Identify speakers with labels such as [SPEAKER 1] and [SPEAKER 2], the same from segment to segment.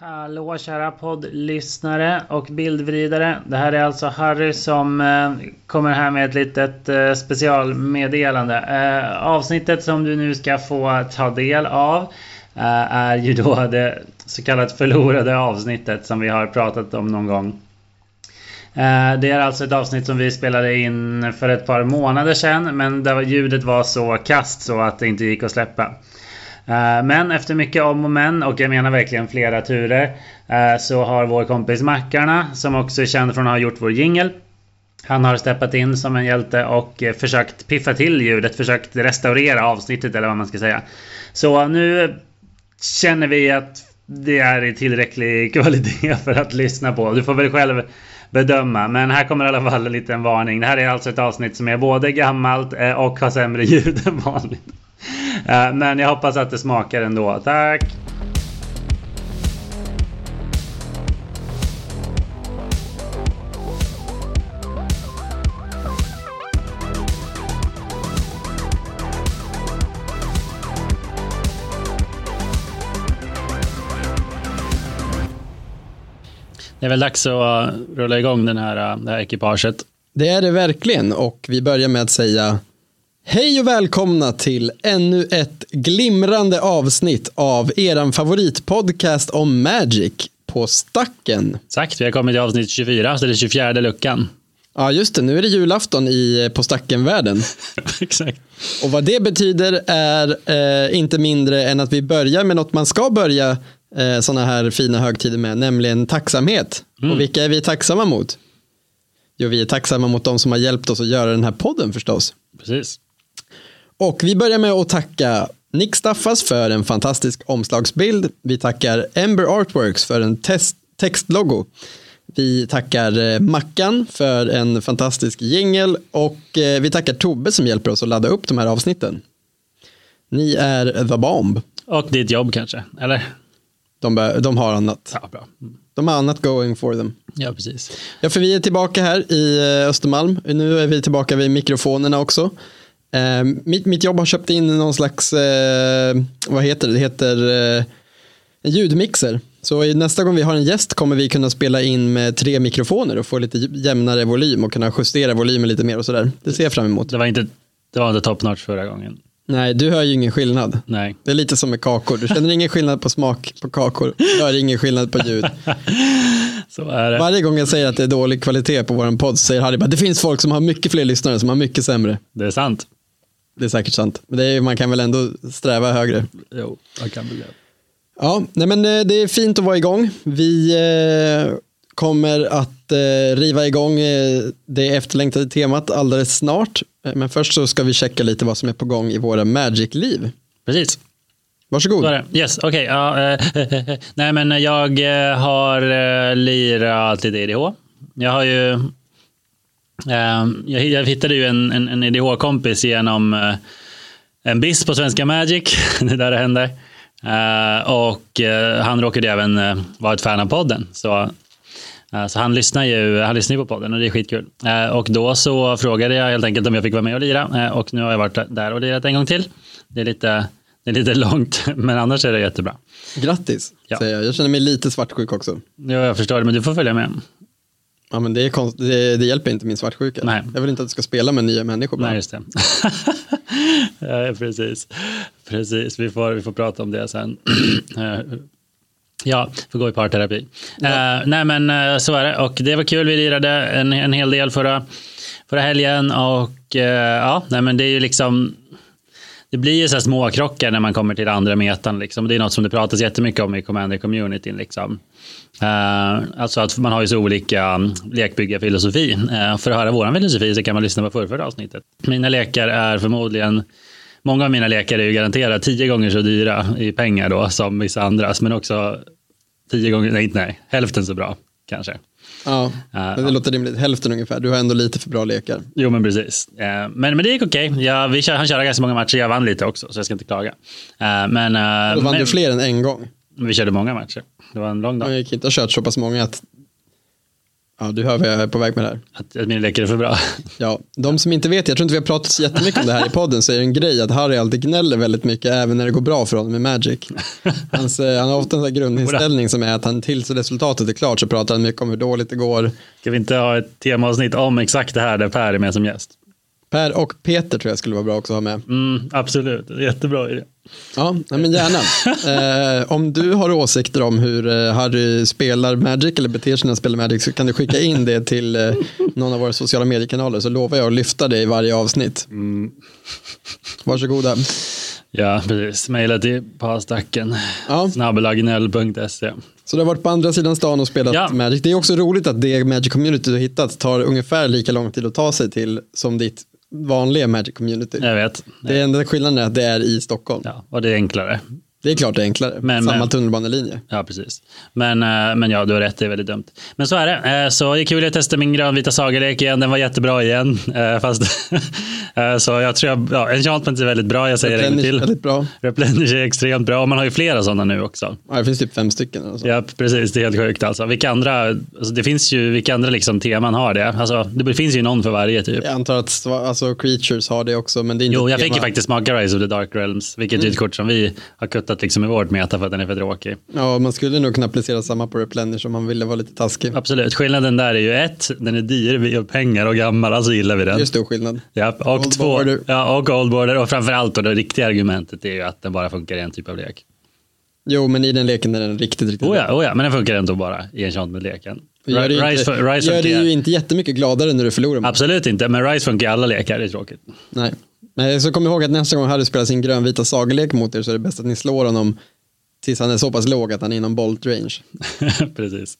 [SPEAKER 1] Hallå kära poddlyssnare och bildvridare. Det här är alltså Harry som eh, kommer här med ett litet eh, specialmeddelande. Eh, avsnittet som du nu ska få ta del av eh, är ju då det så kallat förlorade avsnittet som vi har pratat om någon gång. Eh, Det är alltså ett avsnitt som vi spelade in för ett par månader sedan men där ljudet var så kast så att det inte gick att släppa. Eh, Men efter mycket om och men och jag menar verkligen flera turer eh, så har vår kompis Mackarna som också är känd från att ha gjort vår jingel han har steppat in som en hjälte och eh, försökt piffa till ljudet, försökt restaurera avsnittet eller vad man ska säga. Så nu känner vi att det är i tillräcklig kvalitet för att lyssna på. Du får väl själv bedöma. Men här kommer i alla fall en liten varning. Det här är alltså ett avsnitt som är både gammalt eh, och har sämre ljud än vanligt. Eh, Men jag hoppas att det smakar ändå. Tack! Det är väl dags att rulla igång den här, eh, det här ekipaget.
[SPEAKER 2] Det är det verkligen och vi börjar med att säga Hej och välkomna till ännu ett glimrande avsnitt av eran favoritpodcast om Magic på Stacken.
[SPEAKER 1] Exakt, vi har kommit till avsnitt 24, så det är 24 luckan.
[SPEAKER 2] Ja just det, nu är det julafton i eh, På Stacken-världen.
[SPEAKER 1] Exakt.
[SPEAKER 2] Och vad det betyder är eh, inte mindre än att vi börjar med något man ska börja eh, sådana här fina högtider med, nämligen tacksamhet. Och vilka är vi tacksamma mot? Jo, vi är tacksamma mot de som har hjälpt oss att göra den här podden förstås.
[SPEAKER 1] Precis.
[SPEAKER 2] Och vi börjar med att tacka Nick Staffas för en fantastisk omslagsbild. Vi tackar Ember Artworks för en test- textlogo. Vi tackar eh, Mackan för en fantastisk jingel och eh, vi tackar Tobbe som hjälper oss att ladda upp de här avsnitten. Ni är the bomb.
[SPEAKER 1] Och ditt jobb kanske, eller?
[SPEAKER 2] De, bör- de har annat.
[SPEAKER 1] Ja, bra.
[SPEAKER 2] De har annat going for them.
[SPEAKER 1] Ja, precis.
[SPEAKER 2] Ja, för vi är tillbaka här i eh, Östermalm. Nu är vi tillbaka vid mikrofonerna också. Eh, mitt, mitt jobb har köpt in någon slags, eh, vad heter det, det heter eh, en ljudmixer. Så i- nästa gång vi har en gäst kommer vi kunna spela in med tre mikrofoner och få lite jämnare volym och kunna justera volymen lite mer och sådär. Det ser jag fram emot.
[SPEAKER 1] Det var inte, det var inte top notch förra gången.
[SPEAKER 2] Nej, du hör ju ingen skillnad.
[SPEAKER 1] Nej.
[SPEAKER 2] Det är lite som med kakor. Du känner ingen skillnad på smak på kakor. Du hör ingen skillnad på ljud.
[SPEAKER 1] Så är det.
[SPEAKER 2] Varje gång jag säger att det är dålig kvalitet på vår podd så säger Harry bara det finns folk som har mycket fler lyssnare som har mycket sämre.
[SPEAKER 1] Det är sant.
[SPEAKER 2] Det är säkert sant. Men det är, man kan väl ändå sträva högre.
[SPEAKER 1] Jo, jag kan bli
[SPEAKER 2] Ja, nej men eh, det är fint att vara igång. Vi eh, kommer att eh, riva igång eh, det efterlängtade temat alldeles snart. Eh, Men först så ska vi checka lite vad som är på gång i våra Magic-liv.
[SPEAKER 1] Precis.
[SPEAKER 2] Varsågod.
[SPEAKER 1] Så är det. Yes, okej. Ja, eh, nej, men jag eh, har eh, lirat lite EDH. Jag har ju... eh, jag, jag hittade ju en, en, en EDH-kompis genom eh, en BIS på Svenska Magic. det är där det händer. Eh, och eh, han råkade ju även eh, vara ett fan av podden. Så, eh, så han lyssnar ju han lyssnar ju på podden och det är skitkul. Eh, och då så frågade jag helt enkelt om jag fick vara med och lira. Eh, och nu har jag varit där och lirat en gång till. Det är lite, det är lite långt, men annars är det jättebra.
[SPEAKER 2] Grattis,
[SPEAKER 1] Ja.
[SPEAKER 2] säger jag. Jag känner mig lite svartsjuk också.
[SPEAKER 1] Jo, jag förstår det, men du får följa med.
[SPEAKER 2] Ja, men det, är konst... det, det hjälper inte min svartsjuka.
[SPEAKER 1] Nej.
[SPEAKER 2] Jag vill inte att du ska spela med nya människor. bara.
[SPEAKER 1] Nej, just det. ja, precis. precis. Vi, får, vi får prata om det sen. Eh, ja, får gå i parterapi. Eh, nej, men eh, så är det. Och det var kul. Vi lirade en, en hel del förra, förra helgen. Och eh, ja, nej, men det är ju liksom... Det blir ju så här små krockar när man kommer till andra metan. Liksom. Det är något som det pratas jättemycket om i Commander-communityn. Liksom. Eh, alltså att man har ju så olika mm, lekbyggarfilosofi. Eh, för att höra vår filosofi så kan man lyssna på förra, förra avsnittet. Mina lekar är förmodligen Många av mina lekar är ju garanterat tio gånger så dyra i pengar då som vissa andras, men också tio gånger, nej, inte nej hälften så bra kanske.
[SPEAKER 2] Ja,
[SPEAKER 1] Ja,
[SPEAKER 2] men det
[SPEAKER 1] Eh, ja.
[SPEAKER 2] låter rimligt. Hälften ungefär. Du har ändå lite för bra lekar.
[SPEAKER 1] Jo, men precis. Eh, Men, men det gick okej. Ja, vi kör, han körde ganska många matcher. Jag vann lite också, så jag ska inte klaga. Eh, Men, eh,
[SPEAKER 2] Då vann
[SPEAKER 1] men
[SPEAKER 2] du fler än en gång.
[SPEAKER 1] vi körde många matcher. Det var en lång dag.
[SPEAKER 2] Man kan inte ha kört så pass många att Ja, du hör vad jag är på väg med det här.
[SPEAKER 3] Att, att min läkare är för bra.
[SPEAKER 2] Ja, de som inte vet, jag tror inte vi har pratat så jättemycket om det här i podden, så är det en grej att Harry alltid gnäller väldigt mycket, även när det går bra för honom i Magic. Han, säger- han har ofta en sån här grundinställning som är att han tills resultatet är klart så pratar han mycket om hur dåligt det går.
[SPEAKER 3] Ska vi inte ha ett temaavsnitt om exakt det här där Per är med som gäst?
[SPEAKER 2] Per och Peter tror jag skulle vara bra också att ha med.
[SPEAKER 3] Mm, absolut, jättebra idé.
[SPEAKER 2] Ja, nej, men gärna. Eh, om du har åsikter om hur eh, Harry spelar Magic eller beter sig när han spelar Magic så kan du skicka in det till eh, någon av våra sociala mediekanaler så lovar jag att lyfta det i varje avsnitt.
[SPEAKER 3] Mm.
[SPEAKER 2] Varsågoda.
[SPEAKER 3] Ja, precis. Mejla till pastacken.
[SPEAKER 2] Ja.
[SPEAKER 3] Snabbelagnell.se.
[SPEAKER 2] Så du har varit på andra sidan stan och spelat
[SPEAKER 3] Ja.
[SPEAKER 2] Magic. Det är också roligt att det Magic Community du har hittat tar ungefär lika lång tid att ta sig till som ditt vanliga Magic Community.
[SPEAKER 3] Jag vet.
[SPEAKER 2] Det enda skillnaden är att det är i Stockholm.
[SPEAKER 3] Ja, och det är enklare.
[SPEAKER 2] Det är klart det är enklare.
[SPEAKER 3] Men- eh,
[SPEAKER 2] Samma
[SPEAKER 3] men-
[SPEAKER 2] tunnelbanelinje.
[SPEAKER 3] Ja, precis. Men, eh, men ja, du har rätt, det är väldigt dumt. Men så är det. Eh, Så det är kul att testa min grönvita sagalek igen. Den var jättebra igen. Eh, Fast, eh, så jag tror jag, ja, enchantment är väldigt bra. Jag säger det en gång
[SPEAKER 2] Replenish är
[SPEAKER 3] till.
[SPEAKER 2] väldigt bra.
[SPEAKER 3] Replenish är extremt bra. Och man har ju flera sådana nu också.
[SPEAKER 2] Ja, det finns typ fem stycken. Eller så.
[SPEAKER 3] Ja, precis. Det är helt sjukt alltså. Vilka andra, alltså det finns ju, vilka andra liksom teman har det? Alltså, det finns ju någon för varje typ.
[SPEAKER 2] Jag antar att sva- alltså, creatures har det också, men det är inte
[SPEAKER 3] Jo,
[SPEAKER 2] ett
[SPEAKER 3] jag fick
[SPEAKER 2] tema.
[SPEAKER 3] ju faktiskt smaka Rise of the Dark Realms, vilket
[SPEAKER 2] Mm.
[SPEAKER 3] är ett kort som vi har kuttat liksom i vårt meta för att den är för tråkig.
[SPEAKER 2] Ja, man skulle nog kunna applicera samma på Replenish om man ville vara lite taskig.
[SPEAKER 3] Absolut, skillnaden där är ju ett, den är dyr, vi har pengar och gammal, alltså gillar vi den.
[SPEAKER 2] Det är stor skillnad.
[SPEAKER 3] Ja, och
[SPEAKER 2] Old
[SPEAKER 3] två,
[SPEAKER 2] Border.
[SPEAKER 3] Ja, och Old Border. Och framförallt då, det riktiga argumentet är ju att den bara funkar i en typ av lek.
[SPEAKER 2] Jo, men i den leken är den riktigt, riktigt
[SPEAKER 3] Oh
[SPEAKER 2] bra.
[SPEAKER 3] ja, oh ja, men den funkar ändå bara i enchantment-leken.
[SPEAKER 2] Det Gör det, ju
[SPEAKER 3] Rise,
[SPEAKER 2] inte,
[SPEAKER 3] fun- Rise
[SPEAKER 2] gör det
[SPEAKER 3] funkar-
[SPEAKER 2] ju inte jättemycket gladare när du förlorar. mot-
[SPEAKER 3] Absolut inte, men Rise funkar i alla lekar, det är tråkigt.
[SPEAKER 2] Nej. Nej, så kom ihåg att nästa gång Harry spelar sin grönvita sagelek mot er så är det bäst att ni slår honom tills han är så pass låg att han är inom bolt range.
[SPEAKER 3] Precis.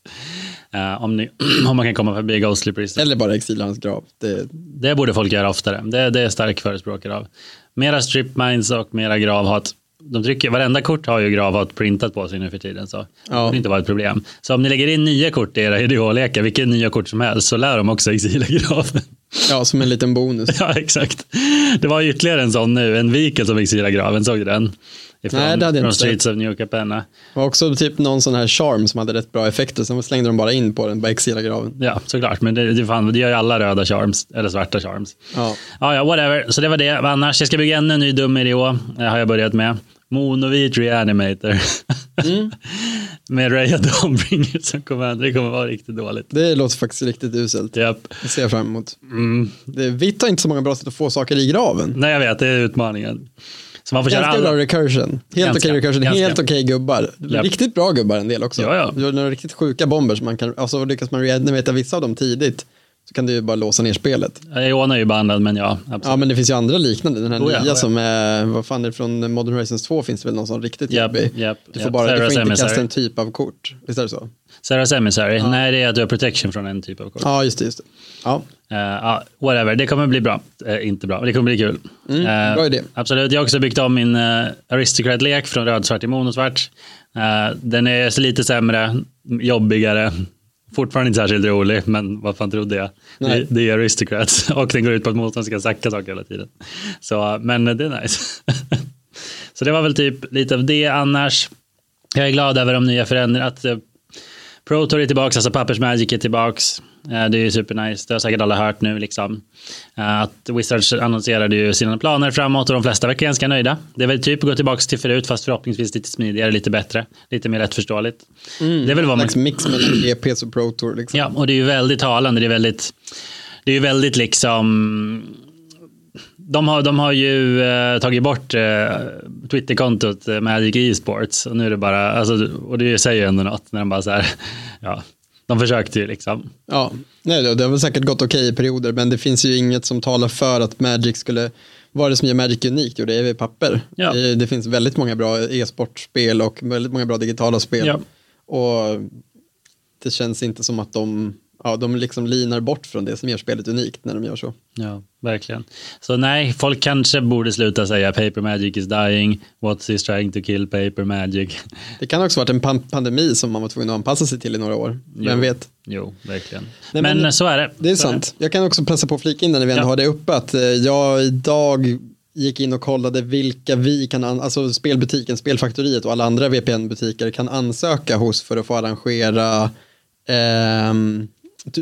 [SPEAKER 3] Eh, om, ni, om man kan komma förbi Ghostly Priest.
[SPEAKER 2] Eller bara exila hans grav. Det,
[SPEAKER 3] Det borde folk göra oftare. Det, det är jag stark förespråkare av. Mera strip mines och mera gravhat. De trycker, varenda kort har ju gravhat printat på sig nu för tiden. Så det
[SPEAKER 2] Ja.
[SPEAKER 3] borde inte vara ett problem. Så om ni lägger in nya kort i era ideallekar, vilka nya kort som helst, så lär de också exila graven.
[SPEAKER 2] ja, som en liten bonus.
[SPEAKER 3] ja, exakt. Det var ytterligare en sån nu, en vikel som exilar graven, såg du den? Ifrån,
[SPEAKER 2] Nej, det hade jag
[SPEAKER 3] från
[SPEAKER 2] inte sett.
[SPEAKER 3] Streets of New Capenna.
[SPEAKER 2] Och också typ någon sån här charm som hade rätt bra effekter, sen slängde de bara in på den, bara exila graven.
[SPEAKER 3] Ja, såklart. Men det, det, fan, det gör ju alla röda charms, eller svarta charms.
[SPEAKER 2] Ja.
[SPEAKER 3] Ja, ja, whatever. Så det var det. Men Annars, jag ska bygga ännu en ny dum idé eh, har jag börjat med. Monovit Reanimator. med Ray of Dawnbringer som commander. Det kommer vara riktigt dåligt.
[SPEAKER 2] Det låter faktiskt riktigt uselt.
[SPEAKER 3] Japp.
[SPEAKER 2] Det ser jag fram emot.
[SPEAKER 3] Mm.
[SPEAKER 2] Det, vitt har inte så många bra sätt att få saker i graven.
[SPEAKER 3] Nej, jag vet. Det är utmaningen. Så man får köra
[SPEAKER 2] Ganska
[SPEAKER 3] Mm. alla.
[SPEAKER 2] bra recursion. Helt
[SPEAKER 3] Ganska,
[SPEAKER 2] okej recursion,
[SPEAKER 3] ganska.
[SPEAKER 2] helt okej gubbar.
[SPEAKER 3] Japp.
[SPEAKER 2] Riktigt bra gubbar en del också.
[SPEAKER 3] Ja, ja.
[SPEAKER 2] Du har några riktigt sjuka bomber som man kan, alltså lyckas man reanimata vissa av dem tidigt så kan du ju bara låsa ner spelet.
[SPEAKER 3] Iona är ju bandad, men ja. Absolut.
[SPEAKER 2] Ja men det finns ju andra liknande, den här
[SPEAKER 3] Oh, ja,
[SPEAKER 2] nya
[SPEAKER 3] oh, ja.
[SPEAKER 2] som är, vad fan är det från Modern Horizons 2 finns det väl någon sån riktigt
[SPEAKER 3] Japp,
[SPEAKER 2] jobbig.
[SPEAKER 3] japp,
[SPEAKER 2] du får
[SPEAKER 3] japp.
[SPEAKER 2] bara, du
[SPEAKER 3] Sarah's
[SPEAKER 2] får inte
[SPEAKER 3] Emissary.
[SPEAKER 2] kasta en typ av kort, visst är det så?
[SPEAKER 3] Sarah's Emissary. Nej, det är att du har protection från en typ av kort.
[SPEAKER 2] Ja just det, just det. Ja.
[SPEAKER 3] Eh, ja, whatever, det kommer bli bra. Eh, inte bra, men det kommer bli kul. Eh,
[SPEAKER 2] Mm, bra idé.
[SPEAKER 3] Absolut, jag har också byggt om min eh, Aristocrat-lek från rödsvart till monosvart. Eh, den är lite sämre, jobbigare, fortfarande inte särskilt rolig, men vad fan trodde jag?
[SPEAKER 2] Nej.
[SPEAKER 3] Det, det är Aristocrat och den går ut på att motståndaren ska sacka saker hela tiden. Så, eh, men det är nice. Så det var väl typ lite av det annars. Jag är glad över de nya förändringarna. Att eh, Pro Tour är tillbaka, alltså Pappers Magic är tillbaka. Det är ju supernice, det har säkert alla hört nu. Liksom. Eh, Att Wizards annonserade ju sina planer framåt och de flesta verkar ganska nöjda. Det är väl typ att gå tillbaka till förut, fast förhoppningsvis lite smidigare, lite bättre, lite mer lättförståeligt. det är väl vad
[SPEAKER 2] En
[SPEAKER 3] man
[SPEAKER 2] slags mix mellan GPs och Pro Tour liksom.
[SPEAKER 3] Ja, och det är ju väldigt talande. Det är väldigt, det är ju väldigt liksom... De har, de har ju eh, tagit bort eh, Twitterkontot eh, Magic Esports. Och nu är det bara, alltså, och det säger ju ändå något när de bara så här, ja, de försökte ju liksom.
[SPEAKER 2] Ja, nej, då, det har väl säkert gått okej i perioder, men det finns ju inget som talar för att Magic skulle, vad är det som gör Magic unikt? Jo, det är väl papper.
[SPEAKER 3] Ja.
[SPEAKER 2] Det, det finns väldigt många bra e-sportspel och väldigt många bra digitala spel.
[SPEAKER 3] Ja.
[SPEAKER 2] Och det känns inte som att de, ja, de liksom linar bort från det som gör spelet unikt när de gör så.
[SPEAKER 3] Ja, verkligen. Så nej, folk kanske borde sluta säga paper magic is dying, what's is trying to kill paper magic.
[SPEAKER 2] Det kan också ha varit en pan- pandemi som man var tvungen att anpassa sig till i några år. Vem vet?
[SPEAKER 3] Jo, verkligen.
[SPEAKER 2] Nej,
[SPEAKER 3] men,
[SPEAKER 2] men-
[SPEAKER 3] så är det.
[SPEAKER 2] Det är
[SPEAKER 3] Så
[SPEAKER 2] sant. Jag kan också passa på att flika in när vi ändå
[SPEAKER 3] Ja.
[SPEAKER 2] har det uppe att eh, jag idag gick in och kollade vilka vi kan, an- alltså spelbutiken, spelfaktoriet och alla andra VPN-butiker kan ansöka hos för att få arrangera ehm,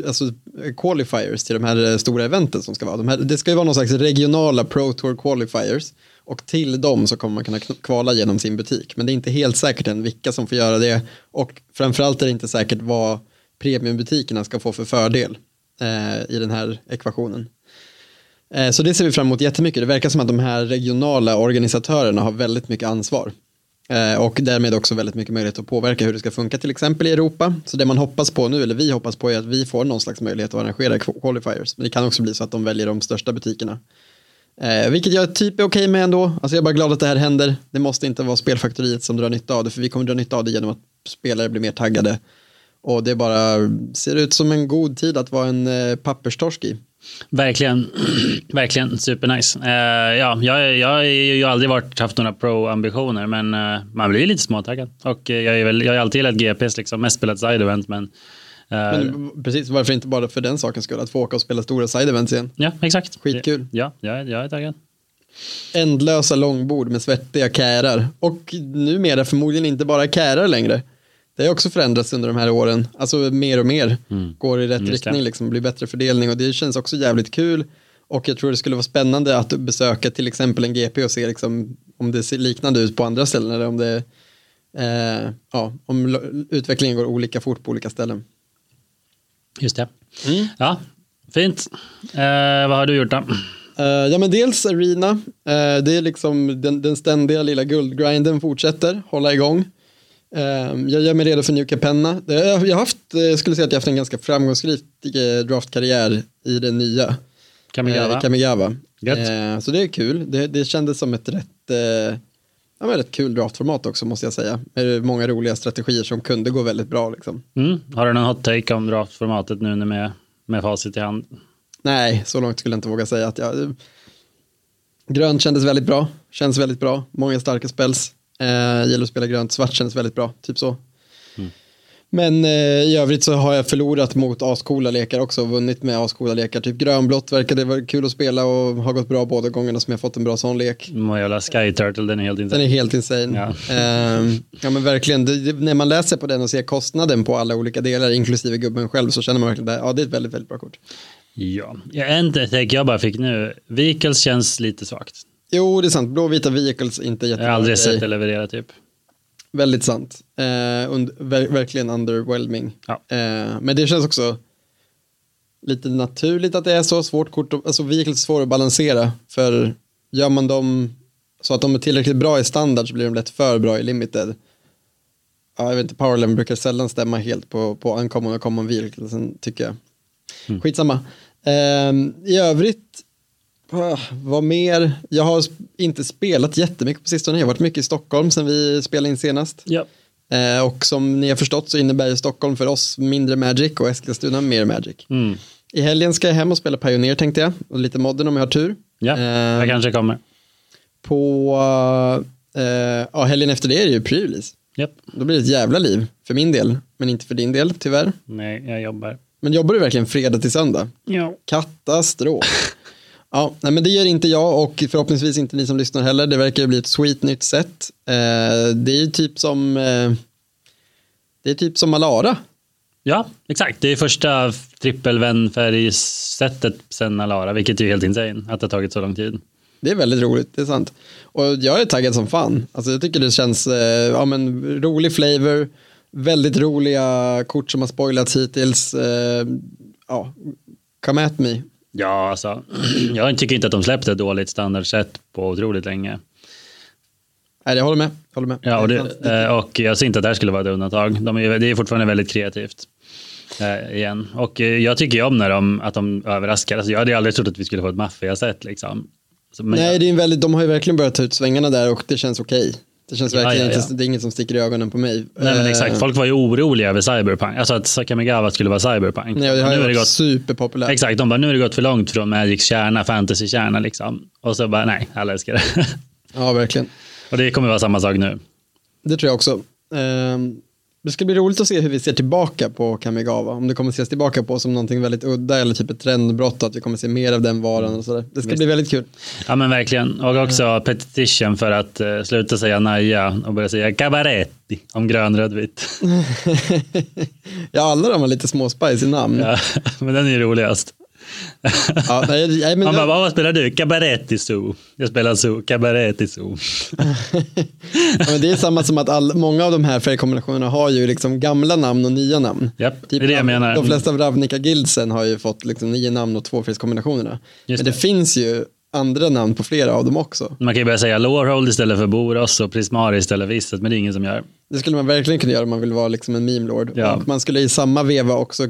[SPEAKER 2] alltså, qualifiers till de här eh, stora eventen som ska vara. De här, det ska ju vara någon slags regionala Pro Tour qualifiers och till dem så kommer man kunna kn- kvala genom sin butik. Men det är inte helt säkert än vilka som får göra det och framförallt är det inte säkert vad premiumbutikerna ska få för fördel eh, i den här ekvationen. Eh, så det ser vi fram emot jättemycket. Det verkar som att de här regionala organisatörerna har väldigt mycket ansvar. Eh, Och därmed också väldigt mycket möjlighet att påverka hur det ska funka till exempel i Europa. Så det man hoppas på nu, eller vi hoppas på, är att vi får någon slags möjlighet att arrangera qualifiers. Men det kan också bli så att de väljer de största butikerna. Eh, vilket jag typ är okej med ändå. Alltså jag är bara glad att det här händer. Det måste inte vara spelfaktoriet som drar nytta av det, för vi kommer dra nytta av det genom att spelare blir mer taggade. Och det bara ser ut som en god tid att vara en eh, papperstorsk i.
[SPEAKER 3] Verkligen, verkligen supernice. Eh, ja, jag, jag har ju aldrig varit, haft några pro-ambitioner, men eh, man blir lite småtaggad. Och eh, jag, är väl, jag har alltid gillat GPs, liksom, mest spelat side-event, men... eh,
[SPEAKER 2] Men precis, varför inte bara för den sakens skull, att få åka och spela stora side-events igen.
[SPEAKER 3] ja, exakt.
[SPEAKER 2] Skitkul.
[SPEAKER 3] Ja, jag, jag är taggad.
[SPEAKER 2] Ändlösa långbord med svettiga kärar. Och numera förmodligen inte bara kärar längre. Det har också förändrats under de här åren. Alltså mer och mer. Går i rätt
[SPEAKER 3] Mm. Just det.
[SPEAKER 2] riktning, liksom, blir bättre fördelning och det känns också jävligt kul. Och jag tror det skulle vara spännande att besöka till exempel en GP och se liksom, om det ser liknande ut på andra ställen eller om, det, eh, ja, om lo- utvecklingen går olika fort på olika ställen.
[SPEAKER 3] Just det.
[SPEAKER 2] Mm.
[SPEAKER 3] Ja, fint. Eh, vad har du gjort då?
[SPEAKER 2] Eh, ja men dels Arena, Eh, det är liksom den, den ständiga lilla guldgrinden fortsätter hålla igång. Eh, jag gör mig redo för New Capenna. Det- Jag har haft, eh, jag skulle säga att jag har haft en ganska framgångsrik eh, draftkarriär i det nya.
[SPEAKER 3] Kamigawa?
[SPEAKER 2] Eh, Kamigawa.
[SPEAKER 3] Gött.
[SPEAKER 2] Eh, så det är kul. Det, det kändes som ett rätt, eh, ja, men rätt kul draftformat också måste jag säga. Med många roliga strategier som kunde gå väldigt bra liksom.
[SPEAKER 3] Mm. Har du någon hot take om draftformatet nu när med, med facit i hand?
[SPEAKER 2] Nej, så långt skulle jag inte våga säga att jag... Grönt kändes väldigt bra, känns väldigt bra, många starka spels. Eh, gillar att spela grönt, svart kändes väldigt bra, typ så. Men eh, i övrigt så har jag förlorat mot ascoola lekar också, och vunnit med ascoola lekar. Typ grönblått verkade vara kul att spela och har gått bra båda gångerna som jag fått en bra sån lek.
[SPEAKER 3] Må jävla Sky Turtle, den är helt
[SPEAKER 2] Den
[SPEAKER 3] inte...
[SPEAKER 2] är helt insane.
[SPEAKER 3] Ja.
[SPEAKER 2] Ehm, ja men verkligen, det, det, när man läser på den och ser kostnaden på alla olika delar, inklusive gubben själv, så känner man verkligen att ja, det är ett väldigt, väldigt bra kort.
[SPEAKER 3] Ja, Ja, en take jag bara fick nu. Vehicles känns lite svagt.
[SPEAKER 2] Jo, det är sant. Blåvita vehicles är inte
[SPEAKER 3] Jag
[SPEAKER 2] jättebra.
[SPEAKER 3] har aldrig
[SPEAKER 2] grej.
[SPEAKER 3] sett det leverera typ.
[SPEAKER 2] Väldigt sant. Eh, und- ver- verkligen underwhelming.
[SPEAKER 3] Ja.
[SPEAKER 2] Eh, men det känns också lite naturligt att det är så svårt kort. att- Alltså vehicles är svåra att balansera. För gör man dem så att de är tillräckligt bra i standard så blir de lätt för bra i limited. Ja, jag vet inte, powerlevel brukar sällan stämma helt på, på ankommande och common vehiclesen tycker jag. Skitsamma. Ehm, I övrigt, ah, vad mer? Jag har sp- inte spelat jättemycket på sistone. Jag har varit mycket i Stockholm sen vi spelade in senast.
[SPEAKER 3] Ja.
[SPEAKER 2] Eh, och som ni har förstått så innebär ju Stockholm för oss mindre Magic och Eskilstuna mer Magic.
[SPEAKER 3] Mm.
[SPEAKER 2] I helgen ska jag hem och spela Pioneer tänkte jag. Och lite modden om jag har tur.
[SPEAKER 3] Ja,
[SPEAKER 2] Ehm,
[SPEAKER 3] jag kanske kommer.
[SPEAKER 2] På eh, ja, helgen efter det är det ju Prylis.
[SPEAKER 3] Japp.
[SPEAKER 2] Då blir det ett jävla liv för min del, men inte för din del tyvärr.
[SPEAKER 3] Nej, jag jobbar.
[SPEAKER 2] Men jobbar du verkligen fredag till söndag?
[SPEAKER 3] Ja.
[SPEAKER 2] Katastrof. Ja, nej men det gör inte jag och förhoppningsvis inte ni som lyssnar heller. Det verkar ju bli ett sweet nytt sätt. Eh, det är ju typ som eh, det är typ som Alara.
[SPEAKER 3] Ja, exakt. Det är första trippelvänfärgsättet sen Alara, vilket är ju helt insane att det har tagit så lång tid.
[SPEAKER 2] Det är väldigt roligt, det är sant. Och jag är taggad som fan. Alltså jag tycker det känns, eh, ja men rolig flavor, väldigt roliga kort som har spoilats hittills. Eh, ja, come at me.
[SPEAKER 3] Ja, alltså. Jag tycker inte att de släppte ett dåligt standardsätt på otroligt länge.
[SPEAKER 2] Nej, jag håller med. jag Håller med.
[SPEAKER 3] Ja, och,
[SPEAKER 2] är sant.
[SPEAKER 3] det, eh, och jag ser inte att det här skulle vara ett undantag. De är, ju- det är fortfarande väldigt kreativt. Eh, igen. Och eh, jag tycker ju om när de, att de överraskar. Alltså, jag hade ju aldrig trott att vi skulle få ett maffiasätt. Liksom. Så, men
[SPEAKER 2] Nej,
[SPEAKER 3] jag,
[SPEAKER 2] det är en väldigt, de har ju verkligen börjat ta ut svängarna där och det känns okej. Det känns
[SPEAKER 3] Ja,
[SPEAKER 2] verkligen
[SPEAKER 3] ja, ja.
[SPEAKER 2] inte, det är inget som sticker i ögonen på mig.
[SPEAKER 3] nej, men
[SPEAKER 2] Eh,
[SPEAKER 3] exakt. Folk var ju oroliga över cyberpunk. Alltså att Sakamigawa skulle vara cyberpunk.
[SPEAKER 2] Nej, och det har ju
[SPEAKER 3] nu är det
[SPEAKER 2] varit
[SPEAKER 3] gått,
[SPEAKER 2] superpopulärt.
[SPEAKER 3] exakt, de bara, nu har det gått för långt från Magics kärna, fantasy-kärna. Liksom. Och så bara, nej, alla älskar det.
[SPEAKER 2] Ja, verkligen.
[SPEAKER 3] och det kommer vara samma sak nu.
[SPEAKER 2] Det tror jag också. Ehm, Det ska bli roligt att se hur vi ser tillbaka på Kamigawa. Om det kommer ses tillbaka på som någonting väldigt udda eller typ ett trendbrott att vi kommer se mer av den varan och sådär. Det ska
[SPEAKER 3] Visst.
[SPEAKER 2] bli väldigt kul.
[SPEAKER 3] Ja men verkligen. Och
[SPEAKER 2] Mm.
[SPEAKER 3] också petition för att eh, sluta säga naja och börja säga cabaretti om grön rödvitt.
[SPEAKER 2] ja, alla de har lite småspice i namn. Ja.
[SPEAKER 3] Ja, men den är ju roligast.
[SPEAKER 2] Mm. nej, nej, men
[SPEAKER 3] Man bara,
[SPEAKER 2] jag,
[SPEAKER 3] vad spelar du? Cabaretti zoo. Jag spelar zoo, cabaretti zoo.
[SPEAKER 2] ja, men det är samma som att all, många av de här färgkombinationerna har ju liksom gamla namn och nya namn.
[SPEAKER 3] Japp, det är det jag
[SPEAKER 2] Rav-
[SPEAKER 3] menar.
[SPEAKER 2] De flesta av Ravnica-guildsen har ju fått liksom nio namn och tvåfärgskombinationerna. Men
[SPEAKER 3] Just
[SPEAKER 2] det.
[SPEAKER 3] det.
[SPEAKER 2] finns ju andra namn på flera av dem också.
[SPEAKER 3] Man kan ju börja säga Lorehold istället för Boros och Prismari istället för Visset, men det är ingen som gör.
[SPEAKER 2] Det skulle man verkligen kunna göra om man vill vara liksom en meme lord.
[SPEAKER 3] Ja.
[SPEAKER 2] Och man skulle i samma veva också,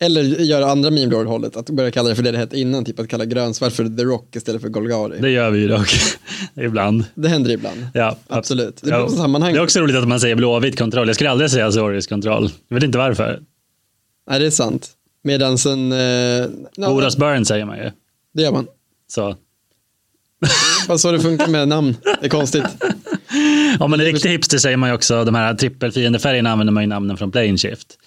[SPEAKER 2] eller göra andra meme lord hållet, att börja kalla det för det det hette innan, typ att kalla grönsvart för The Rock istället för Golgari. Det,
[SPEAKER 3] Det gör vi ju dock, ibland.
[SPEAKER 2] händer ibland.
[SPEAKER 3] Ja,
[SPEAKER 2] Absolut. Det
[SPEAKER 3] Ja.
[SPEAKER 2] beror på sammanhang.
[SPEAKER 3] Det är också roligt att man säger blåvit kontroll. Jag skulle aldrig säga Azorius kontroll. Jag vet inte varför.
[SPEAKER 2] Nej, det är sant. Medan sen, eh, no,
[SPEAKER 3] Boros Burn säger man ju.
[SPEAKER 2] det gör man.
[SPEAKER 3] Så.
[SPEAKER 2] Vad så det funkar med namn, det är konstigt.
[SPEAKER 3] Om man är riktigt hipster säger man ju också de här trippelfiendefärgerna använder man ju namnen från Plane Shift.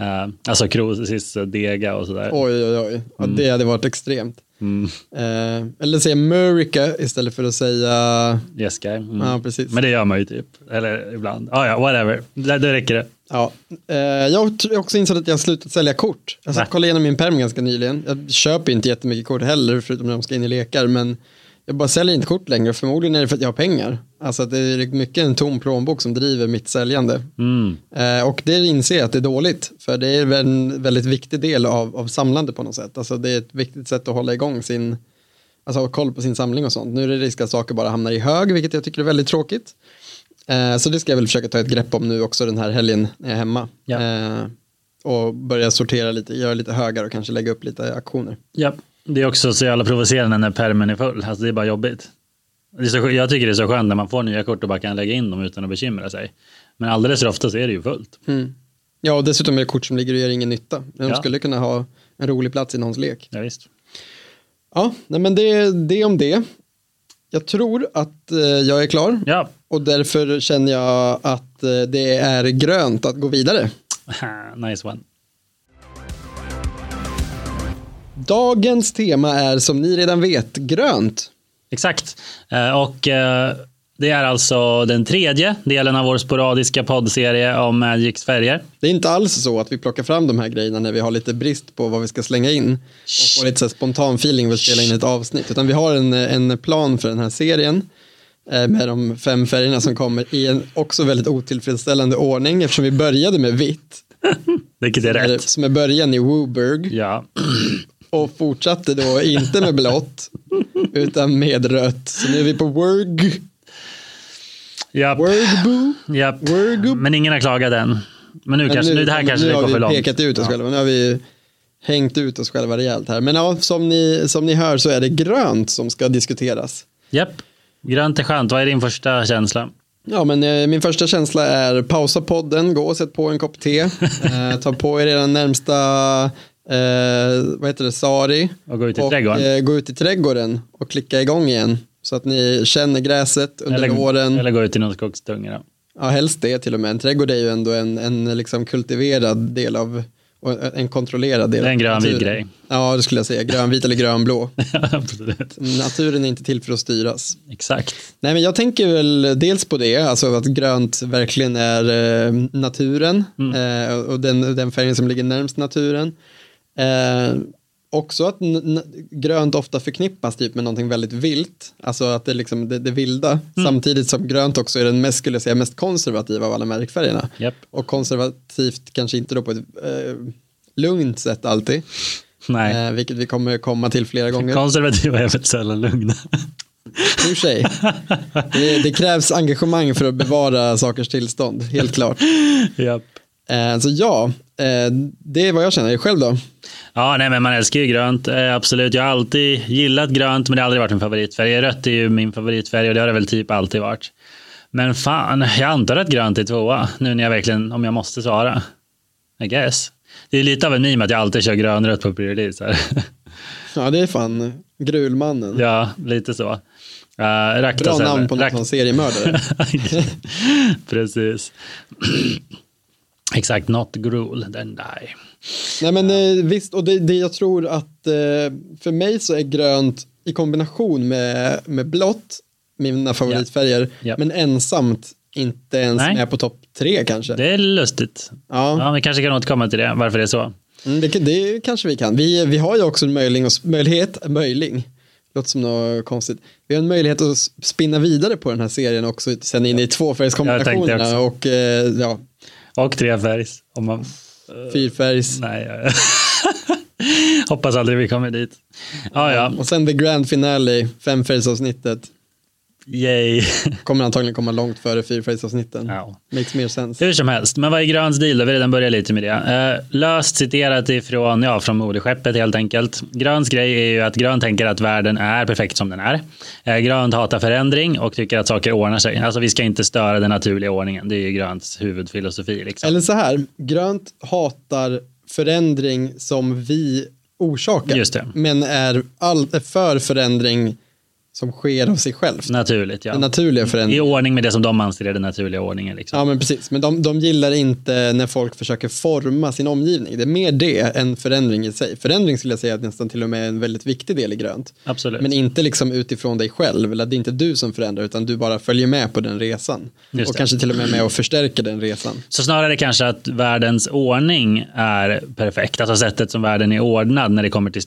[SPEAKER 3] Eh, alltså Krosis, Dega och sådär.
[SPEAKER 2] Oj, oj, oj. Ja, det hade varit extremt.
[SPEAKER 3] Mm.
[SPEAKER 2] Eh, eller säga America istället för att säga,
[SPEAKER 3] Yes, guy. Mm.
[SPEAKER 2] ja precis.
[SPEAKER 3] Men det gör man ju typ. Eller ibland. Ah, ja, whatever. Det, det räcker det.
[SPEAKER 2] Ja, eh, jag tror också insett att jag har slutat sälja kort. Jag
[SPEAKER 3] Va?
[SPEAKER 2] satt och kollade igenom min perm ganska nyligen. Jag köper inte jättemycket kort heller, förutom när de ska in i lekar. Men jag bara säljer inte kort längre, förmodligen är det för att jag har pengar. Alltså att det är mycket en tom plånbok som driver mitt säljande.
[SPEAKER 3] Mm.
[SPEAKER 2] Eh, och det inser jag att det är dåligt, för det är väl en väldigt viktig del av, av samlande på något sätt. Alltså det är ett viktigt sätt att hålla igång sin, alltså ha koll på sin samling och sånt. Nu är det risk att saker bara hamnar i hög, vilket jag tycker är väldigt tråkigt. Eh, så det ska jag väl försöka ta ett grepp om nu också den här helgen när jag är hemma.
[SPEAKER 3] Ja.
[SPEAKER 2] Eh, och börja sortera lite, göra lite högar och kanske lägga upp lite auktioner.
[SPEAKER 3] Ja, det är också så jävla provocerande när permen är full. Alltså det är bara jobbigt. Det är så, jag tycker det är så skönt när man får nya kort och bara kan lägga in dem utan att bekymra sig. Men alldeles för ofta så är det ju fullt.
[SPEAKER 2] Ja, och dessutom är det kort som ligger och gör ingen nytta. De
[SPEAKER 3] Mm. Ja.
[SPEAKER 2] skulle kunna ha en rolig plats i någons lek.
[SPEAKER 3] Ja, visst.
[SPEAKER 2] Ja, nej, men det, det om det. Jag tror att eh, jag är klar.
[SPEAKER 3] Ja.
[SPEAKER 2] Och därför känner jag att eh, det är grönt att gå vidare.
[SPEAKER 3] nice one.
[SPEAKER 2] Dagens tema är som ni redan vet grönt.
[SPEAKER 3] Exakt. Eh, Och eh, det är alltså den tredje delen av vår sporadiska poddserie om Magics färger.
[SPEAKER 2] Det är inte alls så att vi plockar fram de här grejerna när vi har lite brist på vad vi ska slänga in och får lite så här spontan feeling för att spela in ett avsnitt. Utan vi har en, en plan för den här serien eh, med de fem färgerna som kommer i en också väldigt otillfredsställande ordning eftersom vi började med vitt
[SPEAKER 3] Vilket är
[SPEAKER 2] eller,
[SPEAKER 3] rätt.
[SPEAKER 2] som är början i Wooburg.
[SPEAKER 3] Ja,
[SPEAKER 2] Och fortsatte då inte med blått utan med rött. Så nu är vi på Wurg,
[SPEAKER 3] japp,
[SPEAKER 2] Wurgbo.
[SPEAKER 3] japp.
[SPEAKER 2] Wurgup.
[SPEAKER 3] Men ingen har klagat än. Men nu kanske, nu, det här kanske
[SPEAKER 2] nu
[SPEAKER 3] det går
[SPEAKER 2] har
[SPEAKER 3] för
[SPEAKER 2] vi
[SPEAKER 3] långt.
[SPEAKER 2] pekat ut oss själva. Nu har vi hängt ut oss själva rejält här. Men ja, som ni, som ni hör så är det grönt som ska diskuteras.
[SPEAKER 3] Japp. Grönt är skönt. Vad är din första känsla?
[SPEAKER 2] Ja, men eh, min första känsla är pausa podden, gå och sätt på en kopp te, eh, ta på er den närmsta, eh, vad heter det, sari.
[SPEAKER 3] Och gå ut i trädgården.
[SPEAKER 2] eh, gå ut i trädgården och klicka igång igen. Så att ni känner gräset under våren.
[SPEAKER 3] eller gå ut i någon skogsdunge. Då.
[SPEAKER 2] Ja, helst det till och med. En trädgård är ju ändå en, en liksom kultiverad del av, och en kontrollerad del.
[SPEAKER 3] Det är en
[SPEAKER 2] av
[SPEAKER 3] grönvit
[SPEAKER 2] naturen.
[SPEAKER 3] grej.
[SPEAKER 2] Ja, det skulle jag säga. Grönvit eller grönblå.
[SPEAKER 3] Absolut.
[SPEAKER 2] Naturen är inte till för att styras.
[SPEAKER 3] Exakt.
[SPEAKER 2] Nej, men jag tänker väl dels på det, alltså att grönt verkligen är eh, naturen eh, och den, den färgen som ligger närmst naturen. Eh, också att n- n- grönt ofta förknippas typ med någonting väldigt vilt, alltså att det är liksom det, det vilda, samtidigt som grönt också är den mest, skulle jag säga, mest konservativa av alla märkfärgerna.
[SPEAKER 3] Japp.
[SPEAKER 2] Och konservativt kanske inte då på ett eh, lugnt sätt alltid,
[SPEAKER 3] Nej.
[SPEAKER 2] eh, vilket vi kommer komma till flera gånger.
[SPEAKER 3] Konservativa är väl sällan lugna.
[SPEAKER 2] Ur sig. Det, det krävs engagemang för att bevara sakers tillstånd, helt klart.
[SPEAKER 3] Japp.
[SPEAKER 2] Eh, Så ja, eh, det är vad jag känner. Själv då?
[SPEAKER 3] Ja, nej, men man älskar ju grönt. Eh, absolut. Jag har alltid gillat grönt, men det har aldrig varit min favoritfärg. Rött är ju min favoritfärg och det har det väl typ alltid varit. Men fan, jag antar att grönt är tvåa nu när jag verkligen, om jag måste svara. I guess. Det är lite av en meme att jag alltid kör grönrött på pre-release. här.
[SPEAKER 2] Ja, det är fan Grulmannen.
[SPEAKER 3] ja, lite så. Uh,
[SPEAKER 2] Bra namn på någon seriemördare.
[SPEAKER 3] Precis. Exakt, not gruel, then die.
[SPEAKER 2] Nej men eh, visst, och det, det jag tror att eh, för mig så är grönt i kombination med, med blått, mina favoritfärger,
[SPEAKER 3] Ja.
[SPEAKER 2] men ensamt inte ens
[SPEAKER 3] Nej.
[SPEAKER 2] med på topp tre kanske.
[SPEAKER 3] Det är lustigt.
[SPEAKER 2] Ja,
[SPEAKER 3] Ja, vi kanske kan återkomma till det, varför det är så.
[SPEAKER 2] mm, det, kan- det kanske vi kan. Vi, vi har ju också en möjling och, möjlighet, möjling, låter som något konstigt. Vi har en möjlighet att s- spinna vidare på den här serien också, sen in i
[SPEAKER 3] Jag tänkte
[SPEAKER 2] tvåfärgskombinationerna och eh, ja,
[SPEAKER 3] Och trefärgs. Om man...
[SPEAKER 2] fyrfärgs.
[SPEAKER 3] Nej, jag- hoppas aldrig vi kommer dit. Ja, ja,
[SPEAKER 2] Och sen the grand finale, femfärgsavsnittet,
[SPEAKER 3] yay.
[SPEAKER 2] kommer antagligen komma långt före fyrfärgsavsnitten.
[SPEAKER 3] Ja.
[SPEAKER 2] Makes mer sense.
[SPEAKER 3] Hur som helst, men vad är grön stil då? Vi har redan börjat lite med det. Eh, löst citerat ifrån, ja, från moderskeppet helt enkelt. Gröns grej är ju att grön tänker att världen är perfekt som den är. Eh, grönt hatar förändring och tycker att saker ordnar sig. Alltså vi ska inte störa den naturliga ordningen. Det är ju grönts huvudfilosofi. Liksom.
[SPEAKER 2] Eller så här, grönt hatar förändring som vi orsakar.
[SPEAKER 3] Just det.
[SPEAKER 2] Men är, all, är för förändring som sker av sig självt.
[SPEAKER 3] Naturligt,
[SPEAKER 2] Den
[SPEAKER 3] ja.
[SPEAKER 2] naturliga
[SPEAKER 3] I
[SPEAKER 2] förändringen.
[SPEAKER 3] ordning med det som de anser är den naturliga ordningen. Liksom.
[SPEAKER 2] Ja men precis, men de, de gillar inte när folk försöker forma sin omgivning. Det är mer det än förändring i sig. Förändring skulle jag säga att nästan till och med är en väldigt viktig del i grönt.
[SPEAKER 3] Absolut.
[SPEAKER 2] Men inte liksom utifrån dig själv, eller det är inte du som förändrar utan du bara följer med på den resan.
[SPEAKER 3] Just
[SPEAKER 2] och
[SPEAKER 3] det.
[SPEAKER 2] kanske till och med med och förstärker den resan.
[SPEAKER 3] Så snarare kanske att världens ordning är perfekt. Alltså sättet som världen är ordnad när det kommer till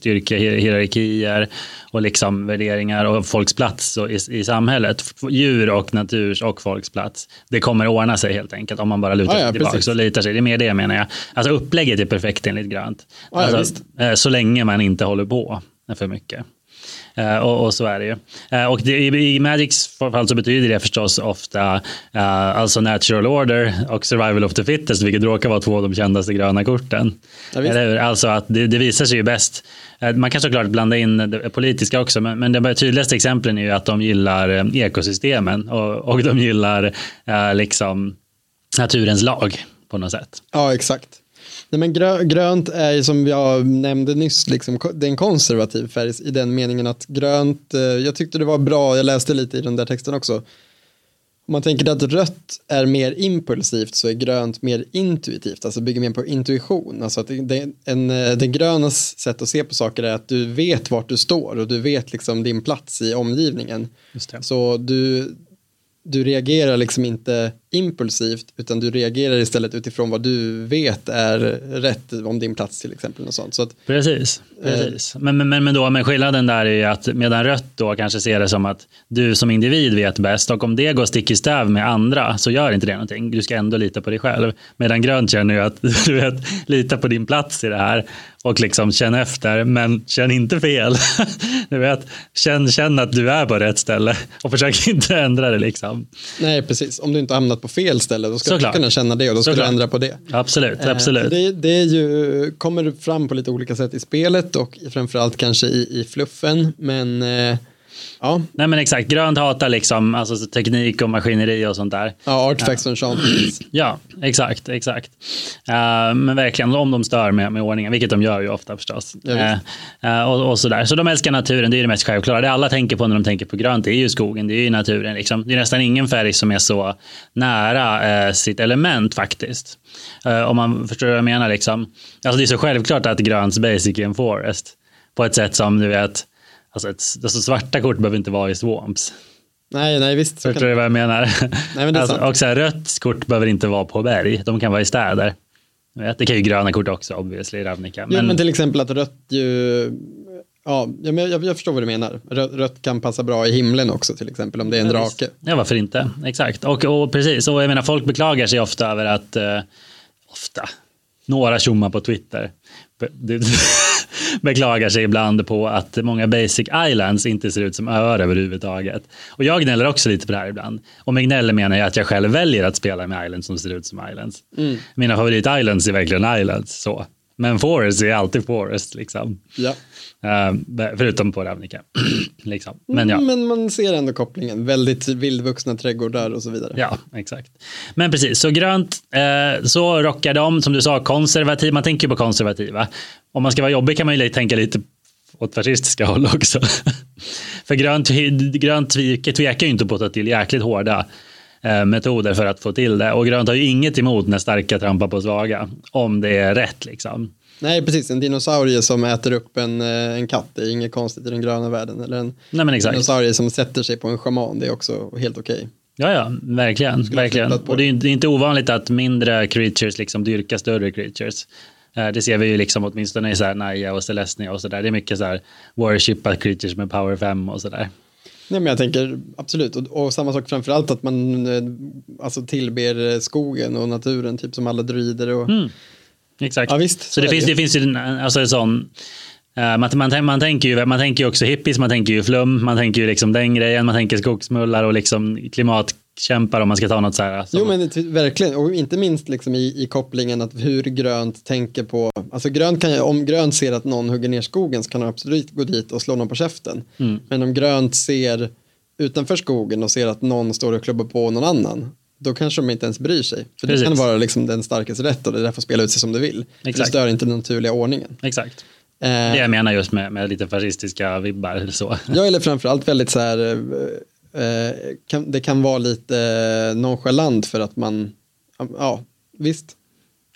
[SPEAKER 3] styrkehierarkier och liksom värderingar och folks plats och i, i samhället. F- Djur och naturs och folks plats. Det kommer ordna sig helt enkelt om man bara lutar
[SPEAKER 2] Ja, ja,
[SPEAKER 3] sig tillbaka
[SPEAKER 2] precis.
[SPEAKER 3] och litar sig. Det är mer det menar jag. Alltså upplägget är perfekt enligt grönt.
[SPEAKER 2] Ja, ja,
[SPEAKER 3] alltså,
[SPEAKER 2] visst.
[SPEAKER 3] eh, så länge man inte håller på för mycket. Eh, Och, och så är det ju. Eh, Och det, i, i Magics fall så betyder det förstås ofta eh, alltså natural order och survival of the fittest, vilket råkar vara två av de kändaste gröna korten.
[SPEAKER 2] Ja, visst.
[SPEAKER 3] Eller hur? Alltså att det, det visar sig ju bäst. Eh, Man kan såklart blanda in det politiska också, men, men de tydligaste exemplen är ju att de gillar eh, ekosystemen och, och de gillar eh, liksom naturens lag på något sätt.
[SPEAKER 2] Ja, exakt. Nej, men grö- grönt är ju som jag nämnde nyss, liksom, ko- det är en konservativ färg i den meningen att grönt, eh, jag tyckte det var bra, jag läste lite i den där texten också. Om man tänker att rött är mer impulsivt så är grönt mer intuitivt, alltså bygger mer på intuition. Alltså att det- det, en, eh, den grönas sätt att se på saker är att du vet vart du står och du vet liksom din plats i omgivningen.
[SPEAKER 3] Just det.
[SPEAKER 2] Så du, du reagerar liksom inte impulsivt utan du reagerar istället utifrån vad du vet är rätt om din plats till exempel. Och sånt. Så att,
[SPEAKER 3] Precis. precis. Men, men, men, men då, men skillnaden där är ju att medan rött då kanske ser det som att du som individ vet bäst och om det går stick i stäv med andra så gör inte det någonting. Du ska ändå lita på dig själv. Medan grönt känner ju att du vet, lita på din plats i det här och liksom känn efter, men känn inte fel. Du vet, känn, känn att du är på rätt ställe och försök inte ändra det liksom.
[SPEAKER 2] nej, precis. Om du inte har hamnat på fel ställe då ska
[SPEAKER 3] Såklart.
[SPEAKER 2] du kunna känna det och då ska
[SPEAKER 3] Såklart.
[SPEAKER 2] du ändra på det.
[SPEAKER 3] Absolut,
[SPEAKER 2] Så
[SPEAKER 3] absolut.
[SPEAKER 2] Det, det är ju, kommer fram på lite olika sätt i spelet och framförallt kanske i, i fluffen. Men eh, ja,
[SPEAKER 3] Nej men exakt, grönt hatar liksom alltså, så teknik och maskineri och sånt där.
[SPEAKER 2] ja artfacts och enchantments.
[SPEAKER 3] Ja, exakt, exakt. Eh, men verkligen om de stör med, med ordningen, vilket de gör ju ofta förstås.
[SPEAKER 2] Ja, visst.
[SPEAKER 3] Eh, eh, och, och sådär. Så de älskar naturen, det är ju det mest självklara. Det alla tänker på när de tänker på grönt, det är ju skogen, det är ju naturen. Liksom. Det är nästan ingen färg som är så nära eh, sitt element faktiskt. Eh, om man förstår vad jag menar. Liksom. Alltså, det är så självklart att grönts basic är en forest. På ett sätt som du vet, alltså ett, alltså svarta kort behöver inte vara i swamps.
[SPEAKER 2] Nej, nej visst. Så kan,
[SPEAKER 3] Förstår du vad jag menar?
[SPEAKER 2] men det är
[SPEAKER 3] alltså,
[SPEAKER 2] sant.
[SPEAKER 3] och så här, rött kort behöver inte vara på berg, de kan vara i städer. Jag Vet, det kan ju gröna kort också obviously, Ravnica.
[SPEAKER 2] Jo,
[SPEAKER 3] Men,
[SPEAKER 2] men till exempel att rött ju... Ja, ja, men jag, jag förstår vad du menar. Rött, rött kan passa bra i himlen också till exempel om det är en
[SPEAKER 3] Ja, visst.
[SPEAKER 2] drake.
[SPEAKER 3] Ja, varför inte? Exakt. Och, och precis, och jag menar folk beklagar sig ofta över att, eh, ofta, några tjommar på Twitter be, det, beklagar sig ibland på att många basic islands inte ser ut som öar överhuvudtaget. Och jag gnäller också lite på det här ibland. Och med gnäll menar jag att jag själv väljer att spela med islands som ser ut som islands. Mina favorit-islands är verkligen islands, så. Men forest är alltid forest, liksom.
[SPEAKER 2] Ja.
[SPEAKER 3] Eh, förutom på Ravnica. liksom. Men ja.
[SPEAKER 2] men man ser ändå kopplingen. Väldigt vildvuxna trädgårdar och så vidare.
[SPEAKER 3] Ja, exakt. Men precis, så grönt, eh, så rockar de, som du sa, konservativ. Man tänker ju på konservativa. Om man ska vara jobbig kan man ju li- tänka lite åt fascistiska håll också. För grönt, grönt tvekar, tvekar ju inte på att ta till jäkligt hårda eh, metoder för att få till det. Och grönt har ju inget emot när starka trampar på svaga, om det är rätt liksom.
[SPEAKER 2] Nej, precis. En dinosaurie som äter upp en, eh, en katt det är inget konstigt i den gröna världen. Eller en
[SPEAKER 3] Nej men exakt.
[SPEAKER 2] dinosaurie som sätter sig på en schaman, det är också helt okej.
[SPEAKER 3] Ja, ja, verkligen.
[SPEAKER 2] Skulle ha
[SPEAKER 3] verkligen.
[SPEAKER 2] flyttat på
[SPEAKER 3] Och det är, ju inte- det är inte ovanligt att mindre creatures liksom dyrkar större creatures. Eh, Det ser vi ju liksom åtminstone i så här Naya och Celestia och sådär. Det är mycket så här worshipa creatures med power 5 och sådär.
[SPEAKER 2] Nej, men jag tänker absolut, och, och samma sak framför allt att man eh, alltså, tillber eh, skogen och naturen, typ som alla druider och
[SPEAKER 3] Mm. Exakt.
[SPEAKER 2] Ja, visst,
[SPEAKER 3] så
[SPEAKER 2] så
[SPEAKER 3] det
[SPEAKER 2] är
[SPEAKER 3] finns,
[SPEAKER 2] det.
[SPEAKER 3] det finns ju en, alltså en sån... eh, Man, man, man, tänker ju, man tänker ju också hippies, man tänker ju flum, man tänker ju liksom den grejen, man tänker skogsmullar och liksom klimatkämpar om man ska ta något så här. alltså. som-
[SPEAKER 2] Jo men ty- verkligen, och inte minst liksom i, i kopplingen att hur grönt tänker på, alltså grönt kan ju, om grönt ser att någon hugger ner skogen så kan de absolut gå dit och slå någon på käften.
[SPEAKER 3] Mm.
[SPEAKER 2] Men om grönt ser utanför skogen och ser att någon står och klubbar på någon annan, då kanske de inte ens bryr sig. För
[SPEAKER 3] Precis.
[SPEAKER 2] det kan vara liksom den starkes rätt och det där får spela ut sig som det vill. För Det
[SPEAKER 3] Exakt.
[SPEAKER 2] stör inte den naturliga ordningen.
[SPEAKER 3] Exakt.
[SPEAKER 2] Eh,
[SPEAKER 3] Det jag menar just med, med lite fascistiska vibbar. Så.
[SPEAKER 2] Ja, eller framförallt väldigt så här, eh, eh, kan, det kan vara lite eh, nonchalant för att man, ja, visst.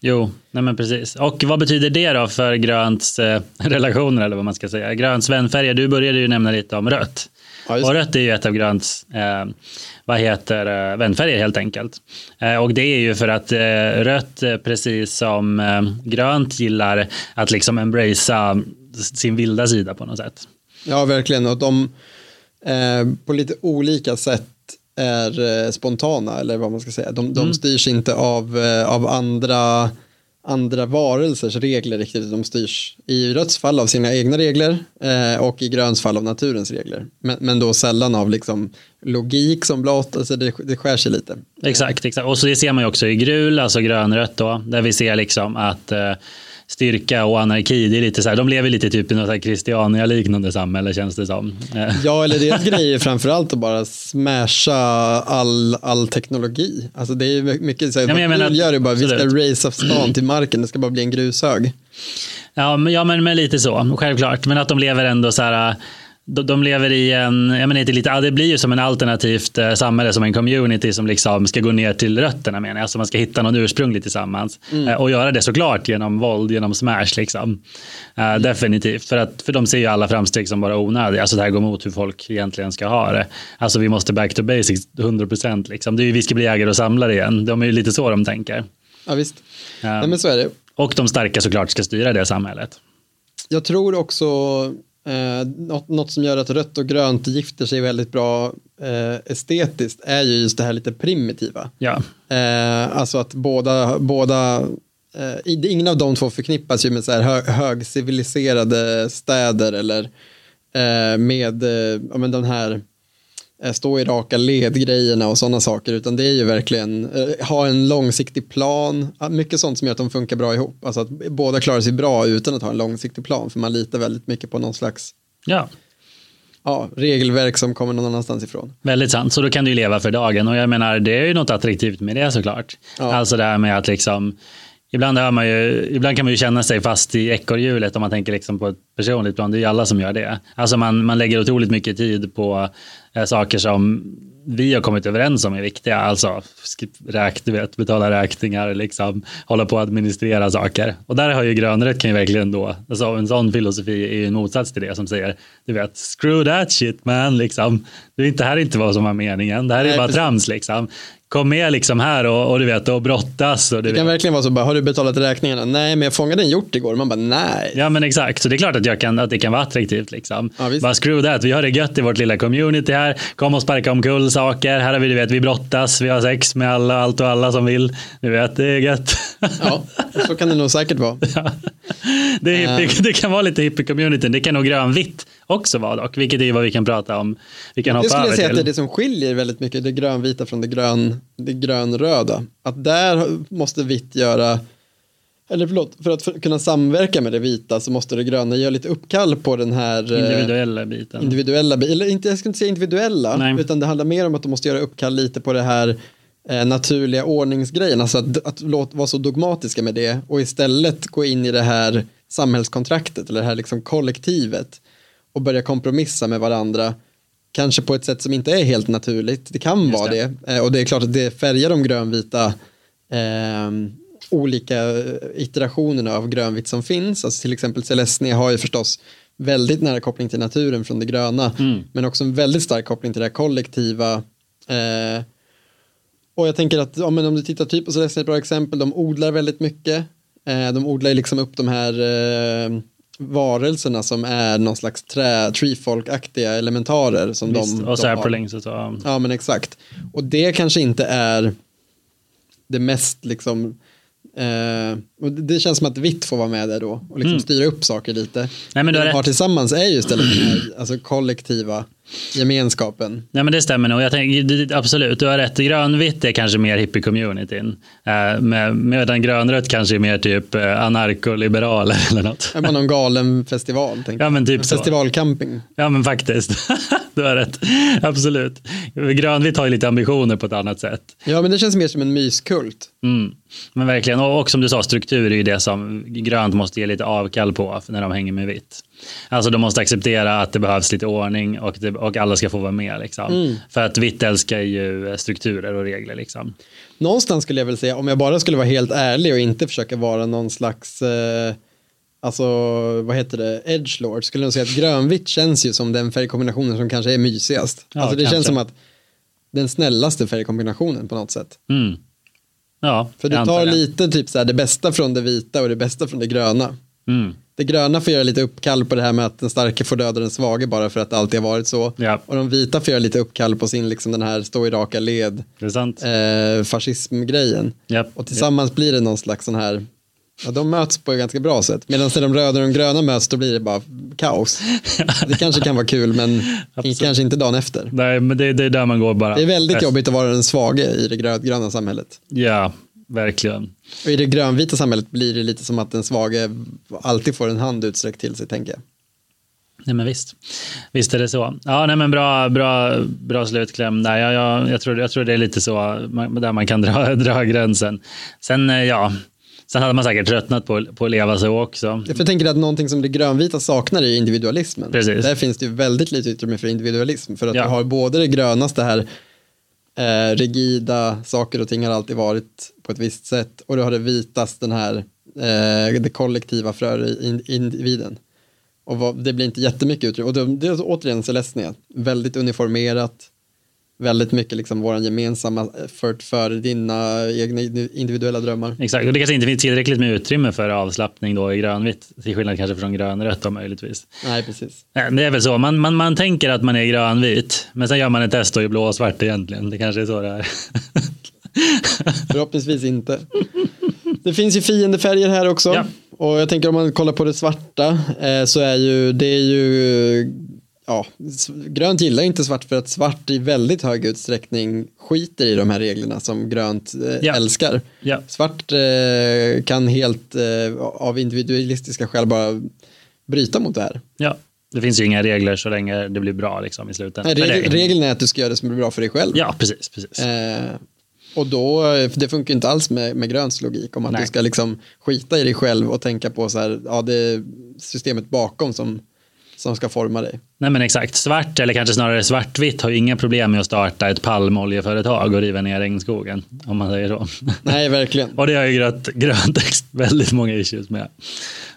[SPEAKER 3] Jo, nej men precis. Och vad betyder det då för grönts eh, relationer eller vad man ska säga? Grönts vänfärger, du började ju nämna lite om rött.
[SPEAKER 2] Ja, just
[SPEAKER 3] och rött är ju ett av grönts eh, vad heter, eh, vänfärger helt enkelt. Eh, och det är ju för att eh, rött, eh, precis som eh, grönt, gillar att liksom embracea sin vilda sida på något sätt.
[SPEAKER 2] Ja, verkligen. Och de eh, på lite olika sätt är eh, spontana, eller vad man ska säga. De, de styrs inte av, eh, av andra, andra varelsers regler riktigt. De styrs i röds fall av sina egna regler eh, och i gröns fall av naturens regler. Men, men då sällan av liksom logik som blott, alltså det, det skär sig lite.
[SPEAKER 3] Exakt, exakt. Och så det ser man ju också i grul, alltså grönrött då, där vi ser liksom att eh, styrka och anarki, det är lite så här, de lever lite typ i något så här Christiania-liknande samhälle känns det som. Eh,
[SPEAKER 2] Ja, eller deras grej är framförallt att bara smasha all, all teknologi. Alltså det är ju mycket så här,
[SPEAKER 3] Ja, men jag
[SPEAKER 2] vad
[SPEAKER 3] menar
[SPEAKER 2] kul
[SPEAKER 3] att-
[SPEAKER 2] gör det bara, vi ska
[SPEAKER 3] absolut.
[SPEAKER 2] race av stan till marken, det ska bara bli en grushög.
[SPEAKER 3] Ja, men, ja, men, men lite så, självklart. Men att de lever ändå så här, eh, de, de lever i en, jag menar inte lite, ja, det blir ju som en alternativt eh, samhälle, som en community som liksom ska gå ner till rötterna menar jag, alltså man ska hitta någon ursprunglig tillsammans. Eh, och göra det såklart genom våld, genom smash liksom. Eh, Definitivt, för, att, för de ser ju alla framsteg som bara onödiga, alltså det här går emot hur folk egentligen ska ha det. Alltså vi måste back to basics 100% liksom, det är ju vi ska bli jägare och samlare igen, de är ju lite så de tänker.
[SPEAKER 2] Ja, visst.
[SPEAKER 3] Eh,
[SPEAKER 2] Nej, men så är det.
[SPEAKER 3] Och de starka såklart ska styra det samhället.
[SPEAKER 2] Jag tror också eh, något, något som gör att rött och grönt gifter sig väldigt bra eh, estetiskt är ju just det här lite primitiva.
[SPEAKER 3] Ja.
[SPEAKER 2] Eh, alltså att båda, båda eh, i- ingen av de två förknippas ju med så här hö, högciviliserade städer eller eh, med eh, ja, men den här eh, stå i raka led-grejerna och sådana saker, utan det är ju verkligen eh, ha en långsiktig plan, Ja, mycket sånt som gör att de funkar bra ihop, alltså att båda klarar sig bra utan att ha en långsiktig plan, för man litar väldigt mycket på någon slags
[SPEAKER 3] Ja,
[SPEAKER 2] ja, regelverk som kommer någon annanstans ifrån.
[SPEAKER 3] väldigt sant. Så då kan du ju leva för dagen. Och jag menar, det är ju något attraktivt med det såklart.
[SPEAKER 2] Ja.
[SPEAKER 3] Alltså det här med att liksom, ibland, hör man ju, ibland kan man ju känna sig fast i ekorrhjulet om man tänker liksom på ett personligt plan. Det är ju alla som gör det. Alltså man, man lägger otroligt mycket tid på eh, saker som vi har kommit överens om är viktiga. Alltså sk- räk, du vet, betala räkningar, liksom, hålla på att administrera saker. Och där har ju grönrött kan ju verkligen då, alltså en sån filosofi är ju en motsats till det som säger, du vet, screw that shit man, liksom. Det, är inte, det här är inte vad som var meningen, det här är
[SPEAKER 2] Nej,
[SPEAKER 3] bara
[SPEAKER 2] precis.
[SPEAKER 3] trams liksom. Kom med liksom här och, och du vet, och brottas. Och du
[SPEAKER 2] Det
[SPEAKER 3] vet.
[SPEAKER 2] kan verkligen vara så, bara, har du betalat räkningarna? Nej, men jag fångade en hjort igår. Man bara, nej.
[SPEAKER 3] Ja men exakt, så det är klart att, jag kan, att det kan vara attraktivt. Liksom.
[SPEAKER 2] Ja, visst.
[SPEAKER 3] Bara screw that, vi har det gött i vårt lilla community här. Kom och sparka omkull saker. Här har vi, du vet, vi brottas, vi har sex med alla, allt och alla som vill. Du vet, det är gött.
[SPEAKER 2] Ja, så kan det nog säkert vara.
[SPEAKER 3] det, är hippie, det kan vara lite hippie-communityn. Det kan nog grönvitt också vara dock, vilket är ju vad vi kan prata om. Vi kan
[SPEAKER 2] Jag
[SPEAKER 3] hoppa
[SPEAKER 2] skulle
[SPEAKER 3] över
[SPEAKER 2] säga att
[SPEAKER 3] till.
[SPEAKER 2] det är det som skiljer väldigt mycket det grönvita från det, grön, det grönröda. Att där måste vitt göra, eller förlåt, för att för- kunna samverka med det vita så måste det gröna göra lite uppkall på den här eh,
[SPEAKER 3] Individuella biten.
[SPEAKER 2] individuella, bi- eller inte, jag ska inte säga individuella,
[SPEAKER 3] Nej.
[SPEAKER 2] utan det handlar mer om att de måste göra uppkall lite på det här eh, naturliga ordningsgrejen, alltså att, att låt, vara så dogmatiska med det och istället gå in i det här samhällskontraktet eller det här liksom kollektivet och börja kompromissa med varandra kanske på ett sätt som inte är helt naturligt. Det kan
[SPEAKER 3] Just
[SPEAKER 2] vara det.
[SPEAKER 3] det.
[SPEAKER 2] Eh, Och det är klart att det färgar de grönvita ehm, olika iterationerna av grönvitt som finns. Alltså till exempel Celestnia har ju förstås väldigt nära koppling till naturen från det gröna.
[SPEAKER 3] Mm.
[SPEAKER 2] Men också en väldigt stark koppling till det här kollektiva. Eh, och jag tänker att ja, men om du tittar typ på Celestia är ett bra exempel, de odlar väldigt mycket. Eh, de odlar ju liksom upp de här eh, varelserna som är någon slags trä, treefolk-aktiga elementarer. Som
[SPEAKER 3] Visst,
[SPEAKER 2] de,
[SPEAKER 3] och så
[SPEAKER 2] de
[SPEAKER 3] här
[SPEAKER 2] har.
[SPEAKER 3] på längst ut. Ja.
[SPEAKER 2] Ja men exakt. Och det kanske inte är det mest liksom eh, och det- det känns som att vitt får vara med där då och liksom
[SPEAKER 3] Mm.
[SPEAKER 2] styra upp saker lite.
[SPEAKER 3] Nej, men du
[SPEAKER 2] det
[SPEAKER 3] har
[SPEAKER 2] de har
[SPEAKER 3] rätt.
[SPEAKER 2] tillsammans är ju istället den här, alltså kollektiva gemenskapen.
[SPEAKER 3] Nej men det stämmer nog. Jag tänker, det- det- absolut, du har rätt. Grönvitt är kanske mer hippie-communityn. Eh, med- medan grönrött kanske är mer typ eh, anarkoliberaler eller något.
[SPEAKER 2] Ja, men någon galen festival. Tänker
[SPEAKER 3] Ja men typ
[SPEAKER 2] jag.
[SPEAKER 3] så.
[SPEAKER 2] Festivalcamping.
[SPEAKER 3] Ja men faktiskt. du har rätt. Absolut. Grönvitt har ju lite ambitioner på ett annat sätt.
[SPEAKER 2] Ja men det känns mer som en myskult.
[SPEAKER 3] Mm. Men verkligen, och, och som du sa, struktur är ju det som grönt måste ge lite avkall på när de hänger med vitt. Alltså de måste acceptera att det behövs lite ordning och, det, och alla ska få vara med. Liksom. För att vitt älskar ju eh, strukturer och regler. Liksom.
[SPEAKER 2] Någonstans skulle jag väl säga, om jag bara skulle vara helt ärlig och inte försöka vara någon slags, eh, alltså vad heter det, edgelord, skulle jag säga att grönvitt känns ju som den färgkombinationen som kanske är mysigast.
[SPEAKER 3] Ja,
[SPEAKER 2] alltså det känns
[SPEAKER 3] kanske.
[SPEAKER 2] som att den snällaste färgkombinationen på något sätt.
[SPEAKER 3] Mm. Ja,
[SPEAKER 2] För
[SPEAKER 3] jag
[SPEAKER 2] du
[SPEAKER 3] antar
[SPEAKER 2] tar
[SPEAKER 3] det.
[SPEAKER 2] lite typ så här det bästa från det vita och det bästa från det gröna.
[SPEAKER 3] Mm.
[SPEAKER 2] Det gröna får göra lite uppkall på det här med att den starke får döda den svage bara för att det alltid har varit så.
[SPEAKER 3] Ja.
[SPEAKER 2] Och de vita får göra lite uppkall på sin, liksom den här stå i raka led,
[SPEAKER 3] Det är sant.
[SPEAKER 2] eh, fascismgrejen.
[SPEAKER 3] Japp.
[SPEAKER 2] Och tillsammans blir det någon slags sån här, ja, de möts på ett ganska bra sätt. Medan när de röda och de gröna möts då blir det bara kaos. Det kanske kan vara kul men
[SPEAKER 3] Absolut.
[SPEAKER 2] kanske inte dagen efter.
[SPEAKER 3] Nej, men det, det är där man går bara.
[SPEAKER 2] Det är väldigt
[SPEAKER 3] Bäst.
[SPEAKER 2] jobbigt att vara den svage i det grö- gröna samhället.
[SPEAKER 3] Ja, verkligen.
[SPEAKER 2] Och i det grönvita samhället blir det lite som att den svage alltid får en hand utsträckt till sig tänker jag.
[SPEAKER 3] Nej, men visst. Visst är det så. Ja, nej, men bra, bra, bra slutkläm där. Jag, jag, jag, tror, jag tror det är lite så man, där man kan dra, dra gränsen. Sen, eh, ja, sen hade man säkert tröttnat på, på att leva så också.
[SPEAKER 2] För jag tänker att någonting som det grönvita saknar är individualismen.
[SPEAKER 3] Precis.
[SPEAKER 2] Där finns det ju väldigt lite utrymme för individualism. För att
[SPEAKER 3] Ja.
[SPEAKER 2] du har både det grönaste här, eh, rigida, saker och ting har alltid varit på ett visst sätt. Och du har det vitas, den här, eh, det kollektiva för in, individen. Och vad, det blir inte jättemycket utrymme. Och det, det är återigen Celestnia, väldigt uniformerat. Väldigt mycket liksom våran gemensamma effort för dina egna individuella drömmar.
[SPEAKER 3] Exakt, och det kanske inte finns tillräckligt med utrymme för avslappning då i grönvitt, till skillnad kanske från grönrött då möjligtvis.
[SPEAKER 2] Nej, precis.
[SPEAKER 3] Nej, Det är väl så, man, man, man tänker att man är grönvit, men sen gör man ett test och är blå och svart egentligen. Det kanske är så det är.
[SPEAKER 2] Förhoppningsvis inte. Det finns ju fiendefärger här också.
[SPEAKER 3] Ja.
[SPEAKER 2] Och jag tänker om man kollar på det svarta eh, så är ju det är ju ja, s- grönt gillar ju inte svart för att svart i väldigt hög utsträckning skiter i de här reglerna som grönt eh,
[SPEAKER 3] Ja.
[SPEAKER 2] älskar.
[SPEAKER 3] ja.
[SPEAKER 2] Svart eh, kan helt eh, av individualistiska skäl bara bryta mot det här.
[SPEAKER 3] ja, det finns ju inga regler så länge det blir bra liksom, i slutändan.
[SPEAKER 2] Nej,
[SPEAKER 3] För
[SPEAKER 2] regel,
[SPEAKER 3] det-
[SPEAKER 2] regeln är att du ska göra det som blir bra för dig själv.
[SPEAKER 3] Ja, precis. precis.
[SPEAKER 2] Eh, och då, eh, det funkar ju inte alls med, med gröns logik om att
[SPEAKER 3] Nej.
[SPEAKER 2] du ska liksom skita i dig själv och tänka på så här, ja det är systemet bakom som, som ska forma dig.
[SPEAKER 3] Nej men exakt, svart eller kanske snarare svartvitt har ju inga problem med att starta ett palmoljeföretag och riva ner regnskogen. Om man säger så.
[SPEAKER 2] Nej, verkligen.
[SPEAKER 3] Och det har ju grönt, grönt ex- väldigt många issues med.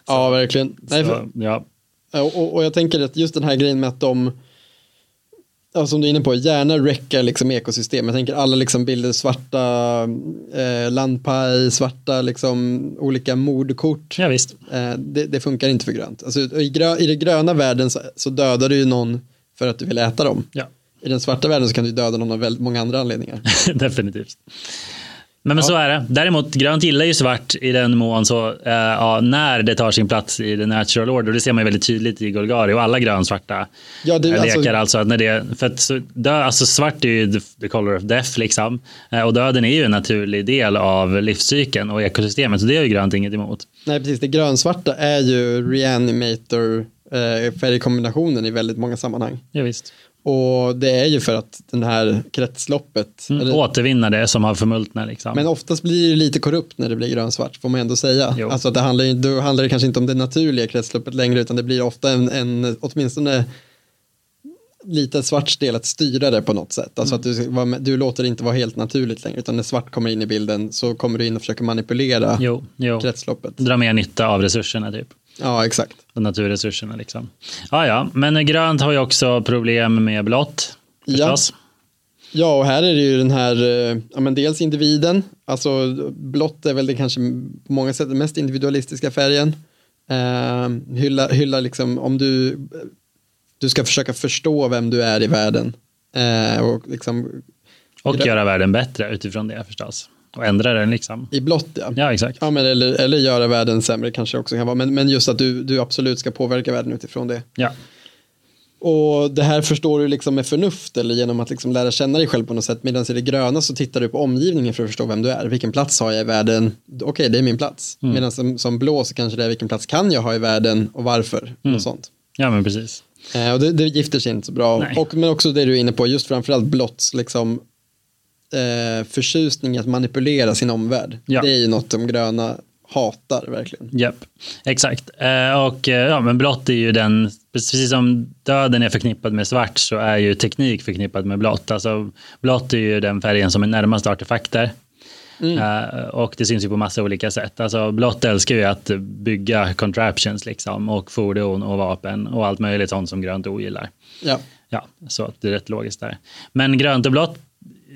[SPEAKER 2] Ja, verkligen. Nej, för,
[SPEAKER 3] Så, ja.
[SPEAKER 2] och, och- och jag tänker att just den här grejen med att de, ja, som du är inne på, gärna räcker liksom ekosystem. Jag tänker alla liksom bilder, svarta eh, landpaj, svarta liksom olika mordkort.
[SPEAKER 3] ja, visst.
[SPEAKER 2] Eh, det, det funkar inte för grönt. Alltså, i, grö, I den gröna världen så, så dödar du ju någon för att du vill äta dem.
[SPEAKER 3] Ja,
[SPEAKER 2] I den svarta världen så kan du döda någon av väldigt många andra anledningar.
[SPEAKER 3] definitivt. Men, men så är det. Däremot, grönt gillar ju svart i den mån så, eh, ja, när det tar sin plats i the natural order. Det ser man ju väldigt tydligt i Golgari och alla grönsvarta
[SPEAKER 2] Ja, det, är
[SPEAKER 3] lekar.
[SPEAKER 2] alltså,
[SPEAKER 3] Alltså, att när det, för att så, dö, alltså svart är ju the, the color of death. Liksom. Eh, Och döden är ju en naturlig del av livscykeln och ekosystemet. Så det är ju grönt inget emot.
[SPEAKER 2] nej, precis. Det grönsvarta är ju reanimator eh, färgkombinationen i väldigt många sammanhang.
[SPEAKER 3] Ja, visst.
[SPEAKER 2] Och det är ju för att den här kretsloppet.
[SPEAKER 3] Mm,
[SPEAKER 2] eller-
[SPEAKER 3] Återvinna det som har förmultnat. Liksom.
[SPEAKER 2] men oftast blir det ju lite korrupt när det blir grönsvart, får man ändå säga.
[SPEAKER 3] Jo.
[SPEAKER 2] Alltså att det handlar, ju- då handlar det kanske inte om det naturliga kretsloppet längre, utan det blir ofta en, en åtminstone lite svart del att styra det på något sätt. Alltså att du, ska
[SPEAKER 3] Mm.
[SPEAKER 2] vara med- du låter det inte vara helt naturligt längre, utan när svart kommer in i bilden så kommer du in och försöker manipulera
[SPEAKER 3] Jo, Mm. jo.
[SPEAKER 2] kretsloppet.
[SPEAKER 3] Dra mer nytta av resurserna typ.
[SPEAKER 2] Ja, exakt.
[SPEAKER 3] Och naturresurserna liksom. Ja, ja, men grönt har ju också problem med blått. Förstås.
[SPEAKER 2] Ja, och här är det ju den här, eh, ja, men dels individen, alltså blått är väl det kanske på många sätt den mest individualistiska färgen. Eh, hylla, hylla liksom om du, du ska försöka förstå vem du är i världen. Eh, och liksom,
[SPEAKER 3] Och
[SPEAKER 2] Grö-
[SPEAKER 3] göra världen bättre utifrån det förstås. Och ändra den liksom.
[SPEAKER 2] I blått ja.
[SPEAKER 3] Ja, exakt.
[SPEAKER 2] Ja, men eller, eller göra världen sämre kanske också kan vara, men, men just att du, du absolut ska påverka världen utifrån det.
[SPEAKER 3] Ja,
[SPEAKER 2] Och det här förstår du liksom med förnuft eller genom att liksom lära känna dig själv på något sätt. Medan i det gröna så tittar du på omgivningen för att förstå vem du är. Vilken plats har jag i världen? Okej, det är min plats.
[SPEAKER 3] Mm.
[SPEAKER 2] Medan som, som blå så kanske det är vilken plats kan jag ha i världen och varför?
[SPEAKER 3] Mm.
[SPEAKER 2] Och sånt.
[SPEAKER 3] ja men precis.
[SPEAKER 2] Eh, och det, det gifter sig inte så bra.
[SPEAKER 3] Nej.
[SPEAKER 2] Och, men också det du är inne på, just framförallt blåtts liksom, eh, förtjusning i att manipulera sin omvärld.
[SPEAKER 3] Ja.
[SPEAKER 2] Det är ju något de gröna hatar verkligen.
[SPEAKER 3] Japp, exakt. Eh, och eh, ja, men blått är ju den, precis som döden är förknippad med svart så är ju teknik förknippad med blått. Alltså blått är ju den färgen som är närmast artefakter. Eh, och det syns ju på massa olika sätt. Alltså blått älskar ju att bygga contraptions liksom och fordon och vapen och allt möjligt sånt som grönt ogillar.
[SPEAKER 2] Ja.
[SPEAKER 3] Ja, så att det är rätt logiskt där. Men grönt och blått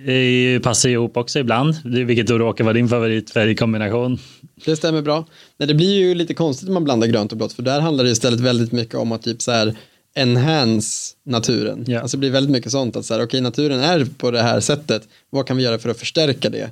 [SPEAKER 3] är ju- passar ju ihop också ibland, vilket då råkar vara din favoritfärgkombination.
[SPEAKER 2] Det stämmer bra. Nej, det blir ju lite konstigt när man blandar grönt och blått för där handlar det istället väldigt mycket om att typ så här enhance naturen.
[SPEAKER 3] Ja.
[SPEAKER 2] Alltså det blir väldigt mycket sånt att så här, okej naturen är på det här sättet, vad kan vi göra för att förstärka det?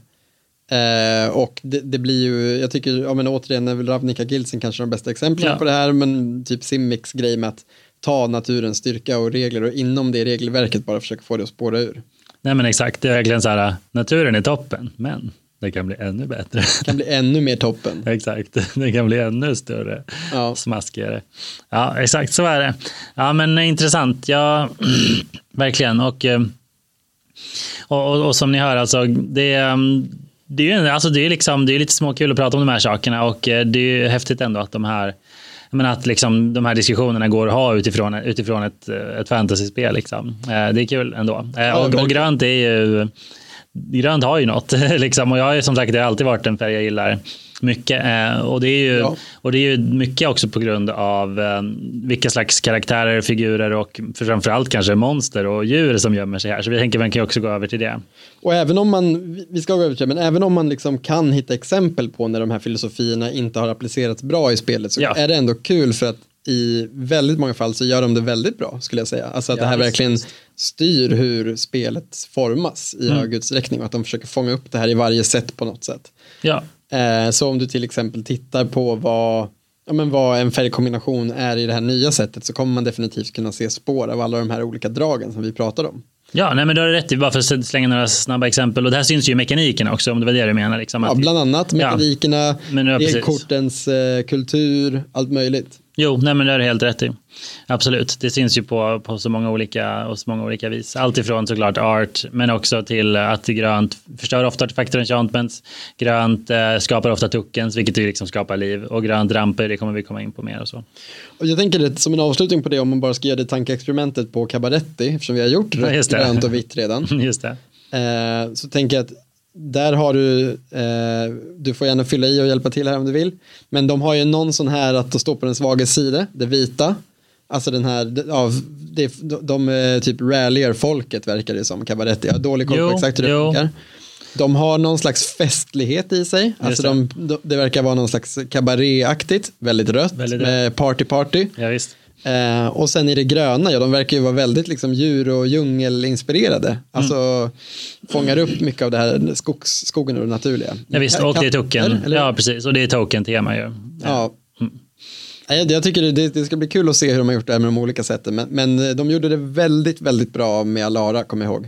[SPEAKER 2] Eh, och det, det blir ju, jag tycker, ja men återigen är väl Ravnica Gilsen kanske de bästa exemplen
[SPEAKER 3] Ja.
[SPEAKER 2] på det här, men typ Simmix grej med att ta naturens styrka och regler och inom det regelverket bara försöka få det att spåra ur.
[SPEAKER 3] Nej men exakt, det är verkligen så här, naturen är toppen, men det kan bli ännu bättre.
[SPEAKER 2] Det kan bli ännu mer toppen.
[SPEAKER 3] exakt, det kan bli ännu större,
[SPEAKER 2] Ja.
[SPEAKER 3] smaskigare. Ja, exakt så är det. Ja men eh, intressant, ja verkligen. Och, eh, och, och, och som ni hör, alltså, det, eh, det är ju alltså, det är liksom, det är lite småkul att prata om de här sakerna och eh, det är ju häftigt ändå att de här men att liksom de här diskussionerna går att ha utifrån, utifrån ett, eh, ett fantasyspel. Liksom. Eh, Det är kul ändå. Eh, Och, och
[SPEAKER 2] verkligen.
[SPEAKER 3] grönt är ju... Grönt har ju något. Liksom. Och jag har ju som sagt det har alltid varit en färg jag gillar mycket. Eh, Och det är ju,
[SPEAKER 2] Ja.
[SPEAKER 3] och det är ju mycket också på grund av eh, vilka slags karaktärer, figurer och framförallt kanske monster och djur som gömmer sig här. Så vi tänker man kan ju också gå över till det.
[SPEAKER 2] Och även om man, vi- vi ska gå över till det, men även om man liksom kan hitta exempel på när de här filosofierna inte har applicerats bra i spelet så
[SPEAKER 3] Ja.
[SPEAKER 2] är det ändå kul för att i väldigt många fall så gör de det väldigt bra skulle jag säga. Alltså att det här
[SPEAKER 3] Ja, visst,
[SPEAKER 2] verkligen styr hur spelet formas i
[SPEAKER 3] Mm.
[SPEAKER 2] hög utsträckning och att de försöker fånga upp det här i varje sätt på något sätt.
[SPEAKER 3] Ja,
[SPEAKER 2] Eh, Så om du till exempel tittar på vad, ja, men vad en färgkombination är i det här nya sättet så kommer man definitivt kunna se spår av alla de här olika dragen som vi pratar om.
[SPEAKER 3] ja nej, men du har rätt. Det är bara för att slänga några snabba exempel. Och det här syns ju i mekaniken också, om det var det du menade. Liksom,
[SPEAKER 2] Ja,
[SPEAKER 3] att-
[SPEAKER 2] bland annat
[SPEAKER 3] Ja.
[SPEAKER 2] mekanikerna,
[SPEAKER 3] Men, ja, precis.
[SPEAKER 2] kortens eh, kultur, allt möjligt.
[SPEAKER 3] Jo, nej, men det har du helt rätt i. Absolut, det syns ju på, på så många olika och så många olika vis. Allt ifrån såklart art, men också till att det grönt förstör ofta artefakter och enchantments. Grönt eh, skapar ofta tuckens, vilket ju liksom skapar liv. Och grönt ramper, det kommer vi komma in på mer och så.
[SPEAKER 2] Och jag tänker det, som en avslutning på det, om man bara ska göra det tankeexperimentet på Cabaretti, eftersom vi har gjort
[SPEAKER 3] Ja, just det.
[SPEAKER 2] grönt och vitt redan,
[SPEAKER 3] Just det.
[SPEAKER 2] eh, så tänker jag att där har du, eh, du får gärna fylla i och hjälpa till här om du vill, men de har ju någon sån här att stå på den svaga sida, det vita, alltså den här, ja, det, de, de eh, typ rallyer folket verkar det som, Cabaretti, jag har dålig koll på
[SPEAKER 3] Jo,
[SPEAKER 2] exakt hur det
[SPEAKER 3] jo.
[SPEAKER 2] funkar. De har någon slags festlighet i sig. Alltså
[SPEAKER 3] det.
[SPEAKER 2] de, de, det verkar vara någon slags kabaréaktigt, väldigt rött,
[SPEAKER 3] Väldigt rött.
[SPEAKER 2] med party party.
[SPEAKER 3] Ja, visst.
[SPEAKER 2] Eh, och sen i det gröna, ja de verkar ju vara väldigt liksom djur och
[SPEAKER 3] Mm.
[SPEAKER 2] djungelinspirerade. Alltså fångar upp mycket av det här skogs, skogen och det naturliga.
[SPEAKER 3] Ja, visst. Och det är token.
[SPEAKER 2] Katter, eller?
[SPEAKER 3] Ja, Mm. precis. Och det är token-tema ju.
[SPEAKER 2] Ja. Nej, Jag tycker det, det ska bli kul att se hur de har gjort det här med de olika sätten. Men, men de gjorde det väldigt, väldigt bra med Alara, kommer jag ihåg.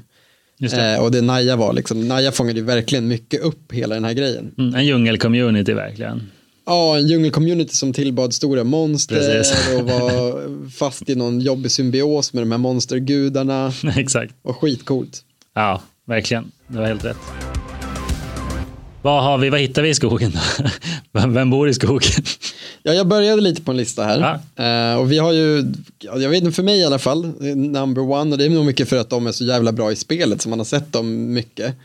[SPEAKER 3] Just det.
[SPEAKER 2] Eh, och det Naja var, liksom, Naja fångade ju verkligen mycket upp hela den här grejen.
[SPEAKER 3] Mm, en djungel-community verkligen.
[SPEAKER 2] Ja, en djungelcommunity som tillbad stora monster
[SPEAKER 3] Precis.
[SPEAKER 2] och var fast i någon jobbig symbios med de här monstergudarna.
[SPEAKER 3] Exakt.
[SPEAKER 2] Och skitcoolt.
[SPEAKER 3] Ja, verkligen. Det var helt rätt. Vad, har vi, vad hittar vi i skogen? då? Vem- Vem bor i skogen?
[SPEAKER 2] Ja, jag började lite på en lista här. Eh, och vi har ju, ja, jag vet inte för mig i alla fall, det är number one och det är nog mycket för att de är så jävla bra i spelet så man har sett dem mycket.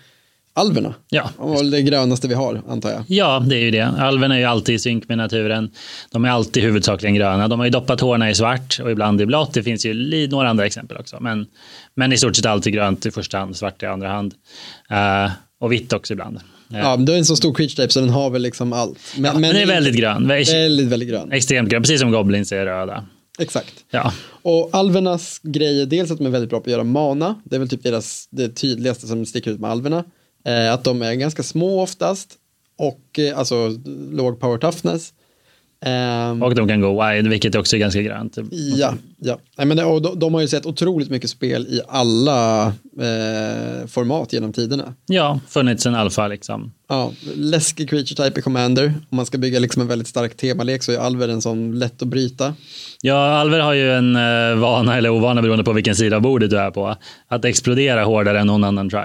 [SPEAKER 2] Alverna,
[SPEAKER 3] Ja.
[SPEAKER 2] de var väl det grönaste vi har antar jag.
[SPEAKER 3] Ja, det är ju det. Alven är ju alltid i synk med naturen. De är alltid huvudsakligen gröna. De har ju doppat hårna i svart och ibland i blått. Det finns ju li- några andra exempel också. Men, men i stort sett alltid grönt i första hand, svart i andra hand. Eh, och vitt också ibland. Eh,
[SPEAKER 2] Ja, men det är en så stor creature type så den har väl liksom allt. Men,
[SPEAKER 3] men den är väldigt grön. Vä-
[SPEAKER 2] väldigt, väldigt grön.
[SPEAKER 3] Extremt grön, precis som Goblins är röda.
[SPEAKER 2] Exakt.
[SPEAKER 3] Ja,
[SPEAKER 2] Och alvernas grej är dels att de är väldigt bra på att göra mana. Det är väl typ deras, det tydligaste som sticker ut med alverna. Eh, att de är ganska små oftast. Och eh, alltså låg power toughness. Ehm,
[SPEAKER 3] och de kan gå wide, vilket också är ganska grönt.
[SPEAKER 2] Ja, ja. Nej, men det, och de, de har ju sett otroligt mycket spel i alla eh, format genom tiderna.
[SPEAKER 3] Ja, funnits en alfa liksom.
[SPEAKER 2] Ja, läskig creature type i Commander. Om man ska bygga liksom en väldigt stark temalek så är Alver en sån lätt att bryta.
[SPEAKER 3] Ja, Alver har ju en eh, vana eller ovana beroende på vilken sida av bordet du är på. Att explodera hårdare än någon annan tribe.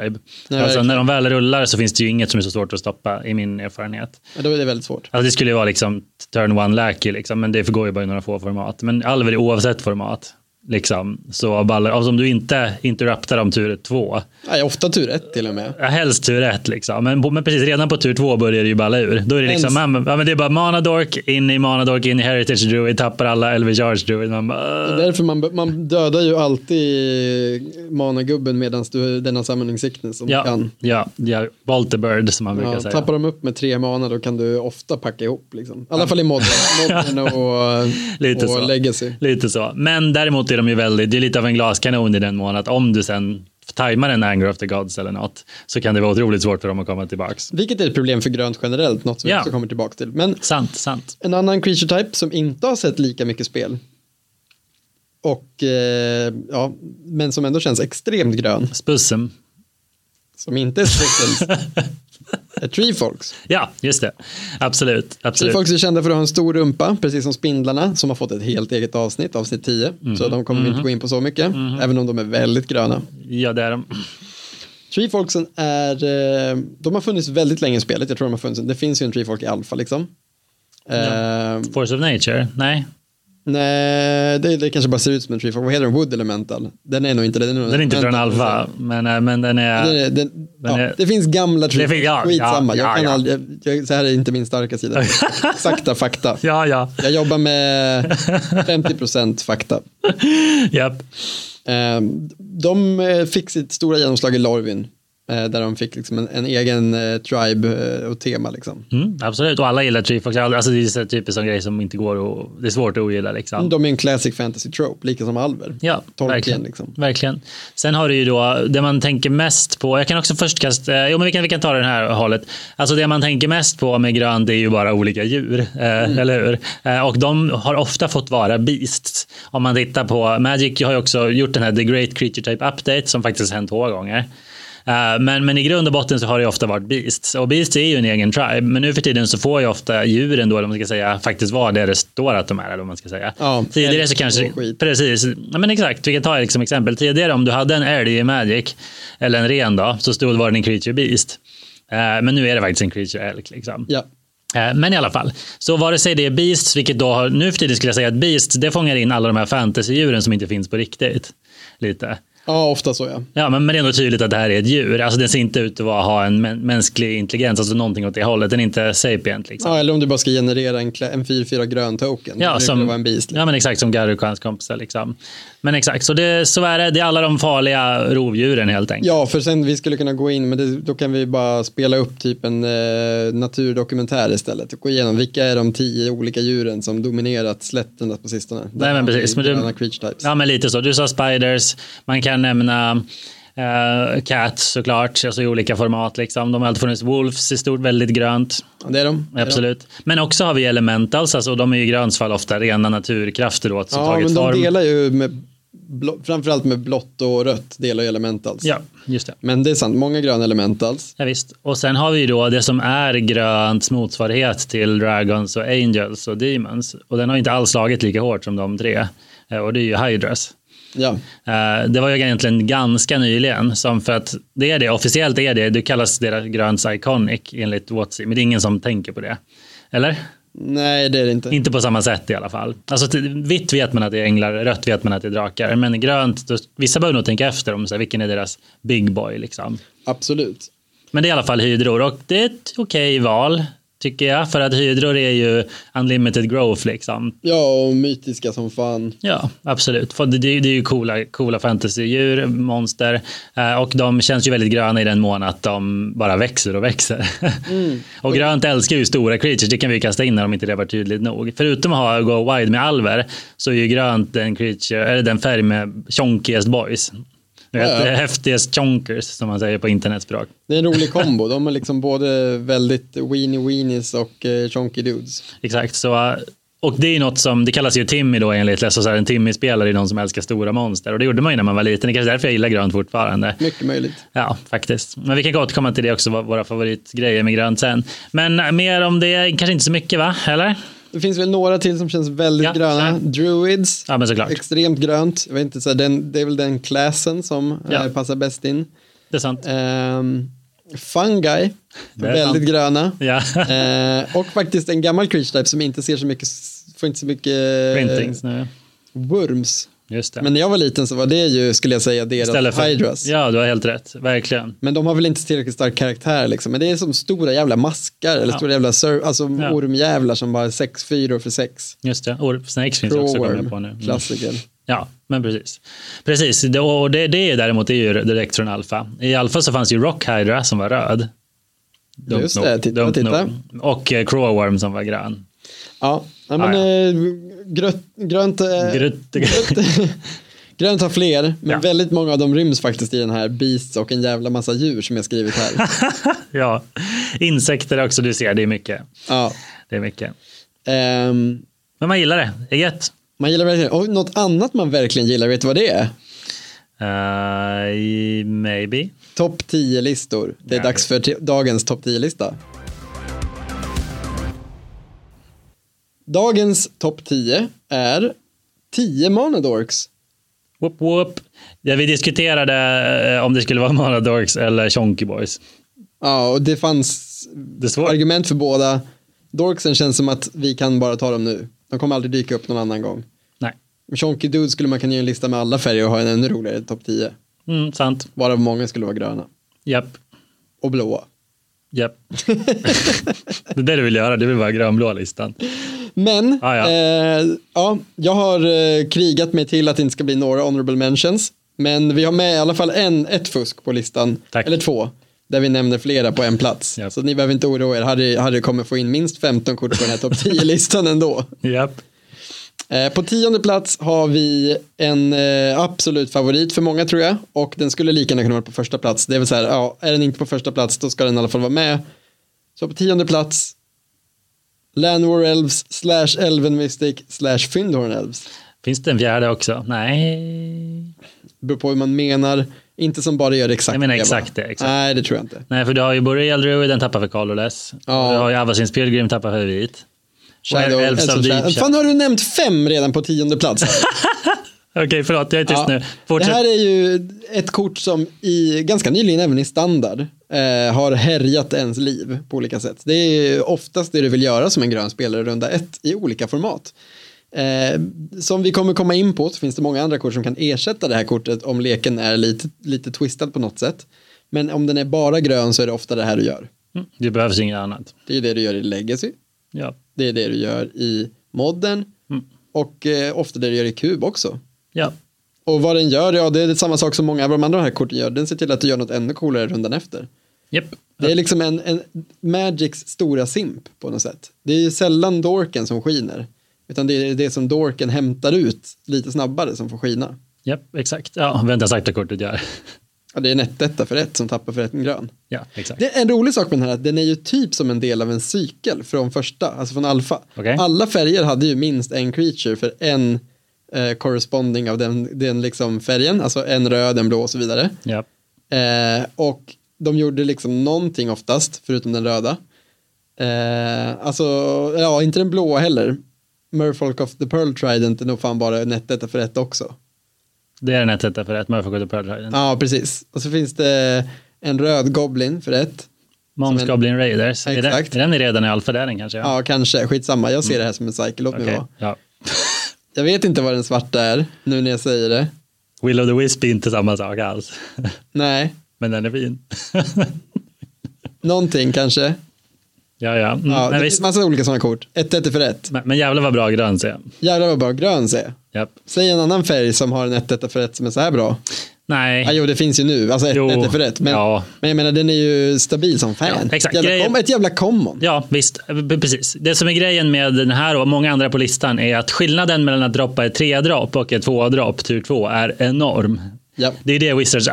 [SPEAKER 2] Nej,
[SPEAKER 3] alltså,
[SPEAKER 2] verkligen.
[SPEAKER 3] när de väl rullar så finns det ju inget som är så svårt att stoppa i min erfarenhet.
[SPEAKER 2] Ja, Då är det väldigt svårt.
[SPEAKER 3] Alltså, det skulle ju vara liksom turn one läki, liksom, men det förgår ju bara i några få format. Men Alver är oavsett format. Liksom. Så ballar, alltså, om du inte interruptar om tur två,
[SPEAKER 2] Nej, ofta tur ett till och med.
[SPEAKER 3] Ja, helst tur ett liksom. Men, men precis, redan på tur två börjar det ju balla ur. Då är det liksom,
[SPEAKER 2] Ens-
[SPEAKER 3] ja, men, ja, men det är bara Manadork, in i Manadork, in i Heritage Druid, tappar alla Elver Charge Druid. Man bara,
[SPEAKER 2] Det är
[SPEAKER 3] "Åh."
[SPEAKER 2] därför man, man dödar ju alltid managubben medan du den har summoning sickness om du
[SPEAKER 3] ja,
[SPEAKER 2] kan.
[SPEAKER 3] ja, ja, Balterbird som man brukar
[SPEAKER 2] Ja,
[SPEAKER 3] säga.
[SPEAKER 2] tappar de upp med tre mana då kan du ofta packa ihop. Liksom. I alla fall i modden, modden och,
[SPEAKER 3] Lite så.
[SPEAKER 2] och legacy.
[SPEAKER 3] Lite så. Men däremot är de ju väldigt, det är lite av en glaskanon i den mån att om du sen tajmar en Anger of the Gods eller något så kan det vara otroligt svårt för dem att komma tillbaks.
[SPEAKER 2] Vilket är ett problem för grönt generellt, något som vi
[SPEAKER 3] Ja.
[SPEAKER 2] också kommer tillbaka till. Men
[SPEAKER 3] Sant, sant.
[SPEAKER 2] en annan creature type som inte har sett lika mycket spel och eh, ja, men som ändå känns extremt grön,
[SPEAKER 3] Spussen.
[SPEAKER 2] som inte är spexels, är Treefolks.
[SPEAKER 3] Ja, just det. Absolut. absolut.
[SPEAKER 2] Treefolks är kända för att ha en stor rumpa, precis som spindlarna, som har fått ett helt eget avsnitt, avsnitt 10,
[SPEAKER 3] Mhm.
[SPEAKER 2] så de kommer vi inte gå in på så mycket, även om de är väldigt gröna.
[SPEAKER 3] Ja, det är de.
[SPEAKER 2] Treefolksen är, eh, de har funnits väldigt länge i spelet, jag tror de har funnits, det finns ju en Treefolk i alfa liksom. Eh,
[SPEAKER 3] Force of Nature? Nej,
[SPEAKER 2] Nej, det, det kanske bara ser ut som en treefolk. Vad heter den? Wood Elemental? Den är nog inte det. Den är, nog
[SPEAKER 3] Den är inte från
[SPEAKER 2] elemental.
[SPEAKER 3] Alfa, men, eh, men den är...
[SPEAKER 2] Den är, den,
[SPEAKER 3] Den
[SPEAKER 2] ja,
[SPEAKER 3] är-
[SPEAKER 2] det finns gamla
[SPEAKER 3] Det
[SPEAKER 2] treefolk.
[SPEAKER 3] finns- ja,
[SPEAKER 2] Skitsamma.
[SPEAKER 3] ja,
[SPEAKER 2] jag kan
[SPEAKER 3] ja.
[SPEAKER 2] aldrig, jag, jag, så här är inte min starka sida. Exakta fakta.
[SPEAKER 3] Ja, ja.
[SPEAKER 2] Jag jobbar med 50% fakta.
[SPEAKER 3] Japp.
[SPEAKER 2] Eh, De eh, fick sitt stora genomslag i Lorvin. eh, Där de fick liksom en, en egen eh, tribe eh, och tema. Liksom.
[SPEAKER 3] Mm, absolut. Och alla gillar Treefox. Alltså, det är så här typiskt sån grej som inte går att... Det är svårt att ogilla liksom.
[SPEAKER 2] De är en classic fantasy trope, lika som Alver.
[SPEAKER 3] Ja,
[SPEAKER 2] Tolkien,
[SPEAKER 3] verkligen.
[SPEAKER 2] liksom.
[SPEAKER 3] verkligen. Sen har du ju då det man tänker mest på. Jag kan också först kasta... Eh, jo, men vi kan, vi kan ta den här hållet. Alltså det man tänker mest på med grön, det är ju bara olika djur. Eh,
[SPEAKER 2] Mm.
[SPEAKER 3] Eller hur? Eh, och de har ofta fått vara beasts. Om man tittar på... Magic har ju också gjort den här The Great Creature Type Update som faktiskt hänt två gånger. Eh, Men, men i grund och botten så har det ju ofta varit Beasts. Och Beasts är ju en egen tribe. Men nu för tiden så får ju ofta djuren då, eller vad man ska säga, faktiskt vara det det står att de är. Eller vad man ska säga.
[SPEAKER 2] Ja,
[SPEAKER 3] Tidigare så
[SPEAKER 2] älg
[SPEAKER 3] kanske...
[SPEAKER 2] och skit.
[SPEAKER 3] Precis, ja, men exakt. Vi kan ta liksom exempel. Tidigare om du hade en älg i Magic, eller en ren då, så stod var den en creature beast. Eh, Men nu är det faktiskt en creature elk. Liksom.
[SPEAKER 2] Ja.
[SPEAKER 3] Eh, Men i alla fall, så vare sig det är Beasts, vilket då har, nu för tiden skulle jag säga att Beasts, det fångar in alla de här fantasydjuren som inte finns på riktigt. Lite.
[SPEAKER 2] ja, ofta så ja.
[SPEAKER 3] Ja, men, men det är ändå tydligt att det här är ett djur. Alltså den ser inte ut att vara, ha en mä- mänsklig intelligens, alltså någonting åt det hållet. Den är inte sapient liksom.
[SPEAKER 2] Ja, eller om du bara ska generera en, klä- en 4-4 grön token.
[SPEAKER 3] Ja,
[SPEAKER 2] det
[SPEAKER 3] som,
[SPEAKER 2] som... vara en liksom. beast.
[SPEAKER 3] ja, men exakt som Garuk och hans kompisar. Liksom. Men exakt, så, det, så är det. Det är alla de farliga rovdjuren helt enkelt.
[SPEAKER 2] Ja, för sen vi skulle kunna gå in, men det, då kan vi bara spela upp typ en eh, naturdokumentär istället och gå igenom vilka är de tio olika djuren som dominerat slätterna på sistone.
[SPEAKER 3] Nej, men precis, men du-
[SPEAKER 2] Gröna creature types.
[SPEAKER 3] Ja, men lite så. Du sa spiders. Man kan nämna eh, cats såklart, alltså i olika format. Liksom. De har alltid funnits. Wolves i stort, väldigt grönt.
[SPEAKER 2] Det är de. det är de.
[SPEAKER 3] Absolut. Men också har vi elementals, alltså de är ju i gröns fall ofta rena naturkrafter då, som
[SPEAKER 2] Ja,
[SPEAKER 3] tagit
[SPEAKER 2] men
[SPEAKER 3] form.
[SPEAKER 2] de delar ju med, blå, framförallt med blått och rött delar ju elementals.
[SPEAKER 3] Ja, just det.
[SPEAKER 2] Men det är sant, många gröna elementals.
[SPEAKER 3] Ja, visst. Och sen har vi ju då det som är grönts motsvarighet till Dragons och Angels och Demons. Och den har inte alls slagit lika hårt som de tre. Eh, Och det är ju Hydras.
[SPEAKER 2] Ja,
[SPEAKER 3] Eh, Det var ju egentligen ganska nyligen, som för att det är det, officiellt är det, det kallas deras grönts iconic enligt Watsy, men det är ingen som tänker på det. Eller?
[SPEAKER 2] Nej, det är det inte.
[SPEAKER 3] Inte på samma sätt i alla fall. Alltså, till- vitt vet man att det är änglar, rött vet man att det är drakar. Men i grönt, då, vissa behöver nog tänka efter om så här, vilken är deras big boy. Liksom.
[SPEAKER 2] Absolut.
[SPEAKER 3] Men det är i alla fall hydror och det är ett okej val tycker jag. För att hydror är ju unlimited growth liksom.
[SPEAKER 2] Ja, och mytiska som fan.
[SPEAKER 3] Ja, absolut. För det, det är det är ju coola, coola fantasydjur, monster. Eh, och de känns ju väldigt gröna i den mån att de bara växer och växer. och grönt älskar ju stora creatures. Det kan vi ju kasta in när de inte det var tydligt nog. Förutom att ha, gå wide med alver så är ju grönt den, creature, eller den färg med chonkiest boys. Du vet,
[SPEAKER 2] Ja, ja.
[SPEAKER 3] Häftigast chonkers som man säger på internetspråk.
[SPEAKER 2] Det är en rolig kombo. De är liksom både väldigt weenie weenies och eh, chonky dudes.
[SPEAKER 3] Exakt, så, eh, och det är ju något som, det kallas ju Timmy då enligt Less och så här, en Timmy-spelare är någon som älskar stora monster. Och det gjorde man ju när man var liten. Det är kanske är därför jag gillar grönt fortfarande.
[SPEAKER 2] Mycket möjligt.
[SPEAKER 3] Ja, faktiskt. Men vi kan återkomma till det också, vad våra favoritgrejer med grönt sen. Men eh, mer om det, kanske inte så mycket va? Eller?
[SPEAKER 2] Det finns väl några till som känns väldigt
[SPEAKER 3] Ja,
[SPEAKER 2] gröna.
[SPEAKER 3] så-
[SPEAKER 2] Druids.
[SPEAKER 3] Ja, men såklart.
[SPEAKER 2] Extremt grönt. Jag vet inte, så här, den, det är väl den klassen som
[SPEAKER 3] Ja.
[SPEAKER 2] eh, passar bäst in.
[SPEAKER 3] Det är sant.
[SPEAKER 2] Ehm, fungi,
[SPEAKER 3] Det är
[SPEAKER 2] väldigt
[SPEAKER 3] sant.
[SPEAKER 2] gröna.
[SPEAKER 3] Ja.
[SPEAKER 2] Eh, och faktiskt en gammal creature type som inte ser så mycket, får inte så mycket eh,
[SPEAKER 3] Printings nu.
[SPEAKER 2] worms.
[SPEAKER 3] Just det.
[SPEAKER 2] Men när jag var liten så var det ju, skulle jag säga, deras
[SPEAKER 3] Istället för-
[SPEAKER 2] hydras.
[SPEAKER 3] Ja, du har helt rätt. Verkligen.
[SPEAKER 2] Men de har väl inte tillräckligt stark karaktär liksom. Men det är som stora jävla maskar eller
[SPEAKER 3] Ja.
[SPEAKER 2] stora jävla ser- alltså
[SPEAKER 3] Ja.
[SPEAKER 2] ormjävlar som bara är sex fyror för sex.
[SPEAKER 3] Just det. Och Snakes finns också, kommer jag på nu.
[SPEAKER 2] Pro-worm,
[SPEAKER 3] Mm.
[SPEAKER 2] klassiker.
[SPEAKER 3] Ja, men precis. Precis, det, och det, det är däremot det är ju direkt från Alfa. I Alfa så fanns ju Rock Hydra som var röd. Dumt
[SPEAKER 2] Just det,
[SPEAKER 3] nog.
[SPEAKER 2] titta,
[SPEAKER 3] Dumt
[SPEAKER 2] titta.
[SPEAKER 3] nog. Och eh, Crowworm som var grön.
[SPEAKER 2] Ja, ja men
[SPEAKER 3] Ah,
[SPEAKER 2] eh, grönt, grönt, eh,
[SPEAKER 3] Grut,
[SPEAKER 2] grönt, grönt har fler, men
[SPEAKER 3] Ja.
[SPEAKER 2] väldigt många av dem ryms faktiskt i den här Beasts och en jävla massa djur som jag skrivit här.
[SPEAKER 3] ja. Insekter också, du ser, det är mycket.
[SPEAKER 2] ja.
[SPEAKER 3] Det är mycket.
[SPEAKER 2] Ehm,
[SPEAKER 3] Men man gillar det, det är gött.
[SPEAKER 2] man gillar verkligen, och något annat man verkligen gillar, vet du vad det är?
[SPEAKER 3] Eh, i- maybe.
[SPEAKER 2] Topp 10-listor. Det är
[SPEAKER 3] Ja.
[SPEAKER 2] dags för ti- dagens topp 10-lista. Dagens topp 10 är 10 Monodorks.
[SPEAKER 3] Whoop, whoop. Ja, vi diskuterade eh, om det skulle vara Monadorks eller Chonky Boys.
[SPEAKER 2] Ja, och det fanns
[SPEAKER 3] Det är svårt.
[SPEAKER 2] argument för båda. Dorksen känns som att vi kan bara ta dem nu. De kommer aldrig dyka upp någon annan gång.
[SPEAKER 3] Nej.
[SPEAKER 2] Med Chonky Dude skulle man kunna göra en lista med alla färger och ha en ännu roligare topp 10.
[SPEAKER 3] Mm, sant.
[SPEAKER 2] Varav många skulle vara gröna.
[SPEAKER 3] Japp.
[SPEAKER 2] Och blåa.
[SPEAKER 3] Japp. det är det du vill göra, du vill vara grönblå listan.
[SPEAKER 2] Men,
[SPEAKER 3] Ah, ja.
[SPEAKER 2] Eh, ja, jag har eh, krigat mig till att det inte ska bli några honorable mentions. Men vi har med i alla fall en, ett fusk på listan,
[SPEAKER 3] Tack.
[SPEAKER 2] eller två, där vi nämner flera på en plats.
[SPEAKER 3] Japp.
[SPEAKER 2] Så ni behöver inte oroa er, Harry, Harry kommer få in minst 15 kort på den här topp 10-listan ändå.
[SPEAKER 3] Japp.
[SPEAKER 2] Eh, på tionde plats har vi en eh, absolut favorit för många tror jag, och den skulle lika gärna kunna vara på första plats. Det är väl så här, ja, är den inte på första plats då ska den i alla fall vara med. Så på tionde plats, Lanwar Elves slash Elven Mystic slash Fyndhorn Elves.
[SPEAKER 3] Finns det en fjärde också? Nej.
[SPEAKER 2] Beror på hur man menar, inte som bara gör exakt
[SPEAKER 3] Jag menar
[SPEAKER 2] det, va?
[SPEAKER 3] exakt det, exakt.
[SPEAKER 2] Nej, det tror jag inte.
[SPEAKER 3] Nej, för du har ju Boreal Druid, den tappar för Colorless.
[SPEAKER 2] Ja.
[SPEAKER 3] Du har ju Avacins Pilgrim, tappar för vit. Och
[SPEAKER 2] Shadow,
[SPEAKER 3] Elves of
[SPEAKER 2] Elves of
[SPEAKER 3] Deep.
[SPEAKER 2] Shadow. Fan har du nämnt fem redan på tionde plats?
[SPEAKER 3] Okej, förlåt, jag är tyst
[SPEAKER 2] Ja.
[SPEAKER 3] nu.
[SPEAKER 2] Det
[SPEAKER 3] Fortsätt.
[SPEAKER 2] här är ju ett kort som i, ganska nyligen även i standard eh, har härjat ens liv på olika sätt. Det är ju oftast det du vill göra som en grön spelare i runda ett i olika format. Eh, som vi kommer komma in på så finns det många andra kort som kan ersätta det här kortet om leken är lite, lite twistad på något sätt. Men om den är bara grön så är det ofta det här du gör.
[SPEAKER 3] Mm, Det behövs inget annat.
[SPEAKER 2] Det är ju det du gör i legacy,
[SPEAKER 3] Ja,
[SPEAKER 2] det är det du gör i modern
[SPEAKER 3] Mm.
[SPEAKER 2] och eh, ofta det du gör i kub också.
[SPEAKER 3] ja.
[SPEAKER 2] Och vad den gör, ja det är samma sak som många av de andra här korten gör. Den ser till att du gör något ännu coolare rundan efter.
[SPEAKER 3] Japp.
[SPEAKER 2] Det är liksom en, en Magics stora simp på något sätt. Det är ju sällan dorken som skiner. Utan det är det som dorken hämtar ut lite snabbare som får skina.
[SPEAKER 3] Japp, exakt. Ja, vi har inte ens sagt vad kortet gör.
[SPEAKER 2] Ja, det är en ettetta för ett som tappar för ett grön.
[SPEAKER 3] Ja, exakt.
[SPEAKER 2] Det är en rolig sak med den här, är att den är ju typ som en del av en cykel från första, alltså från alfa.
[SPEAKER 3] Okej.
[SPEAKER 2] Alla färger hade ju minst en creature för en eh, corresponding av den, den liksom färgen, alltså en röd, en blå och så vidare.
[SPEAKER 3] Ja.
[SPEAKER 2] Eh, och de gjorde liksom någonting oftast, förutom den röda. Eh, alltså, ja, inte den blåa heller. Merfolk of the Pearl Trident är nog fan bara nettet för ett också.
[SPEAKER 3] Det är den här tätta för ett Murphy Code Pearl Trident.
[SPEAKER 2] Ja, precis. Och så finns det en röd goblin för ett.
[SPEAKER 3] Många
[SPEAKER 2] Som
[SPEAKER 3] ska bli en Raiders. Är den,
[SPEAKER 2] Exakt.
[SPEAKER 3] är den redan i alfa där den kanske?
[SPEAKER 2] Ja, kanske. Skitsamma, jag ser det här som en cycle. Låt mig
[SPEAKER 3] Mm. Okej,
[SPEAKER 2] vara.
[SPEAKER 3] ja.
[SPEAKER 2] Jag vet inte vad den svarta är, nu när jag säger det.
[SPEAKER 3] Will of the Wisp är inte samma sak alls.
[SPEAKER 2] Nej,
[SPEAKER 3] Men den är fin.
[SPEAKER 2] någonting kanske.
[SPEAKER 3] ja, ja. Mm,
[SPEAKER 2] Ja,
[SPEAKER 3] men,
[SPEAKER 2] det
[SPEAKER 3] Mm. visst.
[SPEAKER 2] finns massa olika sådana kort. Ett ett är för ett.
[SPEAKER 3] Men, men jävlar vad bra grön ser jag.
[SPEAKER 2] Jävlar vad bra grön ser jag.
[SPEAKER 3] Japp.
[SPEAKER 2] Säg en annan färg som har en ett ett är för ett som är så här bra.
[SPEAKER 3] Nej.
[SPEAKER 2] Ja, Ah, jo, det finns ju nu. Alltså ett,
[SPEAKER 3] Jo,
[SPEAKER 2] ett är för ett. Men,
[SPEAKER 3] ja.
[SPEAKER 2] men jag menar, den är ju stabil som fan.
[SPEAKER 3] Ja, exakt.
[SPEAKER 2] Jävla
[SPEAKER 3] Grejen-
[SPEAKER 2] kom, ett jävla common.
[SPEAKER 3] Ja, visst. P- Precis. Det som är grejen med den här och många andra på listan är att skillnaden mellan att droppa ett tredropp och ett tvådropp, tur två, är enorm.
[SPEAKER 2] Ja.
[SPEAKER 3] Det är det Wizards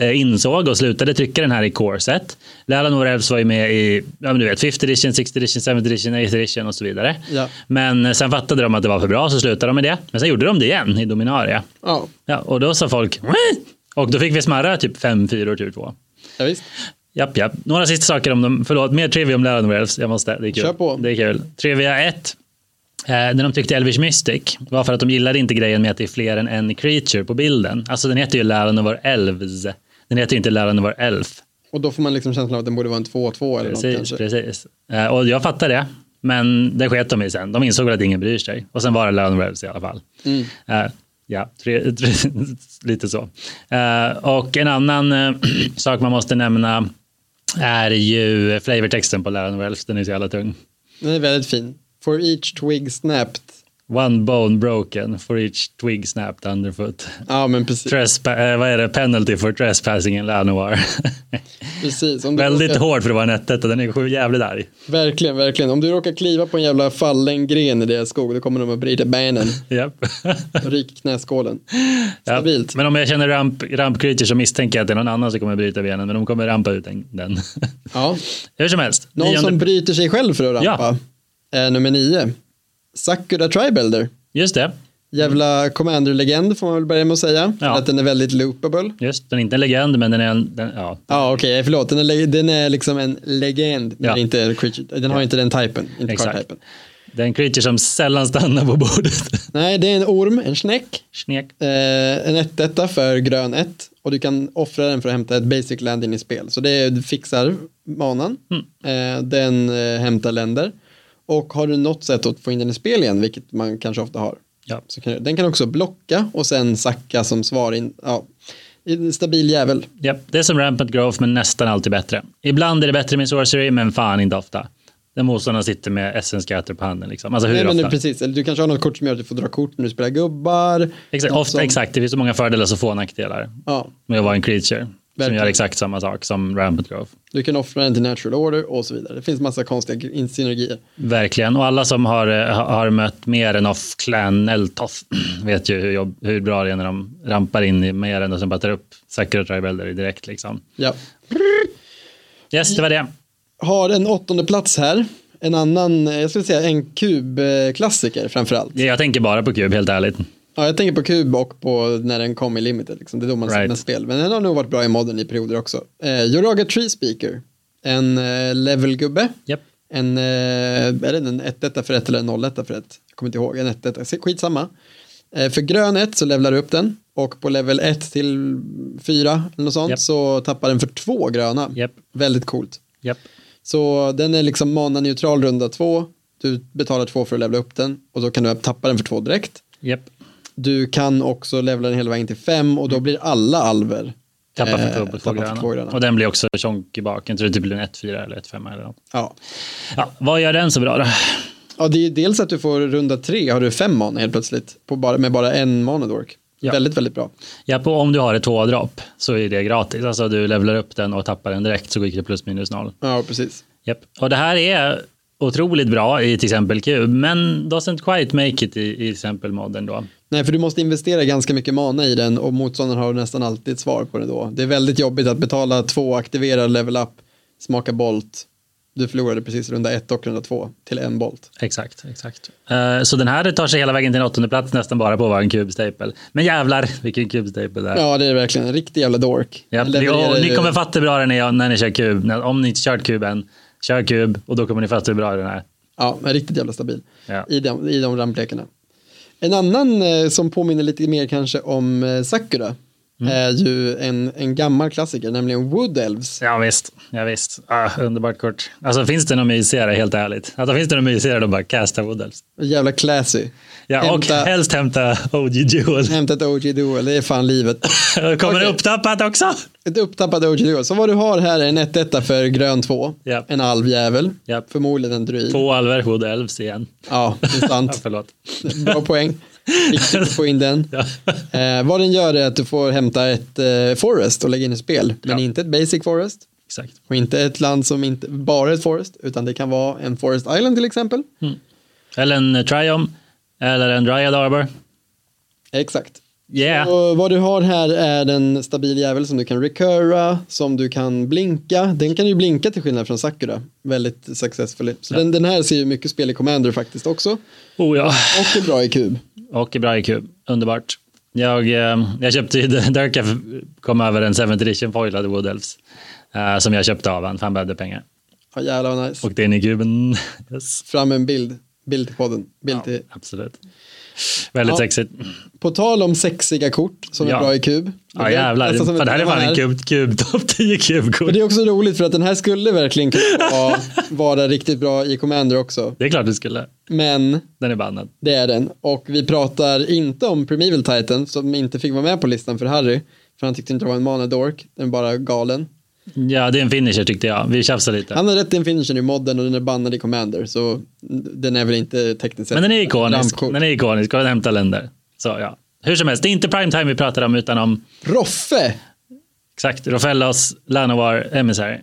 [SPEAKER 3] eh, insåg och slutade trycka den här i corset. Lalanor Elves var ju med i ja, men du vet, 5th edition, 6th edition, 7th edition, 8th edition och så vidare.
[SPEAKER 2] Ja.
[SPEAKER 3] Men eh, sen fattade de att det var för bra så slutade de med det. Men sen gjorde de det igen i Dominaria.
[SPEAKER 2] Ja,
[SPEAKER 3] Ja, och då sa folk "Wah!" och då fick vi smarra typ fem fyror tur två.
[SPEAKER 2] ja visst.
[SPEAKER 3] Japp, japp. Några sista saker om dem. Förlåt, mer trivia om Laran Wells. Jag måste. Det är kul.
[SPEAKER 2] Kör på.
[SPEAKER 3] Det är kul. Trivia 1. Eh, när de tyckte Elvish Mystic var för att de gillade inte grejen med att det är fler än en creature på bilden. Alltså den heter ju Laranor Elves. Den heter ju inte Laranor Elf.
[SPEAKER 2] Och då får man liksom känslan av att den borde vara en 2-2 eller något
[SPEAKER 3] Precis,
[SPEAKER 2] kanske.
[SPEAKER 3] precis. Eh, och jag fattar det. Men det sket de i sen. De insåg väl att ingen bryr sig. Och sen var det Laranor Elves i alla fall.
[SPEAKER 2] Mm.
[SPEAKER 3] Eh, Ja, tre, tre, lite så. Eh, och en annan eh, sak man måste nämna är ju flavortexten på Laran Wells. Den är så jävla tung.
[SPEAKER 2] Den är väldigt fin. For each twig snapped.
[SPEAKER 3] One bone broken for each twig snapped underfoot.
[SPEAKER 2] Ja, men precis.
[SPEAKER 3] Trespa, eh, vad är det? Penalty for trespassing in Lanoir.
[SPEAKER 2] precis. Om du
[SPEAKER 3] Väldigt
[SPEAKER 2] råkar,
[SPEAKER 3] hård för att vara nätet och den är sju jävligt arg.
[SPEAKER 2] Verkligen, verkligen. Om du råkar kliva på en jävla fallen gren i deras skog, då kommer de att vrida benen
[SPEAKER 3] Japp.
[SPEAKER 2] och ryka knäskålen.
[SPEAKER 3] Ja.
[SPEAKER 2] Stabilt.
[SPEAKER 3] Men om jag känner ramp, ramp creature så misstänker jag att det är någon annan som kommer bryta benen, men de kommer rampa ut den. den.
[SPEAKER 2] Ja.
[SPEAKER 3] Hur som helst.
[SPEAKER 2] Någon som
[SPEAKER 3] Nionde-
[SPEAKER 2] bryter sig själv för att
[SPEAKER 3] Ja.
[SPEAKER 2] rampa. Är nummer nio. Sakura Tribuilder.
[SPEAKER 3] Just det.
[SPEAKER 2] Jävla commander-legend får man väl börja med att säga.
[SPEAKER 3] Ja.
[SPEAKER 2] Att den är väldigt loopable.
[SPEAKER 3] Just, den är inte en legend, men den är en... Den, ja.
[SPEAKER 2] Ja, okej, förlåt. Den är, le- den är liksom en legend, men
[SPEAKER 3] Ja.
[SPEAKER 2] inte en creature. Den har inte den typen, inte
[SPEAKER 3] Exakt.
[SPEAKER 2] karttypen.
[SPEAKER 3] Det är en creature som sällan stannar på bordet.
[SPEAKER 2] Nej, det är en orm, en snäck.
[SPEAKER 3] Snek.
[SPEAKER 2] Eh, en 1 för grön 1 och du kan offra den för att hämta ett basic land in i spel. Så det fixar manan.
[SPEAKER 3] Mm.
[SPEAKER 2] Eh, den eh, hämtar länder. Och har du något sätt att få in den i spel igen, vilket man kanske ofta har.
[SPEAKER 3] Ja.
[SPEAKER 2] Så kan, den kan också blocka och sen sacka som svar in. Ja, en stabil jävel.
[SPEAKER 3] Japp, det är som Rampant Growth, men nästan alltid bättre. Ibland är det bättre med Sorcery, men fan inte ofta. Den motståndaren sitter med essenskatter på handen. Liksom. Alltså hur
[SPEAKER 2] Nej, men
[SPEAKER 3] ofta?
[SPEAKER 2] nu, precis. Eller du kanske har något kort som gör att du får dra kort när du spelar gubbar.
[SPEAKER 3] Exakt,
[SPEAKER 2] Något
[SPEAKER 3] ofta,
[SPEAKER 2] som-
[SPEAKER 3] exakt, det finns så många fördelar så få nackdelar
[SPEAKER 2] Ja,
[SPEAKER 3] med att vara en creature som
[SPEAKER 2] Verkligen.
[SPEAKER 3] gör exakt samma sak som Rampant Growth.
[SPEAKER 2] du kan offra den till natural order och så vidare. Det finns massa konstiga in- synergier.
[SPEAKER 3] Verkligen, och alla som har, eh, ha- har mött mer än off clan Eltoff vet ju hur, jobb, hur bra det är när de rampar in i mer än och sen bara tar upp Sakura Tribelder direkt. Liksom.
[SPEAKER 2] Ja.
[SPEAKER 3] Yes, det var det.
[SPEAKER 2] Har en åttonde plats här. En annan, eh, jag skulle säga en kubklassiker framförallt.
[SPEAKER 3] Jag tänker bara på kub, helt ärligt.
[SPEAKER 2] Ja, jag tänker på kub och på när den kom i limited. Liksom. Det är då man right.
[SPEAKER 3] Right.
[SPEAKER 2] med spel. Men den har nog varit bra i modern i perioder också. Eh, Yoraga Tree Speaker. En eh, levelgubbe.
[SPEAKER 3] Japp.
[SPEAKER 2] En, eh, är det en 1 för 1 eller en 0 för 1? Jag kommer inte ihåg. En 1 skitsamma. Eh, för grön 1 så levlar du upp den och på level 1 till 4 eller något sånt
[SPEAKER 3] Japp.
[SPEAKER 2] så tappar den för två gröna.
[SPEAKER 3] Japp.
[SPEAKER 2] Väldigt coolt.
[SPEAKER 3] Japp.
[SPEAKER 2] Så den är liksom mana-neutral runda 2. Du betalar 2 för att levla upp den och då kan du tappa den för 2 direkt.
[SPEAKER 3] Japp.
[SPEAKER 2] Du kan också levla den hela vägen till 5 och
[SPEAKER 3] Mm.
[SPEAKER 2] då blir alla alver
[SPEAKER 3] Tappa
[SPEAKER 2] eh,
[SPEAKER 3] för två på två
[SPEAKER 2] tappar för två
[SPEAKER 3] gröna.
[SPEAKER 2] gröna.
[SPEAKER 3] Och den blir också tjonk i baken. Tror det typ blir en 1-4 eller 1-5 eller något.
[SPEAKER 2] Ja.
[SPEAKER 3] Ja, vad gör den så bra då?
[SPEAKER 2] Ja, det är ju dels att du får runda tre har du fem mana helt plötsligt på bara, med bara en manadork.
[SPEAKER 3] Ja.
[SPEAKER 2] Väldigt, väldigt bra.
[SPEAKER 3] Ja, på, om du har ett tvådropp så är det gratis. Alltså du levlar upp den och tappar den direkt så gick det plus minus noll.
[SPEAKER 2] Ja, precis.
[SPEAKER 3] Japp. Och det här är otroligt bra i till exempel Q, men doesn't quite make it i, i till exempel modden då.
[SPEAKER 2] Nej, för du måste investera ganska mycket mana i den och motståndaren har nästan alltid ett svar på det då. Det är väldigt jobbigt att betala två, aktivera level up, smaka bolt. Du förlorade precis runda ett och runda två till en bolt.
[SPEAKER 3] Exakt, exakt. Eh, så den här tar sig hela vägen till en åttonde plats nästan bara på att vara en kubstapel. Men jävlar vilken kubstapel det är.
[SPEAKER 2] Ja, det är verkligen en riktig jävla dork.
[SPEAKER 3] Ja,
[SPEAKER 2] Den
[SPEAKER 3] ni,
[SPEAKER 2] levererar
[SPEAKER 3] och, ni
[SPEAKER 2] ju-
[SPEAKER 3] kommer fatta hur bra den är när ni kör kub. När- Om ni inte kört kuben, kör kub och då kommer ni fatta hur bra den är.
[SPEAKER 2] Ja, men riktigt jävla stabil
[SPEAKER 3] Ja.
[SPEAKER 2] i de, i de ramplekarna. En annan eh, som påminner lite mer kanske om eh, Sakura
[SPEAKER 3] Mm.
[SPEAKER 2] är ju en, en gammal klassiker, nämligen Wood Elves.
[SPEAKER 3] Ja visst, ja, visst. Ah, underbart kort. Alltså finns det någon mysigare helt ärligt? Alltså finns det någon mysigare de bara casta Woodels?
[SPEAKER 2] Jävla classy.
[SPEAKER 3] Ja, och
[SPEAKER 2] Hämta-
[SPEAKER 3] helst hämta OG Duel.
[SPEAKER 2] Hämta ett OG Duel, det är fan livet.
[SPEAKER 3] Kommer
[SPEAKER 2] Okej.
[SPEAKER 3] det upptappat också?
[SPEAKER 2] Ett upptappat OG Duel. Så vad du har här är en 1 för grön 2.
[SPEAKER 3] Ja.
[SPEAKER 2] En alvjävel.
[SPEAKER 3] Ja.
[SPEAKER 2] Förmodligen en druid.
[SPEAKER 3] Två alver, Wood Elves igen.
[SPEAKER 2] Ja, det är
[SPEAKER 3] Ja,
[SPEAKER 2] sant.
[SPEAKER 3] förlåt.
[SPEAKER 2] Bra poäng. Viktigt att få in den.
[SPEAKER 3] Ja.
[SPEAKER 2] Eh, vad den gör är att du får hämta ett eh, forest och lägga in i spel. Men
[SPEAKER 3] Ja.
[SPEAKER 2] inte ett basic forest.
[SPEAKER 3] Exakt.
[SPEAKER 2] Och inte ett land som inte bara är ett forest. Utan det kan vara en forest island till exempel.
[SPEAKER 3] Eller en eh, Triom. Eller en Dryad Arbor.
[SPEAKER 2] Exakt.
[SPEAKER 3] Yeah.
[SPEAKER 2] Och vad du har här är en stabil jävel som du kan recurra, som du kan blinka. Den kan ju blinka till skillnad från Sakura. Väldigt successfully. Så den, den här ser ju mycket spel i Commander faktiskt också.
[SPEAKER 3] Oh ja.
[SPEAKER 2] Och är bra i kub.
[SPEAKER 3] Och bra IQ. Underbart. Jag, eh, jag köpte ju, Durka kom över en 7th edition foilad Wood Elves. eh, som jag köpte av han, för han behövde pengar.
[SPEAKER 2] Ja, jävlar vad nice.
[SPEAKER 3] Och det är in i kuben. Yes.
[SPEAKER 2] Fram en bild. Bild till podden. Bild till.
[SPEAKER 3] Absolut. Väldigt
[SPEAKER 2] Ja.
[SPEAKER 3] sexigt.
[SPEAKER 2] På tal om sexiga kort som är
[SPEAKER 3] Ja.
[SPEAKER 2] bra i kub.
[SPEAKER 3] Ja jävlar,
[SPEAKER 2] nästan som
[SPEAKER 3] för
[SPEAKER 2] ett
[SPEAKER 3] det här är
[SPEAKER 2] tema
[SPEAKER 3] fan en kub, kub topp 10
[SPEAKER 2] Och
[SPEAKER 3] kubkort.
[SPEAKER 2] det är också roligt för att den här skulle verkligen kunna vara, vara riktigt bra i Commander också.
[SPEAKER 3] Det är klart du skulle.
[SPEAKER 2] Men
[SPEAKER 3] Den är bannad.
[SPEAKER 2] Det är den. Och vi pratar inte om Primeval Titan som inte fick vara med på listan för Harry. För han tyckte inte det var en manadork, den är bara galen.
[SPEAKER 3] Ja, det är en finisher tyckte jag. Vi tjafsade lite.
[SPEAKER 2] Han har rätt i en finisher i modden och den är bannad i Commander. Så den är väl inte tekniskt sett
[SPEAKER 3] Men den är ikonisk.
[SPEAKER 2] rampkort.
[SPEAKER 3] Den är ikonisk och den hämtar länder. Så ja. Hur som helst, det är inte primetime vi pratar om utan om
[SPEAKER 2] Roffe!
[SPEAKER 3] exakt Rofellas Lanovar emissary.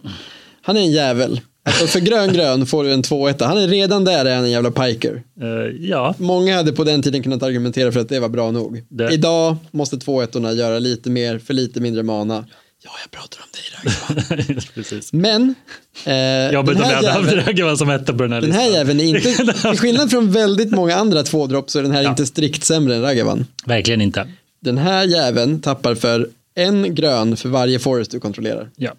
[SPEAKER 2] Han är en jävel. Alltså för grön grön får du en 2-1. Han är redan där är han en jävla piker.
[SPEAKER 3] Eh, ja,
[SPEAKER 2] Många hade på den tiden kunnat argumentera för att det var bra nog.
[SPEAKER 3] Det-
[SPEAKER 2] Idag måste 2-1 göra lite mer för lite mindre mana. Ja, jag pratar om dig Ragnar.
[SPEAKER 3] precis.
[SPEAKER 2] Men eh,
[SPEAKER 3] Jobbigt
[SPEAKER 2] den
[SPEAKER 3] att
[SPEAKER 2] här
[SPEAKER 3] läsa
[SPEAKER 2] jäveln-
[SPEAKER 3] Drögen vad som hette på den här
[SPEAKER 2] Den
[SPEAKER 3] listan.
[SPEAKER 2] här jäveln är inte, till skillnad från väldigt många andra tvådropp så är den här inte strikt sämre än Ragavan.
[SPEAKER 3] Verkligen inte.
[SPEAKER 2] Den här jäveln tappar för en grön för varje forest du kontrollerar.
[SPEAKER 3] Ja.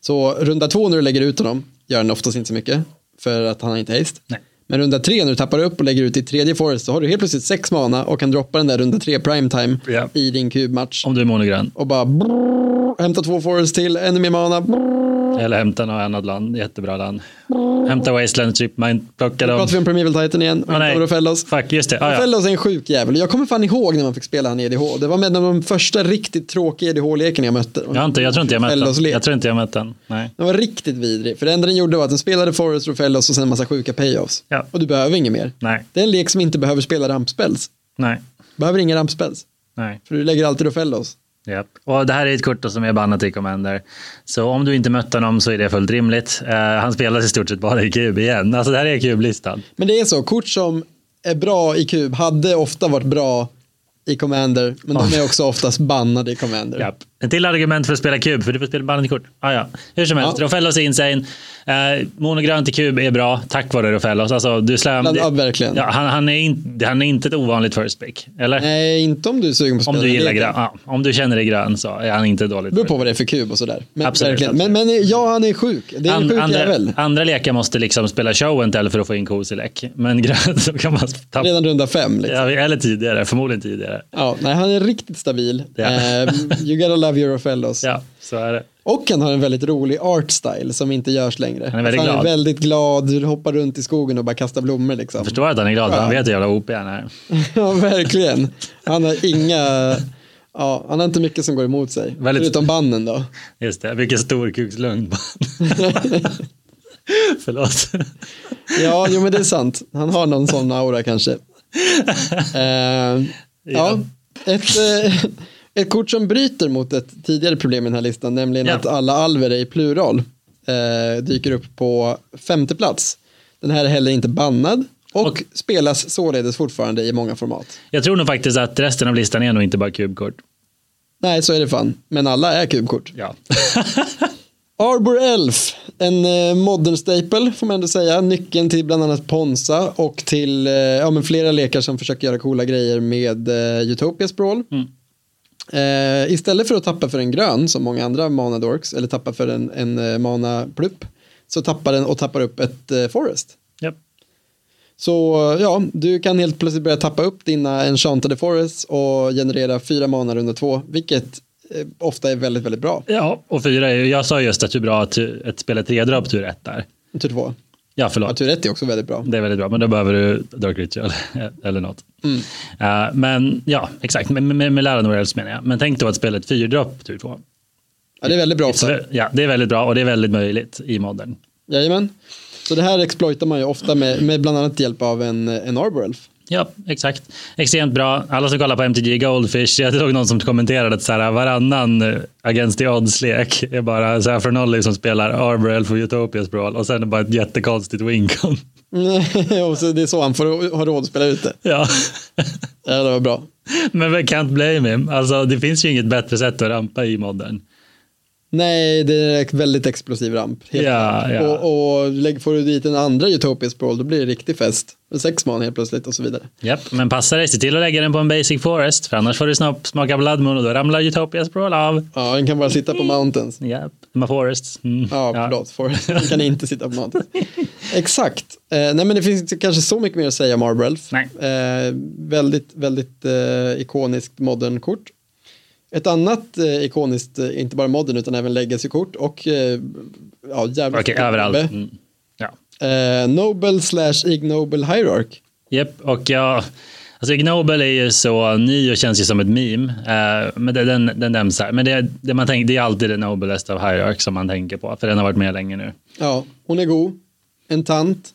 [SPEAKER 2] Så runda två när du lägger ut honom gör den oftast inte så mycket för att han har inte haste.
[SPEAKER 3] Nej.
[SPEAKER 2] Men runda tre när du tappar upp och lägger ut i tredje forest så har du helt plötsligt sex mana och kan droppa den där runda tre primetime
[SPEAKER 3] Ja.
[SPEAKER 2] i din kubmatch.
[SPEAKER 3] Om du är monogrön.
[SPEAKER 2] Och bara brrr, hämta två forest till, ännu mer mana. Brrr.
[SPEAKER 3] Eller hämta något annat land. Jättebra land. Hämta Wasteland, Chipmine, plocka
[SPEAKER 2] Pratar vi
[SPEAKER 3] dem.
[SPEAKER 2] om Primeval Titan igen?
[SPEAKER 3] Åh, nej.
[SPEAKER 2] Och Rofellos?
[SPEAKER 3] Fuck, just det. Ah, ja.
[SPEAKER 2] Fellows är en sjuk jävel. Jag kommer fan ihåg när man fick spela han i EDH. Det var med en av de första riktigt tråkiga EDH-leken jag mötte.
[SPEAKER 3] Jag, har inte, jag tror inte jag mött
[SPEAKER 2] Fellows
[SPEAKER 3] den.
[SPEAKER 2] lek.
[SPEAKER 3] Jag tror inte jag mött den. Nej.
[SPEAKER 2] Den var riktigt vidrig. För det enda den gjorde var att den spelade Forest och Fellows och sen en massa sjuka payoffs.
[SPEAKER 3] Ja.
[SPEAKER 2] Och du behöver inget mer.
[SPEAKER 3] Nej.
[SPEAKER 2] Det är en lek som inte behöver spela rampspells.
[SPEAKER 3] Nej.
[SPEAKER 2] Behöver inga rampspells.
[SPEAKER 3] Nej.
[SPEAKER 2] För du lägger alltid Fellows.
[SPEAKER 3] Japp. Och det här är ett kort då som är bannat i Commander. Så om du inte mött honom så är det fullt rimligt. Eh, han spelas i stort sett bara i kub igen. Alltså det här är kublistan.
[SPEAKER 2] Men det är så, kort som är bra i kub hade ofta varit bra i Commander. Men de är också oftast bannade i Commander.
[SPEAKER 3] Japp. En till argument för att spela kub, för du får spela bannat kort. Ah, ja. Hur som helst,
[SPEAKER 2] Ja.
[SPEAKER 3] Rofellos är insane. Eh, monogrönt i kub är bra, tack vare Rofellos. Alltså, du slam,
[SPEAKER 2] Bland-
[SPEAKER 3] det-
[SPEAKER 2] ja, verkligen.
[SPEAKER 3] Ja, han, han, är in, han är inte ett ovanligt first pick. Eller?
[SPEAKER 2] Nej, inte om du är sugen på att
[SPEAKER 3] om
[SPEAKER 2] spela
[SPEAKER 3] du
[SPEAKER 2] den
[SPEAKER 3] gillar
[SPEAKER 2] leken.
[SPEAKER 3] grön. Ja, om du känner dig grön så är han inte dåligt.
[SPEAKER 2] Det beror på vad det är för kub och sådär. Men,
[SPEAKER 3] Absolut,
[SPEAKER 2] verkligen.
[SPEAKER 3] absolut.
[SPEAKER 2] men, men ja, han är sjuk. Det är en
[SPEAKER 3] And,
[SPEAKER 2] sjuk
[SPEAKER 3] andra,
[SPEAKER 2] jävel.
[SPEAKER 3] andra lekar måste liksom spela show and tell för att få in kos i lek. Men grön så kan man tappa.
[SPEAKER 2] Redan runda fem. Liksom.
[SPEAKER 3] Ja, eller tidigare, förmodligen tidigare.
[SPEAKER 2] Ja, nej, han är riktigt stabil.
[SPEAKER 3] Ja.
[SPEAKER 2] Eh, you gotta love your fellows.
[SPEAKER 3] Ja, så är det.
[SPEAKER 2] Och han har en väldigt rolig art style som inte görs längre.
[SPEAKER 3] är väldigt
[SPEAKER 2] Alltså, han
[SPEAKER 3] glad.
[SPEAKER 2] är väldigt glad, hoppar runt i skogen och bara kastar blommor. Liksom.
[SPEAKER 3] Jag förstår att han är glad, för han vet hur jävla OP han är.
[SPEAKER 2] ja, verkligen. Han har inga... Ja, han har inte mycket som går emot sig.
[SPEAKER 3] Väldigt-
[SPEAKER 2] Förutom bannen då.
[SPEAKER 3] Just det, vilken stor kukslugn. Förlåt.
[SPEAKER 2] Ja, jo, men det är sant. Han har någon sån aura kanske. Eh, ja,
[SPEAKER 3] Ja.
[SPEAKER 2] ett, eh, ett kort som bryter mot ett tidigare problem i den här listan, nämligen
[SPEAKER 3] Ja.
[SPEAKER 2] att alla alver är i plural, eh, dyker upp på femte plats. Den här är heller inte bannad och,
[SPEAKER 3] Och-
[SPEAKER 2] spelas således fortfarande i många format.
[SPEAKER 3] Jag tror nog faktiskt att resten av listan är nog inte bara kubkort.
[SPEAKER 2] Nej, så är det fan, men alla är kubkort.
[SPEAKER 3] Ja.
[SPEAKER 2] Arbor Elf, en eh, modern staple får man ändå säga. Nyckeln till bland annat Ponsa och till eh, ja, men flera lekar som försöker göra coola grejer med eh, Utopia Sprawl. Eh, istället för att tappa för en grön som många andra mana dorks eller tappa för en, en eh, mana plupp så tappar den och tappar upp ett eh, forest.
[SPEAKER 3] Japp.
[SPEAKER 2] Så eh, ja, du kan helt plötsligt börja tappa upp dina enchantade forests och generera fyra mana runda två, vilket eh, ofta är väldigt, väldigt bra.
[SPEAKER 3] Ja, och fyra är ju, jag sa just att hur bra att ett spel är tre drar på tur ett där.
[SPEAKER 2] Tur två.
[SPEAKER 3] Ja,
[SPEAKER 2] Ja, typ.
[SPEAKER 3] förlåt.
[SPEAKER 2] tur ett är också väldigt bra.
[SPEAKER 3] Det är väldigt bra, men då behöver du Dark Ritual eller något.
[SPEAKER 2] Mm.
[SPEAKER 3] Eh, men ja, exakt, med, med, med Laren Orels menar jag. Men tänk då att spelet fyrdropp på tur två.
[SPEAKER 2] Ja, det är väldigt bra
[SPEAKER 3] Så,
[SPEAKER 2] ofta.
[SPEAKER 3] ja, det är väldigt bra och det är väldigt möjligt i modern.
[SPEAKER 2] Jajamän. Så det här exploitar man ju ofta med, med bland annat hjälp av en, en Arbor Elf.
[SPEAKER 3] Ja, exakt. Extremt bra. Alla som kollar på MTG Goldfish, jag såg någon som kommenterade att så här, varannan eh, Against the Odds-lek är bara så här från Olli som spelar Arborel för Utopias Brawl och sen är det bara ett jättekonstigt Wincon.
[SPEAKER 2] och så det är så han får ha råd att spela ute.
[SPEAKER 3] ja,
[SPEAKER 2] Ja, det var bra.
[SPEAKER 3] men we can't blame him. Alltså, det finns ju inget bättre sätt att rampa i modern.
[SPEAKER 2] Nej, det är en väldigt explosiv ramp. helt
[SPEAKER 3] Ja,
[SPEAKER 2] klart.
[SPEAKER 3] ja.
[SPEAKER 2] Och, och lägg, får du dit en andra Utopias Brawl, då blir det riktig fest. Sex man helt plötsligt och så vidare.
[SPEAKER 3] Japp, men passa dig, se till att lägga den på en Basic Forest, för annars får du snabbt smaka Blood Moon och då ramlar Utopias Brawl av.
[SPEAKER 2] Ja, den kan bara sitta på mountains.
[SPEAKER 3] Japp, de har Forests. Mm.
[SPEAKER 2] Ja, förlåt. Forrest. Den kan inte sitta på mountains. Exakt. Eh, nej, men det finns inte kanske så mycket mer att säga om Arbrelf.
[SPEAKER 3] Nej.
[SPEAKER 2] Eh, väldigt, väldigt eh, ikoniskt modern-kort. Ett annat eh, ikoniskt, eh, inte bara modern utan även legacy-kort och eh, ja, jävla
[SPEAKER 3] Okej,
[SPEAKER 2] stor
[SPEAKER 3] överallt.
[SPEAKER 2] gubbe.
[SPEAKER 3] Mm. Ja.
[SPEAKER 2] Eh, Nobel slash ignoble hierarch.
[SPEAKER 3] Japp, och jag... Alltså Ignoble är ju så ny och känns ju som ett meme. Eh, men det, den, den nämns här. Men det, det, man tänker, det är alltid den nobelaste av Hierarch som man tänker på. För den har varit med länge nu.
[SPEAKER 2] Ja, hon är god. En tant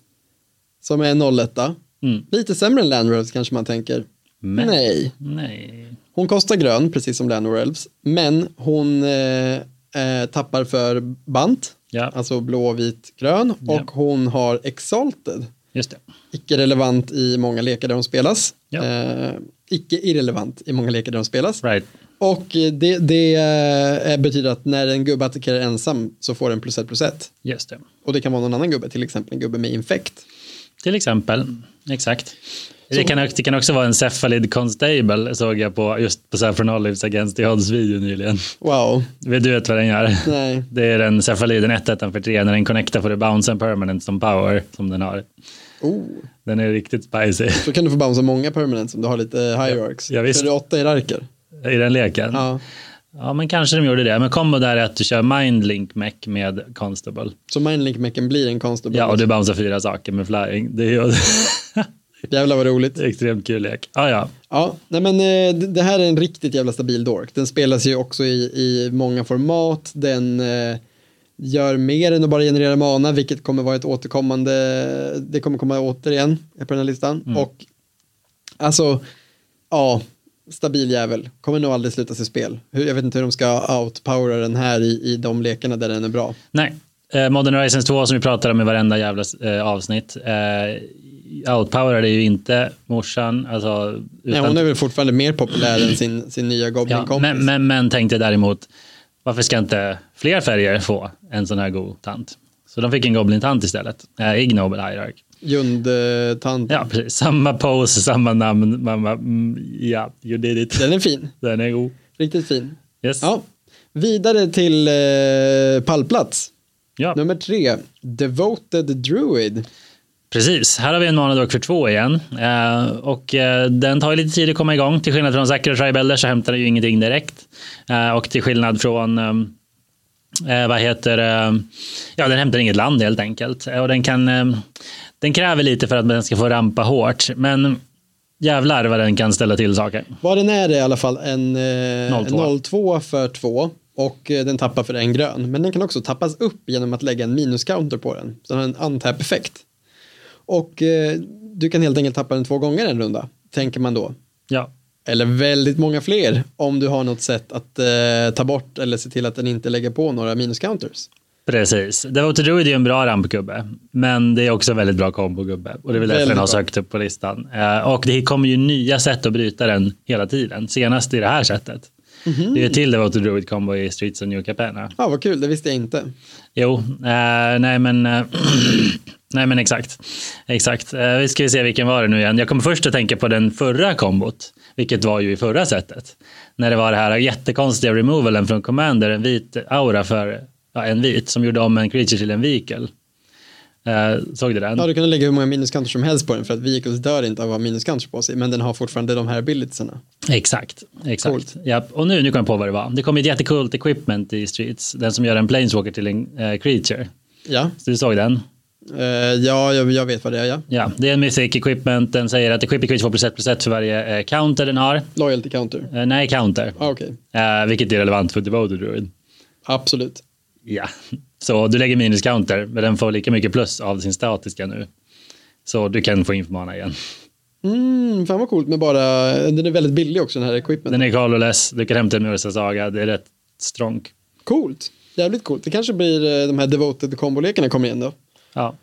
[SPEAKER 2] som är en 01.
[SPEAKER 3] Mm.
[SPEAKER 2] Lite sämre än Landrose kanske man tänker.
[SPEAKER 3] Men-
[SPEAKER 2] Nej.
[SPEAKER 3] Nej.or
[SPEAKER 2] Hon kostar grön, precis som Lano Elves, men hon eh, eh, tappar för bant,
[SPEAKER 3] Ja.
[SPEAKER 2] alltså blå, vit, grön, och
[SPEAKER 3] Ja.
[SPEAKER 2] hon har exalted,
[SPEAKER 3] Just det.
[SPEAKER 2] icke relevant i många lekar där hon spelas,
[SPEAKER 3] Ja.
[SPEAKER 2] eh, icke irrelevant i många lekar där hon spelas,
[SPEAKER 3] Right.
[SPEAKER 2] och eh, det, det eh, betyder att när en gubbe attackerar ensam så får den plus ett plus ett,
[SPEAKER 3] Just det.
[SPEAKER 2] och det kan vara någon annan gubbe, till exempel en gubbe med infekt.
[SPEAKER 3] Till exempel. Exakt. Det kan, det kan också vara en Cephalid Constable, såg jag på just på Saffron Olives Against the Odds-video nyligen.
[SPEAKER 2] Wow,
[SPEAKER 3] Vet du vet vad den gör?
[SPEAKER 2] nej,
[SPEAKER 3] Det är den Cephaliden 1 för 3. När den connectar får du bounce and permanent som power som den har.
[SPEAKER 2] oh.
[SPEAKER 3] Den är riktigt spicy.
[SPEAKER 2] Då kan du få bounce många permanents om du har lite hierarchs.
[SPEAKER 3] Ja, visst.
[SPEAKER 2] Så det är åtta hierarker.
[SPEAKER 3] I den leken? Ja.
[SPEAKER 2] Ja.
[SPEAKER 3] men kanske de gjorde det. Men kombo där är att du kör mindlink mech med Constable.
[SPEAKER 2] Så mindlink-mecken blir en konstable.
[SPEAKER 3] Ja, och du bouncear fyra saker med flying. Det är ju
[SPEAKER 2] Jävlar vad roligt.
[SPEAKER 3] en extremt kul lek. Ja, ja.
[SPEAKER 2] Ja, nej men eh, det det här är en riktigt jävla stabil dork. Den spelas ju också i, i många format. Den eh, gör mer än att bara generera mana, vilket kommer vara ett återkommande, det kommer komma återigen på den här listan.
[SPEAKER 3] Mm.
[SPEAKER 2] Och alltså, ja, stabil jävel. Kommer nog aldrig sluta sig spel. Hur- Jag vet inte hur de ska outpowera den här i, i de lekarna där den är bra.
[SPEAKER 3] Nej. Eh, Modern Horizons 2 som vi pratar om i varenda jävla eh, avsnitt. Eh, outpowerar är ju inte morsan. Alltså, utan,
[SPEAKER 2] Nej, hon är väl fortfarande mer populär än sin, sin nya
[SPEAKER 3] ja,
[SPEAKER 2] Goblin-kompis.
[SPEAKER 3] men, men, men tänkte däremot, varför ska inte fler färger få en sån här god tant? Så de fick en Goblin-tant istället. Eh, Ignoble Hierarch.
[SPEAKER 2] Jund-tant.
[SPEAKER 3] Ja, precis. Samma pose, samma namn. Mamma, mm, ja, you did it.
[SPEAKER 2] Den är fin.
[SPEAKER 3] Den är god.
[SPEAKER 2] Riktigt fin.
[SPEAKER 3] Yes.
[SPEAKER 2] Ja. Vidare till eh, pallplats.
[SPEAKER 3] Ja,
[SPEAKER 2] Nummer tre, Devoted Druid.
[SPEAKER 3] precis. Här har vi en Manadoc för två igen. Eh, och eh, den tar ju lite tid att komma igång. Till skillnad från Zacra Tribe Elder så hämtar den ju ingenting direkt. Eh, och till skillnad från ehm, Eh, vad heter eh, Ja, den hämtar inget land helt enkelt. Eh, Och den, kan, eh, den kräver lite för att den ska få rampa hårt. Men jävlar vad den kan ställa till saker.
[SPEAKER 2] Vad den är är i alla fall en eh,
[SPEAKER 3] 02.
[SPEAKER 2] 02 för två och eh, den tappar för en grön. Men den kan också tappas upp genom att lägga en minuscounter på den. Så den har en untap-effekt. Och eh, du kan helt enkelt tappa den två gånger en runda, tänker man då.
[SPEAKER 3] Ja,
[SPEAKER 2] Eller väldigt många fler om du har något sätt att eh, ta bort eller se till att den inte lägger på några minuscounters.
[SPEAKER 3] Precis. Devoted Druid är ju en bra rampgubbe, men det är också en väldigt bra kombogubbe. Och det är väl därför
[SPEAKER 2] Väldigt
[SPEAKER 3] den har
[SPEAKER 2] bra.
[SPEAKER 3] sökt upp på listan. Eh, Och det kommer ju nya sätt att bryta den hela tiden. Senast i det här sättet.
[SPEAKER 2] Mhm.
[SPEAKER 3] Det är ju till Devoted Druid combo i Streets of New Capenna.
[SPEAKER 2] Ja, vad kul, det visste jag inte.
[SPEAKER 3] Jo, eh, nej men... eh, Nej men exakt. Exakt. Eh, vi ska vi se vilken var det nu igen. Jag kommer först att tänka på den förra kombot, vilket var ju i förra sättet. När det var det här jättekonstiga removalen från Commander, en vit aura för ja, en vit som gjorde om en creature till en vehicle. Eh, såg du den?
[SPEAKER 2] Ja, du kunde lägga hur många minuskanter som helst på den för att Vehicles dör inte av att ha minuskanter på sig, men den har fortfarande de här abilitiesarna.
[SPEAKER 3] Exakt. exakt.
[SPEAKER 2] Coolt.
[SPEAKER 3] Japp. Och nu, nu kommer jag på vad det var. Det kom ett jättecoolt equipment i Streets. Den som gör en planeswalker till en eh, creature.
[SPEAKER 2] Ja,
[SPEAKER 3] Så du såg den?
[SPEAKER 2] Eh, ja jag, jag vet vad det är, ja.
[SPEAKER 3] Ja, det är en mythic equipment. Den säger att equip creature får plus ett plus ett för varje eh, counter den har.
[SPEAKER 2] Loyalty counter.
[SPEAKER 3] Eh, nej, counter.
[SPEAKER 2] Ah, Okej,
[SPEAKER 3] Eh, vilket är relevant för Devoted Druid.
[SPEAKER 2] absolut.
[SPEAKER 3] Ja, så du lägger minus counter, men den får lika mycket plus av sin statiska nu. Så du kan få infomana igen.
[SPEAKER 2] Mm, fan vad coolt med bara, den är väldigt billig också den här equipment.
[SPEAKER 3] Den är colorless, du kan hämta en Mursa Saga, det är rätt strong.
[SPEAKER 2] Coolt, jävligt coolt. Det kanske blir eh, de här devoted kombolekarna kommer igen då.
[SPEAKER 3] Ja,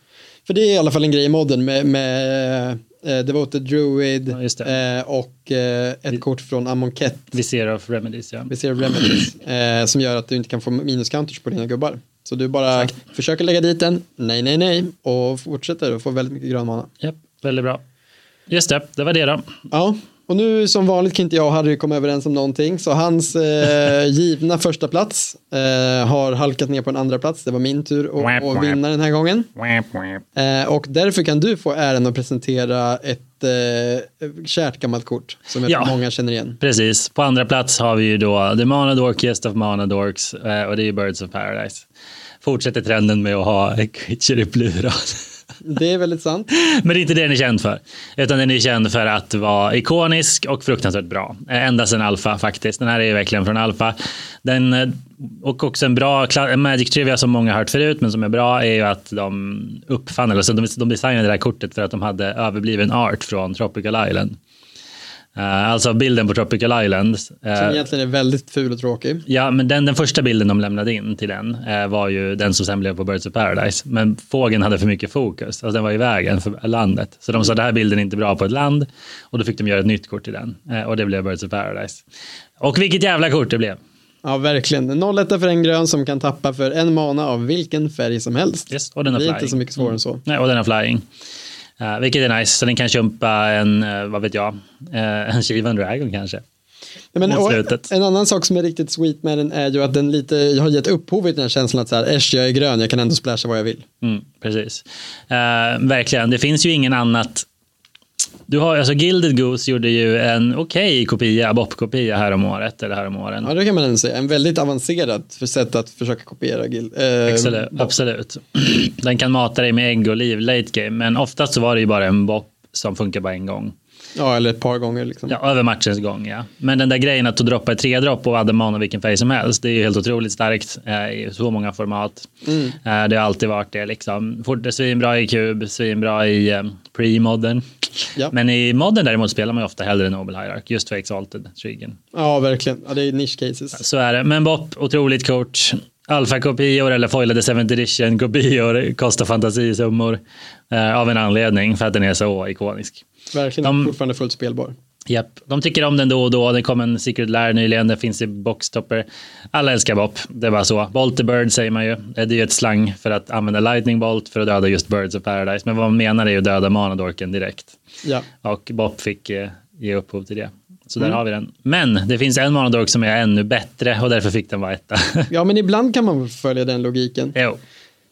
[SPEAKER 2] För det är i alla fall en grej i modden med, med eh, Devoted Druid
[SPEAKER 3] Ja, just
[SPEAKER 2] eh, och eh, ett kort från Amonkhet,
[SPEAKER 3] Vizier of Remedies, ja.
[SPEAKER 2] vi ser Remedies, eh, som gör att du inte kan få minuscounters på dina gubbar. Så du bara försöker lägga dit den, nej, nej, nej, och fortsätter och får väldigt mycket grön mana.
[SPEAKER 3] Japp, väldigt bra. Just det, det var det då.
[SPEAKER 2] Ja, och nu som vanligt kan inte jag och Harry komma överens om någonting, så hans eh, givna första plats eh, har halkat ner på en andra plats. Det var min tur att, att vinna den här gången. Eh, och därför kan du få äran att presentera ett eh, kärt gammalt kort som jag
[SPEAKER 3] Ja.
[SPEAKER 2] tror många känner igen.
[SPEAKER 3] Precis, på andra plats har vi ju då The Mana Dork, Guest of Mana Dorks eh, och det är ju Birds of Paradise. Fortsätter trenden med att ha creature i plural.
[SPEAKER 2] Det är väldigt sant.
[SPEAKER 3] Men det är inte det den är känd för. Utan den är känd för att vara ikonisk och fruktansvärt bra. Eh, Ända sedan Alfa faktiskt. Den här är ju verkligen från Alfa. Den, eh, och också en bra kla- en Magic Trivia som många har hört förut men som är bra är ju att de uppfann, eller så de, de designade det här kortet för att de hade överbliven art från Tropical Island. Eh, alltså bilden på Tropical Island. eh,
[SPEAKER 2] Som egentligen är väldigt ful och tråkig.
[SPEAKER 3] Ja, men den, den första bilden de lämnade in till den eh, var ju den som sen blev på Birds of Paradise. Men fågeln hade för mycket fokus, alltså den var i vägen för landet. Så de sa den här bilden är inte bra på ett land och då fick de göra ett nytt kort till den. Eh, och det blev Birds of Paradise. Och vilket jävla kort det blev.
[SPEAKER 2] Ja, verkligen. 01 för en grön som kan tappa för en mana av vilken färg som helst.
[SPEAKER 3] Yes, och Mm. den
[SPEAKER 2] det är
[SPEAKER 3] har flying.
[SPEAKER 2] inte så mycket svårare än så.
[SPEAKER 3] Nej, och den har flying. Eh, vilket är nice, så den kan jumpa en, eh, vad vet jag, eh, en Shivan Dragon kanske.
[SPEAKER 2] Ja, men,
[SPEAKER 3] Mot
[SPEAKER 2] och
[SPEAKER 3] slutet.
[SPEAKER 2] en annan sak som är riktigt sweet med den är ju att den lite jag har gett upphov till den här känslan att så här, äsch, jag är grön, jag kan ändå splasha vad jag vill.
[SPEAKER 3] Mm, precis. Eh, verkligen, det finns ju ingen annat. Du har, alltså Gilded Goose gjorde ju en okej kopia, BOP-kopia här om året. Eller här om åren.
[SPEAKER 2] Ja, det kan man ändå säga. En väldigt avancerad för sätt att försöka kopiera Gil. Eh,
[SPEAKER 3] Absolut, absolut. Den kan mata dig med ägg och liv late game, men oftast så var det ju bara en BOP som funkar bara en gång.
[SPEAKER 2] Ja, eller ett par gånger liksom.
[SPEAKER 3] Ja, över matchens gång, ja. Men den där grejen att du droppar ett tre dropp och hade mana vilken färg som helst, det är ju helt otroligt starkt eh, i så många format.
[SPEAKER 2] Mm.
[SPEAKER 3] Eh, det har alltid varit det. Liksom. Fort- det är Svinbra i kub, svinbra i eh, pre-modden.
[SPEAKER 2] Ja.
[SPEAKER 3] Men i modden däremot spelar man ju ofta hellre Noble Hierarch, just för Exalted Triggen.
[SPEAKER 2] ja verkligen. Ja, det är niche cases.
[SPEAKER 3] Så är det. Men BOP, otroligt kort. Alfa-kopior eller foilade 7th edition-kopior kostar fantasisummor eh, av en anledning, för att den är så ikonisk.
[SPEAKER 2] Verkligen
[SPEAKER 3] De-
[SPEAKER 2] fortfarande fullt spelbar.
[SPEAKER 3] Japp, de tycker om den då och då. Det kom en Secret Lair nyligen, den finns i Boxtopper. Alla älskar BOP, det var så. Bolterbird säger man ju. Det är ju ett slang för att använda Lightning Bolt för att döda just Birds of Paradise. Men vad man menar är ju att döda Manadorken direkt.
[SPEAKER 2] Ja.
[SPEAKER 3] Och BOP fick eh, ge upphov till det. Så där har vi den. Men det finns en Manadork som är ännu bättre och därför fick den vara etta.
[SPEAKER 2] ja, men ibland kan man väl följa den logiken.
[SPEAKER 3] jo,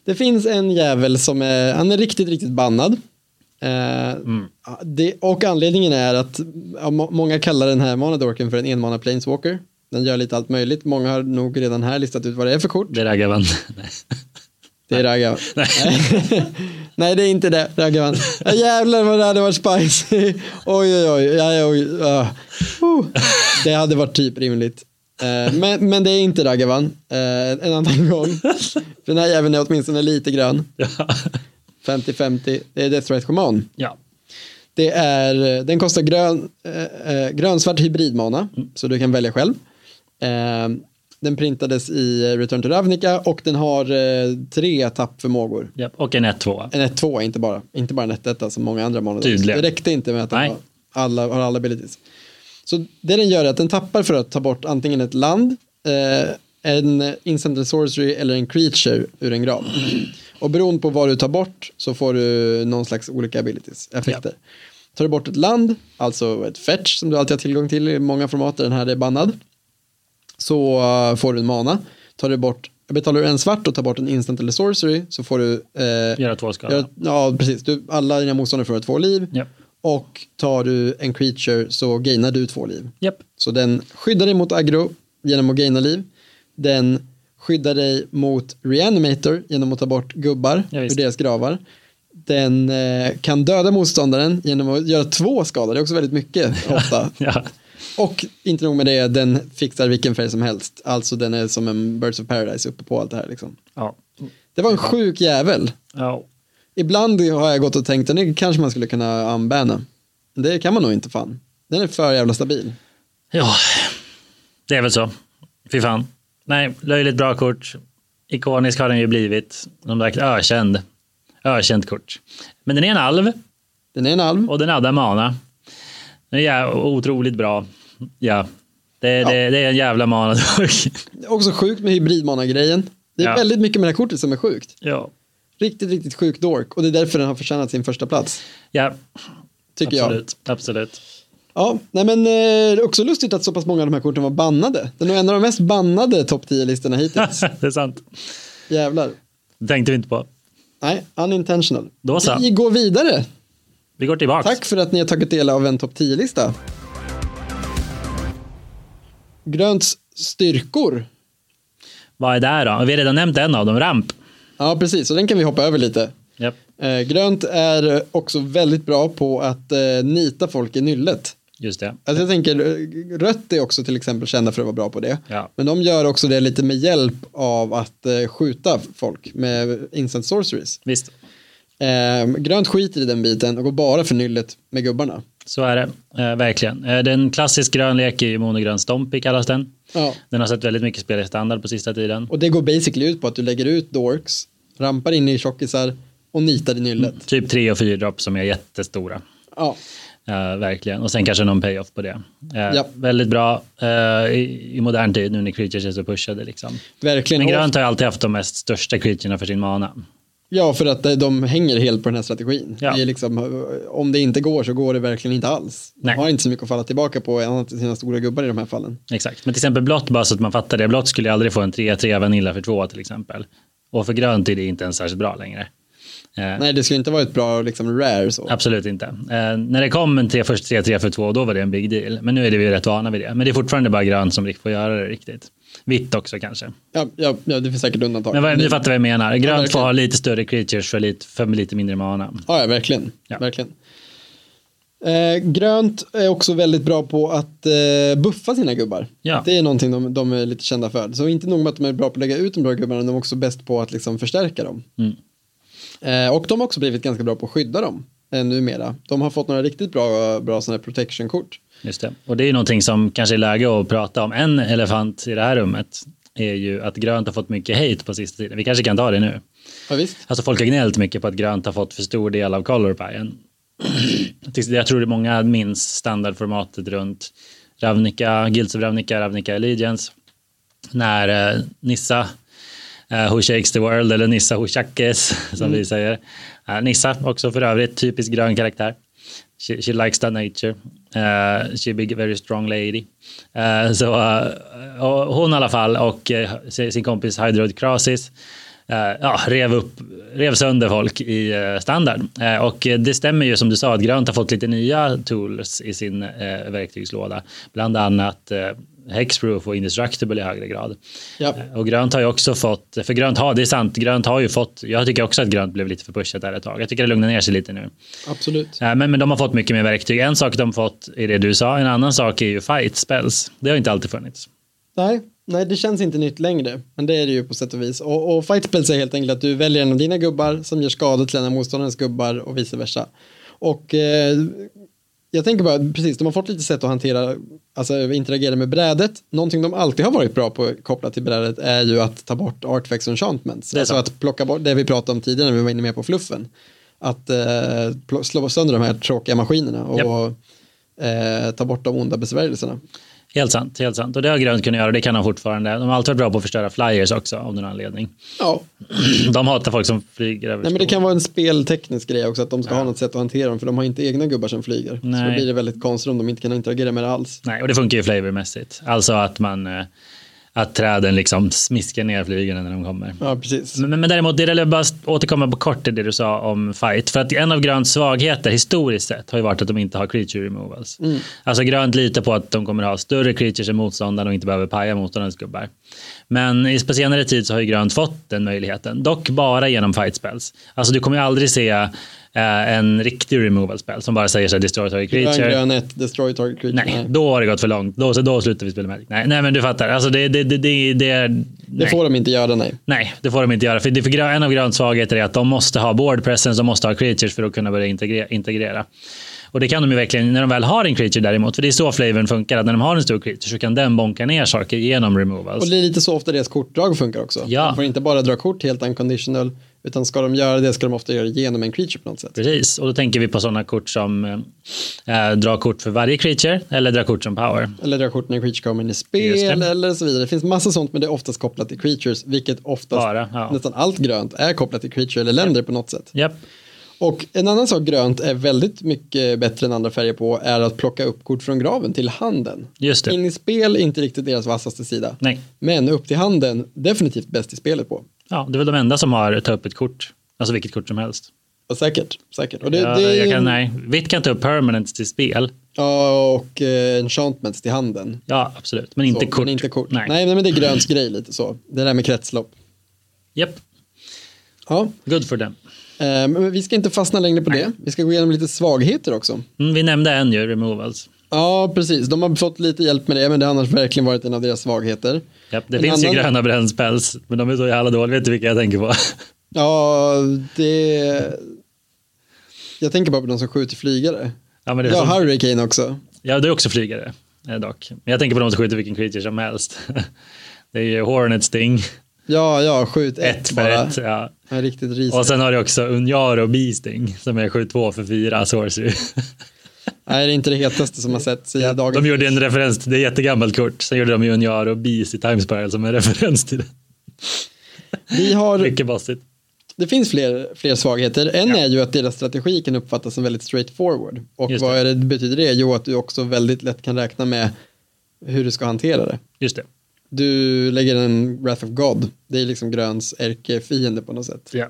[SPEAKER 2] Det finns en jävel som är, han är riktigt, riktigt bannad. Eh, det, och anledningen är att ja, må, många kallar den här manadorken för en enmana planeswalker. Den gör lite allt möjligt. Många har nog redan här listat ut vad det är för kort.
[SPEAKER 3] det är Raghavan.
[SPEAKER 2] Det är Ragga. Nej. Nej, det är inte det. Raggavan. Ja, jävlar vad det hade varit spicy. Oj, oj, oj. Ja, oj ja. Oh. Det hade varit typ rimligt. Eh, Men, men det är inte Raggavan. Eh, En annan gång. För den här jäveln är åtminstone lite grön.
[SPEAKER 3] ja.
[SPEAKER 2] 50-50. Det är Death Right Command.
[SPEAKER 3] ja,
[SPEAKER 2] Det är, eh, den kostar grön, eh, eh, grönsvart hybridmana, så du kan välja själv. Eh, den printades i eh, Return to Ravnica och den har eh, tre tappförmågor.
[SPEAKER 3] ja. Och en 1-2.
[SPEAKER 2] En 1-2 Eh, inte bara, inte bara en 1-1 som många andra månader.
[SPEAKER 3] Tydligen.
[SPEAKER 2] Det räckte inte med att den
[SPEAKER 3] Nej.
[SPEAKER 2] har alla, har alla abilities. Så det den gör är att den tappar för att ta bort antingen ett land, eh, en instant and sorcery eller en creature ur en grav. Och beroende på vad du tar bort så får du någon slags olika abilities, effekter. Tar du bort ett land, alltså ett fetch som du alltid har tillgång till i många format, där den här är bannad så eh, får du en mana. Tar du bort Betalar du en svart och tar bort en instant eller sorcery så får du... Eh,
[SPEAKER 3] Göra två skada.
[SPEAKER 2] göra- ja, precis. Du, alla dina motståndare får två liv.
[SPEAKER 3] Japp.
[SPEAKER 2] Och tar du en creature så gainar du två liv.
[SPEAKER 3] Japp.
[SPEAKER 2] Så den skyddar dig mot aggro genom att gaina liv. Den skyddar dig mot reanimator genom att ta bort gubbar
[SPEAKER 3] Ja,
[SPEAKER 2] ur
[SPEAKER 3] visst.
[SPEAKER 2] deras gravar. Den eh, kan döda motståndaren genom att göra två skador, det är också väldigt mycket ofta.
[SPEAKER 3] Ja.
[SPEAKER 2] Och inte nog med det, den fixar vilken färg som helst. Alltså den är som en Birds of Paradise uppe på allt det här. Liksom.
[SPEAKER 3] Ja.
[SPEAKER 2] Det var en sjuk jävel.
[SPEAKER 3] ja.
[SPEAKER 2] Ibland har jag gått och tänkt att den kanske man skulle kunna anbäna. Det kan man nog inte fan. Den är för jävla stabil.
[SPEAKER 3] Ja, det är väl så. Fy fan. Nej, löjligt bra kort. Ikonisk har den ju blivit. De där ökänd. Ökänt kort. Men den är en alv
[SPEAKER 2] Den är en alv.
[SPEAKER 3] och den hade mana. Den är jä- otroligt bra. Ja. Det, Det, det är en jävla mana.
[SPEAKER 2] Det är också sjukt med hybridmana-grejen. Det är
[SPEAKER 3] Ja.
[SPEAKER 2] väldigt mycket med det här kortet som är sjukt.
[SPEAKER 3] ja.
[SPEAKER 2] Riktigt, riktigt sjuk dork. Och det är därför den har förtjänat sin första plats.
[SPEAKER 3] ja,
[SPEAKER 2] Tycker jag.
[SPEAKER 3] absolut. Absolut.
[SPEAKER 2] Ja, nej men eh, det är också lustigt att så pass många av de här korten var bannade. Den är nog en av de mest bannade topp 10-listorna hittills.
[SPEAKER 3] det är sant.
[SPEAKER 2] Jävlar.
[SPEAKER 3] Det tänkte vi inte på.
[SPEAKER 2] Nej, unintentional.
[SPEAKER 3] Då så.
[SPEAKER 2] Vi går vidare.
[SPEAKER 3] Vi går tillbaka.
[SPEAKER 2] Tack för att ni har tagit del av en topp 10-lista. Grönts styrkor.
[SPEAKER 3] Vad är det här då? Vi har redan nämnt en av dem, ramp.
[SPEAKER 2] Ja, precis. Så den kan vi hoppa över lite.
[SPEAKER 3] Japp.
[SPEAKER 2] Eh, grönt är också väldigt bra på att eh, nita folk i nyllet.
[SPEAKER 3] Just det.
[SPEAKER 2] Alltså jag tänker, eh, rött är också till exempel kända för att vara bra på det.
[SPEAKER 3] Ja.
[SPEAKER 2] Men de gör också det lite med hjälp av att eh, skjuta folk med instant sorceries.
[SPEAKER 3] Visst,
[SPEAKER 2] Eh, grönt skiter i den biten och går bara för nyllet med gubbarna.
[SPEAKER 3] så är det. Eh, verkligen. Eh, det är en klassisk grön lek i monogrön stompy kallas den.
[SPEAKER 2] Ja.
[SPEAKER 3] Den har sett väldigt mycket spel i standard på sista tiden.
[SPEAKER 2] Och det går basically ut på att du lägger ut dorks, rampar in i tjockisar och nitar i nyllet.
[SPEAKER 3] Typ tre och fyra dropp som är jättestora.
[SPEAKER 2] Ja.
[SPEAKER 3] Eh, verkligen. Och sen kanske någon payoff på det. Eh,
[SPEAKER 2] Ja.
[SPEAKER 3] Väldigt bra eh, i, i modern tid nu när creatures är så pushade. Liksom.
[SPEAKER 2] Verkligen.
[SPEAKER 3] Men grönt har ju alltid haft de mest största creaturena för sin mana.
[SPEAKER 2] Ja, för att eh, de hänger helt på den här strategin.
[SPEAKER 3] Ja.
[SPEAKER 2] Det är liksom, eh, om det inte går så går det verkligen inte alls. De
[SPEAKER 3] Nej.
[SPEAKER 2] har inte så mycket att falla tillbaka på annat än sina stora gubbar i de här fallen.
[SPEAKER 3] Exakt. Men till exempel blått, bara så att man fattar det. Blått skulle ju aldrig få en 3-3 vanilla för två till exempel. Och för grönt är det inte ens särskilt bra längre. Eh,
[SPEAKER 2] Nej, det skulle inte vara ett bra liksom, rare så.
[SPEAKER 3] Absolut inte. Eh, när det kom en 3 först 3-3 för två, då var det en big deal. Men nu är det vi rätt vana vid det. Men det är fortfarande bara grönt som får göra det riktigt. Vitt också kanske.
[SPEAKER 2] Ja, ja, ja, det finns säkert undantag.
[SPEAKER 3] Men vad, nu fattar vi vad jag menar. Grönt får
[SPEAKER 2] verkligen.
[SPEAKER 3] ha lite större creatures för lite, för lite mindre mana.
[SPEAKER 2] Ja, ja verkligen.
[SPEAKER 3] Ja.
[SPEAKER 2] verkligen. Eh, grönt är också väldigt bra på att eh, buffa sina gubbar.
[SPEAKER 3] Ja.
[SPEAKER 2] Det är någonting de, de är lite kända för. Så inte nog med att de är bra på att lägga ut de bra gubbarna, de är också bäst på att liksom förstärka dem.
[SPEAKER 3] Mm.
[SPEAKER 2] Eh, och de har också blivit ganska bra på att skydda dem eh, numera. De har fått några riktigt bra, bra sådana här protection-kort.
[SPEAKER 3] Just det. Och det är ju någonting som kanske är läge att prata om. En elefant i det här rummet är ju att grönt har fått mycket hate på sista tiden. Vi kanske kan ta det nu.
[SPEAKER 2] Ja, visst.
[SPEAKER 3] Alltså folk har gnällt mycket på att grönt har fått för stor del av color pien. Jag tycker- Jag tror det är många minns standardformatet runt Ravnica, Guilds of Ravnica, Ravnica Allegiance. När eh, Nissa eh, Who Shakes the World eller Nissa Who Shackes som vi säger. Eh, Nissa också för övrigt, typisk grön karaktär. She, she likes the nature. Eh, she big very strong lady. Eh, så eh, och hon i alla fall och eh, sin sin kompis Hydrod Krasis eh, ja, rev, upp, rev sönder folk i eh, standard. Eh, och eh, det stämmer ju som du sa att grönt har fått lite nya tools i sin eh, verktygslåda. Bland annat eh, Hexproof och Indestructible i högre grad. Eh,
[SPEAKER 2] Ja.
[SPEAKER 3] Och grönt har ju också fått, för grönt har, det är sant, grönt har ju fått, jag tycker också att grönt blev lite för pushat där ett tag. Jag tycker det lugnar ner sig lite nu.
[SPEAKER 2] Absolut.
[SPEAKER 3] Eh, Men, men de har fått mycket mer verktyg. En sak de fått är det du sa, en annan sak är ju fight spells. Det har inte alltid funnits.
[SPEAKER 2] Nej, nej, det känns inte nytt längre. Men det är det ju på sätt och vis. Och, och fightspel säger helt enkelt att du väljer en av dina gubbar som gör skada till en av motståndarens gubbar och vice versa. Och eh, jag tänker bara, precis, de har fått lite sätt att hantera, alltså interagera med brädet. Någonting de alltid har varit bra på kopplat till brädet är ju att ta bort artifacts och enchantments.
[SPEAKER 3] Det är
[SPEAKER 2] alltså
[SPEAKER 3] sant.
[SPEAKER 2] att plocka bort det vi pratade om tidigare när vi var inne mer på fluffen. Att eh, pl- slå sönder de här tråkiga maskinerna och eh, ta bort de onda besvärjelserna.
[SPEAKER 3] Helt sant, helt sant. Och det har grönt kunnat göra, det kan de fortfarande. De har alltid varit bra på att förstöra flyers också av någon anledning.
[SPEAKER 2] Ja,
[SPEAKER 3] De hatar folk som flyger över
[SPEAKER 2] Nej, men det
[SPEAKER 3] skog.
[SPEAKER 2] kan vara en spelteknisk grej också att de ska ha något sätt att hantera dem för de har inte egna gubbar som flyger. Så då
[SPEAKER 3] Nej.
[SPEAKER 2] blir det väldigt konstigt om de inte kan interagera med det alls.
[SPEAKER 3] Nej, och det funkar ju flavormässigt. Alltså att man, eh, att träden liksom smiskar ner flygorna när de kommer.
[SPEAKER 2] Ja, precis.
[SPEAKER 3] Men, men däremot, det är bara att återkomma på kort till det du sa om fight. För att en av gröns svagheter historiskt sett har ju varit att de inte har creature removals. Alltså grönt litar på att de kommer ha större creatures än motståndaren och inte behöver paja motståndarens gubbar. Men i på senare tid så har ju grönt fått den möjligheten. Dock bara genom fight spells. Alltså du kommer ju aldrig se eh, en riktig removal spell som bara säger så här destroy target
[SPEAKER 2] Grön,
[SPEAKER 3] creature.
[SPEAKER 2] grön, ett, destroy target creature.
[SPEAKER 3] Nej, då har det gått för långt. Då, då slutar vi spela Magic. Nej, nej, men du fattar. Alltså det, det, det, det, det är...
[SPEAKER 2] Det
[SPEAKER 3] nej.
[SPEAKER 2] får de inte göra, nej.
[SPEAKER 3] Nej, det får de inte göra. För det för grö- en av gröns svagheter är att de måste ha board presence, de måste ha creatures för att kunna börja integrera. integrera. Och det kan de ju verkligen när de väl har en creature däremot. För det är så flavorn funkar, att när de har en stor creature så kan den bonka ner saker genom removals.
[SPEAKER 2] Och det är lite så ofta deras kortdrag funkar också.
[SPEAKER 3] Ja.
[SPEAKER 2] De får inte bara dra kort helt unconditional, utan ska de göra det ska de ofta göra genom en creature på något sätt.
[SPEAKER 3] Precis, och då tänker vi på sådana kort som eh, eh, drar kort för varje creature eller drar kort som power.
[SPEAKER 2] Eller dra kort när en creature kommer in i
[SPEAKER 3] Just
[SPEAKER 2] spel
[SPEAKER 3] det.
[SPEAKER 2] eller så vidare. Det finns massa sånt, men det är oftast kopplat till creatures, vilket oftast
[SPEAKER 3] Bara, ja.
[SPEAKER 2] nästan allt grönt är kopplat till creature eller länder på något sätt.
[SPEAKER 3] Japp.
[SPEAKER 2] Och en annan sak grönt är väldigt mycket bättre än andra färger på är att plocka upp kort från graven till handen.
[SPEAKER 3] Just det.
[SPEAKER 2] In i spel är inte riktigt deras vassaste sida.
[SPEAKER 3] Nej.
[SPEAKER 2] Men upp till handen, definitivt bäst i spelet på.
[SPEAKER 3] Ja, det är väl de enda som har ta upp ett kort. Alltså vilket kort som helst.
[SPEAKER 2] Och säkert, säkert. Och det,
[SPEAKER 3] ja,
[SPEAKER 2] det är
[SPEAKER 3] jag
[SPEAKER 2] ju
[SPEAKER 3] kan,
[SPEAKER 2] en-
[SPEAKER 3] nej. Vitt kan ta upp permanents till spel.
[SPEAKER 2] Ja, och eh, enchantments till handen.
[SPEAKER 3] Ja, absolut. Men inte
[SPEAKER 2] så,
[SPEAKER 3] kort.
[SPEAKER 2] Men inte kort. Nej.
[SPEAKER 3] Nej.
[SPEAKER 2] Nej, men det är gröns grej lite så. Det där med kretslopp.
[SPEAKER 3] Japp.
[SPEAKER 2] Ja,
[SPEAKER 3] Good for them.
[SPEAKER 2] eh, men vi ska inte fastna längre på det. Vi ska gå igenom lite svagheter också.
[SPEAKER 3] Mm, vi nämnde en ju, Alltså. removals.
[SPEAKER 2] Ja, precis. De har fått lite hjälp med det, men det har annars verkligen varit en av deras svagheter.
[SPEAKER 3] Japp, det
[SPEAKER 2] En
[SPEAKER 3] finns
[SPEAKER 2] annan-
[SPEAKER 3] ju gröna brännspels, men de är så jävla dåliga. Vet du vilka jag tänker på?
[SPEAKER 2] Ja, det... Jag tänker bara på de som skjuter flygare.
[SPEAKER 3] ja, men det är
[SPEAKER 2] Ja,
[SPEAKER 3] som...
[SPEAKER 2] Hurricane också.
[SPEAKER 3] ja, du är också flygare eh, dock. Men jag tänker på de som skjuter vilken creature som helst. det är ju Hornet Sting,
[SPEAKER 2] Ja, ja, skjut ett,
[SPEAKER 3] ett för
[SPEAKER 2] bara.
[SPEAKER 3] ett. Ja.
[SPEAKER 2] Ja, riktigt risigt.
[SPEAKER 3] Och sen har du också Unjaro Beasting som är 7-2 för 4, Sorcery.
[SPEAKER 2] Nej, det är inte det hetaste som har sett i dagen.
[SPEAKER 3] De gjorde en referens till det, är ett jättegammalt kort. Sen gjorde de ju Unjaro Beast i Time Spiral som en referens till det.
[SPEAKER 2] Vi har
[SPEAKER 3] Mycket bossigt.
[SPEAKER 2] Det finns fler, fler svagheter. En är ju att deras strategi kan uppfattas som väldigt straightforward. Och
[SPEAKER 3] Just
[SPEAKER 2] vad är det, betyder det? Jo, att du också väldigt lätt kan räkna med hur du ska hantera det.
[SPEAKER 3] Just det.
[SPEAKER 2] Du lägger en Wrath of God. Det är liksom gröns ärkefiende på något sätt.
[SPEAKER 3] Ja.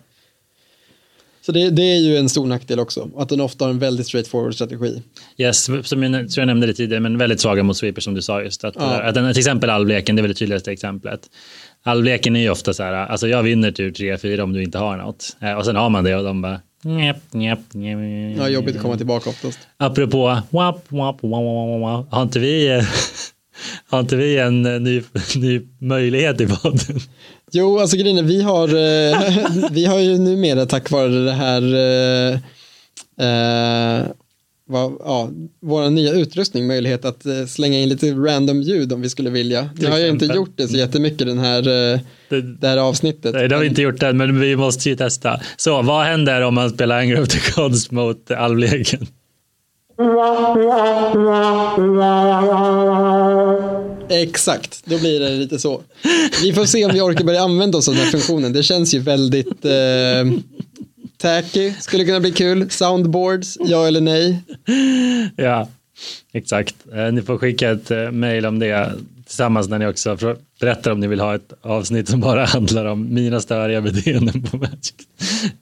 [SPEAKER 2] Så det, det är ju en stor nackdel också. Att den ofta har en väldigt straightforward strategi.
[SPEAKER 3] Yes, som jag, tror jag nämnde det tidigare, men väldigt svaga mot sweepers som du sa just. Att,
[SPEAKER 2] Ja.
[SPEAKER 3] att den, till exempel alvleken, det är väl det tydligaste exemplet. Alvleken är ju ofta så här, alltså jag vinner tur 3-4 om du inte har något. Eh, Och sen har man det och de bara... Njep, njep, njep, njep.
[SPEAKER 2] Ja, jobbigt att komma tillbaka oftast.
[SPEAKER 3] Apropå, wap, wap, wap, wap, wap, har inte vi, eh, har inte vi en eh, ny, ny möjlighet i podden?
[SPEAKER 2] Jo, alltså grejen är, vi har, eh, vi har ju numera tack vare det här, eh, eh, vad, ja, vår nya utrustning, möjlighet att eh, slänga in lite random ljud om vi skulle vilja. Nu har jag inte
[SPEAKER 3] exempel.
[SPEAKER 2] gjort det så jättemycket den här, eh,
[SPEAKER 3] Det,
[SPEAKER 2] det här avsnittet.
[SPEAKER 3] nej, det har vi inte gjort än, men vi måste ju testa. Så vad händer om man spelar Anger of the Gods mot alvleken?
[SPEAKER 2] Exakt, då blir det lite så. Vi får se om vi orkar börja använda oss av den här funktionen. Det känns ju väldigt eh, tacky, skulle kunna bli kul. Soundboards, ja eller nej.
[SPEAKER 3] Ja, exakt. Eh, Ni får skicka ett eh, mejl om det tillsammans när ni också fr- berättar om ni vill ha ett avsnitt som bara handlar om mina störiga beteenden på Magic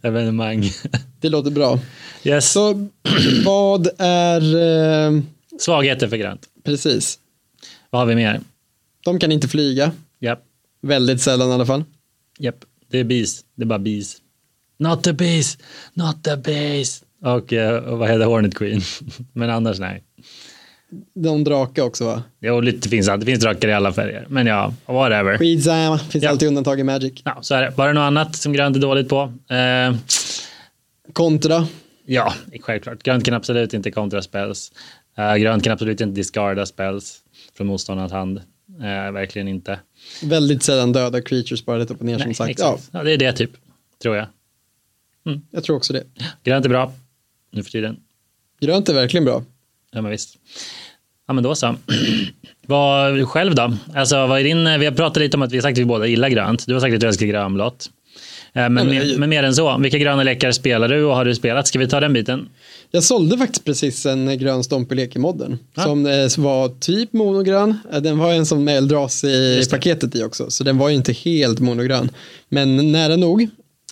[SPEAKER 3] evenemang.
[SPEAKER 2] Det låter bra.
[SPEAKER 3] Yes,
[SPEAKER 2] Så vad är... Eh,
[SPEAKER 3] svagheter för grönt.
[SPEAKER 2] precis.
[SPEAKER 3] Vad har vi mer?
[SPEAKER 2] De kan inte flyga.
[SPEAKER 3] Japp,
[SPEAKER 2] Väldigt sällan i alla fall.
[SPEAKER 3] japp. Det är bis. Det är bara bis. Not the bees, not the bees. Och, eh, och vad heter Hornet Queen? Men annars nej.
[SPEAKER 2] De drake också va?
[SPEAKER 3] Jo, lite finns, allt- det finns drakar i alla färger. Men ja, whatever.
[SPEAKER 2] Skitsamma, finns
[SPEAKER 3] Ja.
[SPEAKER 2] alltid undantag i Magic.
[SPEAKER 3] Ja, så är det. Var det något annat som grönt är dåligt på? Eh,
[SPEAKER 2] Kontra.
[SPEAKER 3] Ja, självklart. Grönt kan absolut inte kontra spells. Eh, grönt kan absolut inte discarda spells från motståndarens hand. Eh, verkligen inte.
[SPEAKER 2] Väldigt sällan döda creatures bara rätt upp och ner som sagt. Ja,
[SPEAKER 3] exakt. Ja, det är det typ, tror jag.
[SPEAKER 2] jag tror också det.
[SPEAKER 3] Grönt är bra nu för tiden.
[SPEAKER 2] Grönt är verkligen bra.
[SPEAKER 3] Ja, men visst. Ja, men då så. vad, själv då? Alltså, vad är din, vi har pratat lite om att vi har sagt att vi båda gillar grönt. Du har sagt att du älskar grönblått. Eh, Men, mer, men mer än så, vilka gröna lekar spelar du och har du spelat? Ska vi ta den biten?
[SPEAKER 2] Jag sålde faktiskt precis en grön stompelek i modden. Som eh, var typ monogrön. Eh, Den var en som Eldras i paketet i också. Så den var ju inte helt monogrön. Men nära nog.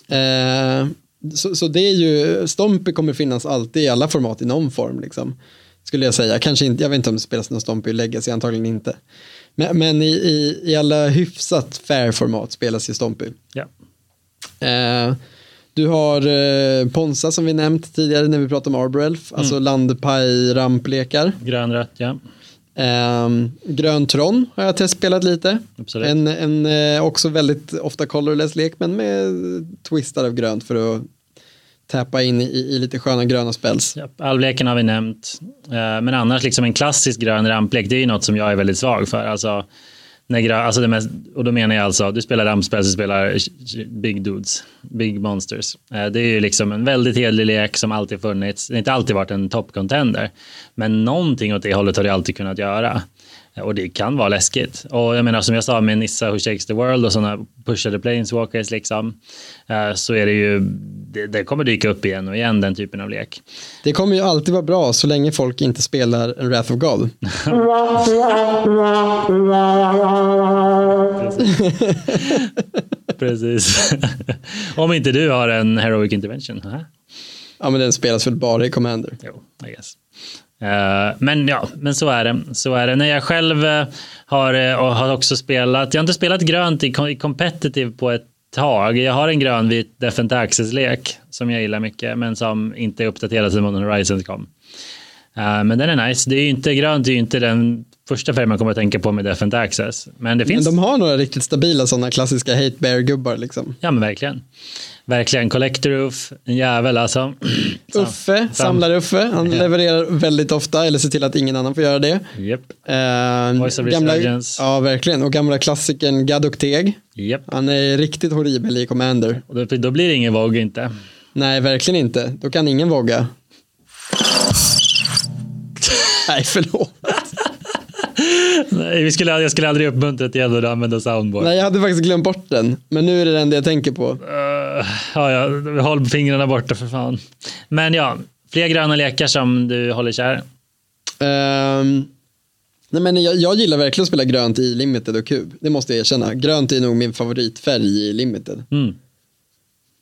[SPEAKER 2] Eh, så, så det är ju, Stompy kommer finnas alltid i alla format i någon form. Liksom, skulle jag säga. Kanske inte, jag vet inte om det spelas någon Stompy i Legacy, antagligen inte. Men, men i, i, i alla hyfsat fair format spelas ju Stompy.
[SPEAKER 3] Ja.
[SPEAKER 2] Eh, du har eh, Ponsa som vi nämnt tidigare när vi pratade om Arborelf,
[SPEAKER 3] Mm.
[SPEAKER 2] alltså landpaj-ramplekar.
[SPEAKER 3] Grön, rött, ja.
[SPEAKER 2] Eh, Grön Tron har jag testspelat lite.
[SPEAKER 3] Absolut.
[SPEAKER 2] En, en eh, också väldigt ofta colorless lek men med twistar av grönt för att täppa in i, i lite sköna gröna spells.
[SPEAKER 3] Ja, Alvleken har vi nämnt. Eh, Men annars, liksom en klassisk grön ramplek, det är ju något som jag är väldigt svag för. Alltså, när grö- alltså det mest, och då menar jag alltså, du spelar rampspel, du spelar big dudes, big monsters. Eh, Det är ju liksom en väldigt hederlig lek som alltid funnits. Det har inte alltid varit en toppcontender, men någonting åt det hållet har det alltid kunnat göra. Eh, Och det kan vara läskigt. Och jag menar som jag sa med Nissa Who Shakes the World och sådana pushade planeswalkers liksom. eh, Så är det ju, det, det kommer dyka upp igen och igen den typen av lek.
[SPEAKER 2] Det kommer ju alltid vara bra så länge folk inte spelar en Wrath of God.
[SPEAKER 3] Precis. Om inte du har en heroic intervention. Aha.
[SPEAKER 2] Ja men den spelas väl bara i Commander.
[SPEAKER 3] Jo, I guess. Eh, men ja, men så är det. Så är det. När jag själv eh, har, eh, och har också spelat, jag har inte spelat grönt i, kom- i competitive på ett tag. Jag har en grönvit Defent Access-lek som jag gillar mycket, men som inte är uppdaterad sedan Modern Horizons kom. Eh, men den är nice. Det är ju inte grönt, det är ju inte den första färgen man kommer att tänka på med Defent Access. Men det
[SPEAKER 2] Men
[SPEAKER 3] finns.
[SPEAKER 2] de har några riktigt stabila sådana klassiska hate bear-gubbar liksom.
[SPEAKER 3] Ja, men verkligen. Verkligen. Collector Roof, en jävel alltså. Så.
[SPEAKER 2] Uffe, samlar Uffe, han levererar väldigt ofta eller ser till att ingen annan får göra det.
[SPEAKER 3] Japp,
[SPEAKER 2] Eh,
[SPEAKER 3] Voice of Resurgence.
[SPEAKER 2] ja, verkligen. Och gamla klassikern Gadok Teg.
[SPEAKER 3] japp.
[SPEAKER 2] Han är riktigt horribel i Commander.
[SPEAKER 3] Och då, då blir det ingen våg inte.
[SPEAKER 2] Nej, verkligen inte. Då kan ingen våga. Nej, förlåt.
[SPEAKER 3] Nej, vi skulle, jag skulle aldrig uppmuntra till att använda soundboard.
[SPEAKER 2] Nej, jag hade faktiskt glömt bort den. Men nu är det den det jag tänker på.
[SPEAKER 3] Eh, ja, ja, håll fingrarna borta för fan. Men ja, fler gröna lekar som du håller kär.
[SPEAKER 2] Ehm, nej men jag, jag gillar verkligen att spela grönt i limited och kub. Det måste jag erkänna. Grönt är nog min favoritfärg i limited.
[SPEAKER 3] Mm.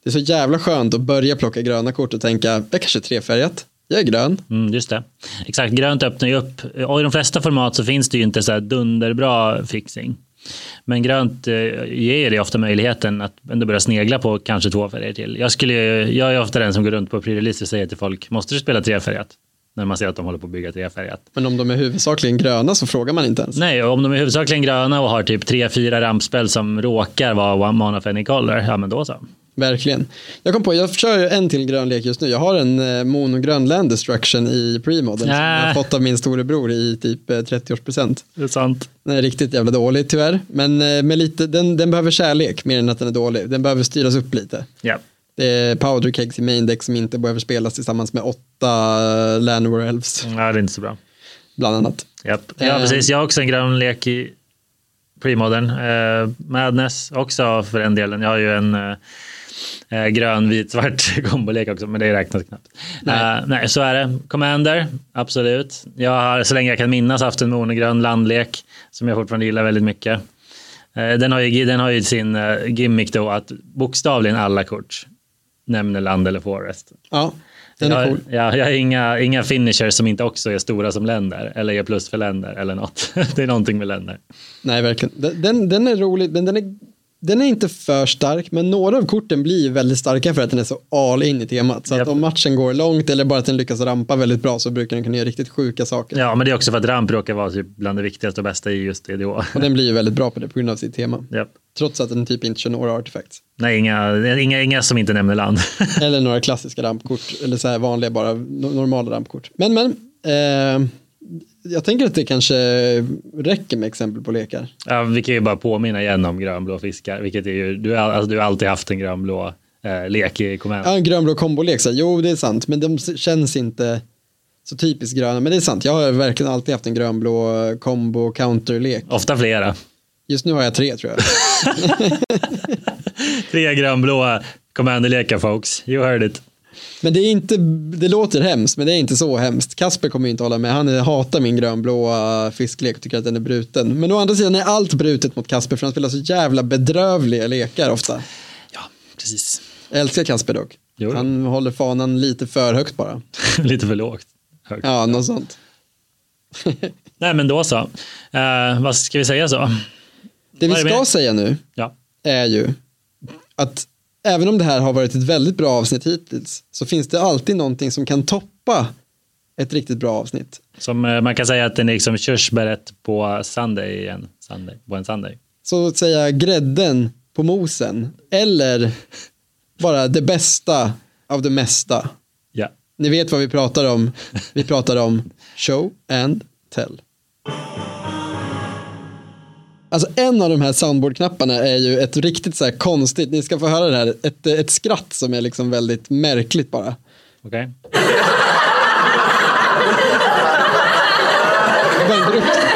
[SPEAKER 2] Det är så jävla skönt att börja plocka gröna kort och tänka, det kanske är trefärgat. Jag är grön.
[SPEAKER 3] Mm, just det. Exakt, grönt öppnar ju upp. Och i de flesta format så finns det ju inte så här dunderbra fixing. Men grönt eh, ger ju det ofta möjligheten att ändå börja snegla på kanske två färger till. Jag, skulle, ju- jag är ofta den som går runt på pre-release och säger till folk, måste du spela trefärgat? När man ser att de håller på att bygga trefärgat.
[SPEAKER 2] Men om de är huvudsakligen gröna så frågar man inte ens.
[SPEAKER 3] Nej, och om de är huvudsakligen gröna och har typ tre, fyra rampspel som råkar vara one mana för any color, ja men då så.
[SPEAKER 2] Verkligen. Jag kom på, jag kör ju en till grön lek just nu. Jag har en eh, monogrön land destruction i premodern som jag har
[SPEAKER 3] Nä.
[SPEAKER 2] fått av min storebror i typ eh, 30-årspresent.
[SPEAKER 3] Det är sant.
[SPEAKER 2] Den är riktigt jävla dålig tyvärr. Men eh, med lite, den, den behöver kärlek mer än att den är dålig. Den behöver styras upp lite.
[SPEAKER 3] Ja,
[SPEAKER 2] Det är powder kegs i main deck som inte behöver spelas tillsammans med åtta eh, Lanowar Elves
[SPEAKER 3] ja det är inte så bra.
[SPEAKER 2] bland annat.
[SPEAKER 3] Japp. Ja,
[SPEAKER 2] Eh.
[SPEAKER 3] precis. Jag har också en grön lek i premodern. Eh, Madness också för den delen. Jag har ju en eh, eh, grön, vit, svart kombolek också, men det räknas knappt.
[SPEAKER 2] Nej.
[SPEAKER 3] Nej. nej, så är det. Commander, absolut. Jag har så länge jag kan minnas haft en monogrön landlek som jag fortfarande gillar väldigt mycket. Eh, Den har, ju, den har ju sin eh, gimmick då att bokstavligen alla kort nämner land eller forest.
[SPEAKER 2] Ja, den
[SPEAKER 3] jag,
[SPEAKER 2] är cool.
[SPEAKER 3] Ja, jag har inga, inga finishers som inte också är stora som länder eller är plus för länder eller något. Det är någonting med länder.
[SPEAKER 2] Nej, verkligen. Den- Den, den är rolig, men den är, den är inte för stark, men några av korten blir ju väldigt starka för att den är så all in i temat. Så att
[SPEAKER 3] Japp.
[SPEAKER 2] om matchen går långt eller bara att den lyckas rampa väldigt bra så brukar den kunna göra riktigt sjuka saker.
[SPEAKER 3] Ja, men det är också för att ramp råkar vara typ bland det viktigaste och bästa i just EDH.
[SPEAKER 2] Och den blir ju väldigt bra på det på grund av sitt tema.
[SPEAKER 3] Japp.
[SPEAKER 2] Trots att den typ inte kör några artefacts.
[SPEAKER 3] Nej, inga, inga, inga som inte nämner land.
[SPEAKER 2] Eller några klassiska rampkort, eller så här vanliga bara, no- normala rampkort. Men, men, eh, jag tänker att det kanske räcker med exempel på lekar.
[SPEAKER 3] ja, vi kan ju bara påminna igen om grönblå fiskar, vilket är ju, du, har- alltså, du har alltid haft en grönblå eh, lek i Command.
[SPEAKER 2] Ja, en grönblå kombolek, så här, jo det är sant, men de känns inte så typiskt gröna. Men det är sant, jag har verkligen alltid haft en grönblå kombo counterlek.
[SPEAKER 3] Ofta flera.
[SPEAKER 2] Just nu har jag tre tror jag.
[SPEAKER 3] Tre grönblåa Commander-lekar folks. You heard it.
[SPEAKER 2] Men det är inte, det låter hemskt, men det är inte så hemskt. Kasper kommer ju inte hålla med, han hatar min grönblåa fisklek och tycker att den är bruten. Men å andra sidan är allt brutet mot Kasper för han spelar så jävla bedrövliga lekar ofta.
[SPEAKER 3] Ja, precis.
[SPEAKER 2] Jag älskar Kasper dock.
[SPEAKER 3] Jo.
[SPEAKER 2] Han håller fanan lite för högt bara.
[SPEAKER 3] Lite för lågt. Högt.
[SPEAKER 2] Ja, något sånt.
[SPEAKER 3] Nej, men då så. Eh, vad ska vi säga så?
[SPEAKER 2] Det vi
[SPEAKER 3] Vad är det
[SPEAKER 2] ska
[SPEAKER 3] med?
[SPEAKER 2] säga nu
[SPEAKER 3] Ja,
[SPEAKER 2] är ju att även om det här har varit ett väldigt bra avsnitt hittills så finns det alltid någonting som kan toppa ett riktigt bra avsnitt.
[SPEAKER 3] som eh, man kan säga att den är liksom körsbäret på Sunday igen. Sunday, på en Sunday.
[SPEAKER 2] så att säga grädden på mosen. Eller bara det bästa av det mesta.
[SPEAKER 3] Ja.
[SPEAKER 2] Ni vet vad vi pratar om. Vi pratar om show and tell. Alltså en av de här soundboardknapparna är ju ett riktigt så här konstigt, ni ska få höra det här, ett, ett skratt som är liksom väldigt märkligt bara.
[SPEAKER 3] Okej?
[SPEAKER 2] Jag vänder upp den.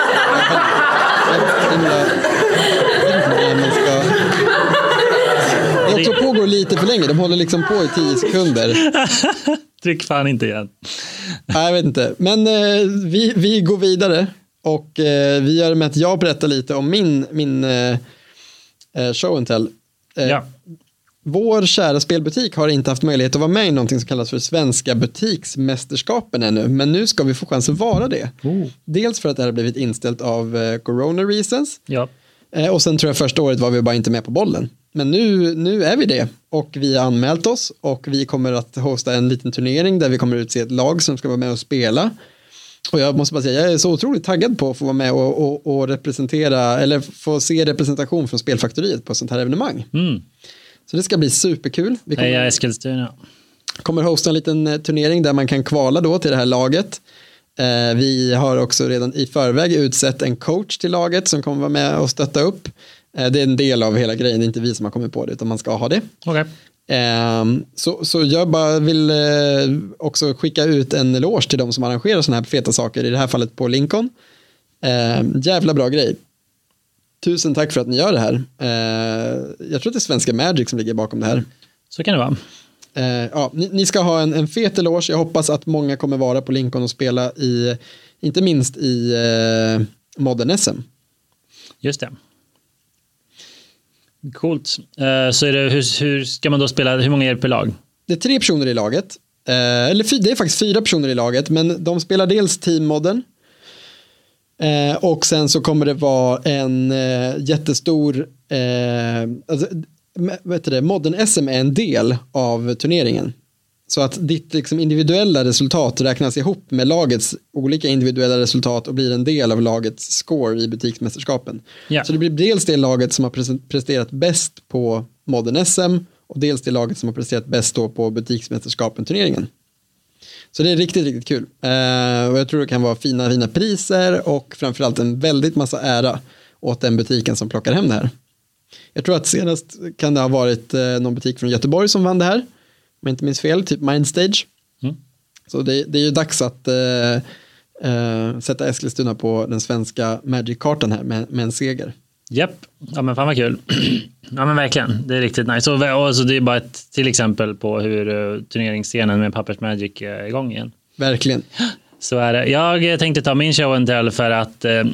[SPEAKER 2] Jag himla- jag vet inte när man ska- Det också pågår lite för länge. De håller liksom på i tio sekunder.
[SPEAKER 3] Tryck fan inte igen.
[SPEAKER 2] Nej, jag vet inte. Men eh, vi, vi går vidare. Och eh, vi gör det med att jag berättar lite om min, min eh, eh, show and tell. Eh,
[SPEAKER 3] Ja.
[SPEAKER 2] Vår kära spelbutik har inte haft möjlighet att vara med i någonting som kallas för Svenska butiksmästerskapen ännu, men nu ska vi få chans att vara det. Dels för att det här har blivit inställt av eh, corona reasons,
[SPEAKER 3] ja.
[SPEAKER 2] Eh, Och sen tror jag första året var vi bara inte med på bollen. Men nu, nu är vi det och vi har anmält oss och vi kommer att hosta en liten turnering där vi kommer utse ett lag som ska vara med och spela. Och jag måste bara säga, jag är så otroligt taggad på att få vara med och, och, och representera, eller få se representation från Spelfaktoriet på ett sånt här evenemang.
[SPEAKER 3] Mm.
[SPEAKER 2] Så det ska bli superkul. Vi
[SPEAKER 3] Heja
[SPEAKER 2] kommer,
[SPEAKER 3] Eskilstuna.
[SPEAKER 2] kommer hosta en liten eh, turnering där man kan kvala då till det här laget. Eh, Vi har också redan i förväg utsett en coach till laget som kommer vara med och stötta upp. Eh, Det är en del av hela grejen, det är inte vi som har kommit på det utan man ska ha det.
[SPEAKER 3] Okej.
[SPEAKER 2] Ehm, Så, så jag bara vill eh, också skicka ut en eloge till de som arrangerar sådana här feta saker, i det här fallet på Lincoln. Ehm, Jävla bra grej. Tusen tack för att ni gör det här. Ehm, Jag tror att det är Svenska Magic som ligger bakom det här.
[SPEAKER 3] Så kan det vara.
[SPEAKER 2] Eh, ja, ni, ni ska ha en, en fet eloge. Jag hoppas att många kommer vara på Lincoln och spela i, inte minst i eh, Modern SM.
[SPEAKER 3] Just det. Coolt. Eh, så är det, hur, hur ska man då spela? Hur många hjälper lag?
[SPEAKER 2] Det är tre personer i laget. Eh, eller fy, det är faktiskt fyra personer i laget, men de spelar dels Team Modern. Eh, och sen så kommer det vara en eh, jättestor, eh, alltså, m- vad heter det, Modern SM är en del av turneringen. Så att ditt liksom, individuella resultat räknas ihop med lagets olika individuella resultat och blir en del av lagets score i butiksmästerskapen.
[SPEAKER 3] Ja.
[SPEAKER 2] Så det blir dels det laget som har presen- presterat bäst på Modern SM och dels det laget som har presterat bäst då på butiksmästerskapen-turneringen. Så det är riktigt, riktigt kul. Eh, och jag tror det kan vara fina, fina priser och framförallt en väldigt massa ära åt den butiken som plockar hem det här. Jag tror att senast kan det ha varit eh, någon butik från Göteborg som vann det här. Om jag inte minns fel, typ Mindstage.
[SPEAKER 3] Mm.
[SPEAKER 2] Så det, det är ju dags att eh, eh, sätta Eskilstuna på den svenska Magic-kartan här med, med en seger.
[SPEAKER 3] Japp, ja men fan vad kul. ja men verkligen, det är riktigt nice. Och, och så det är bara ett till exempel på hur eh, turneringsscenen med Pappers Magic eh, är igång igen.
[SPEAKER 2] Verkligen.
[SPEAKER 3] Så är det. Jag eh, tänkte ta min show and tell för att eh,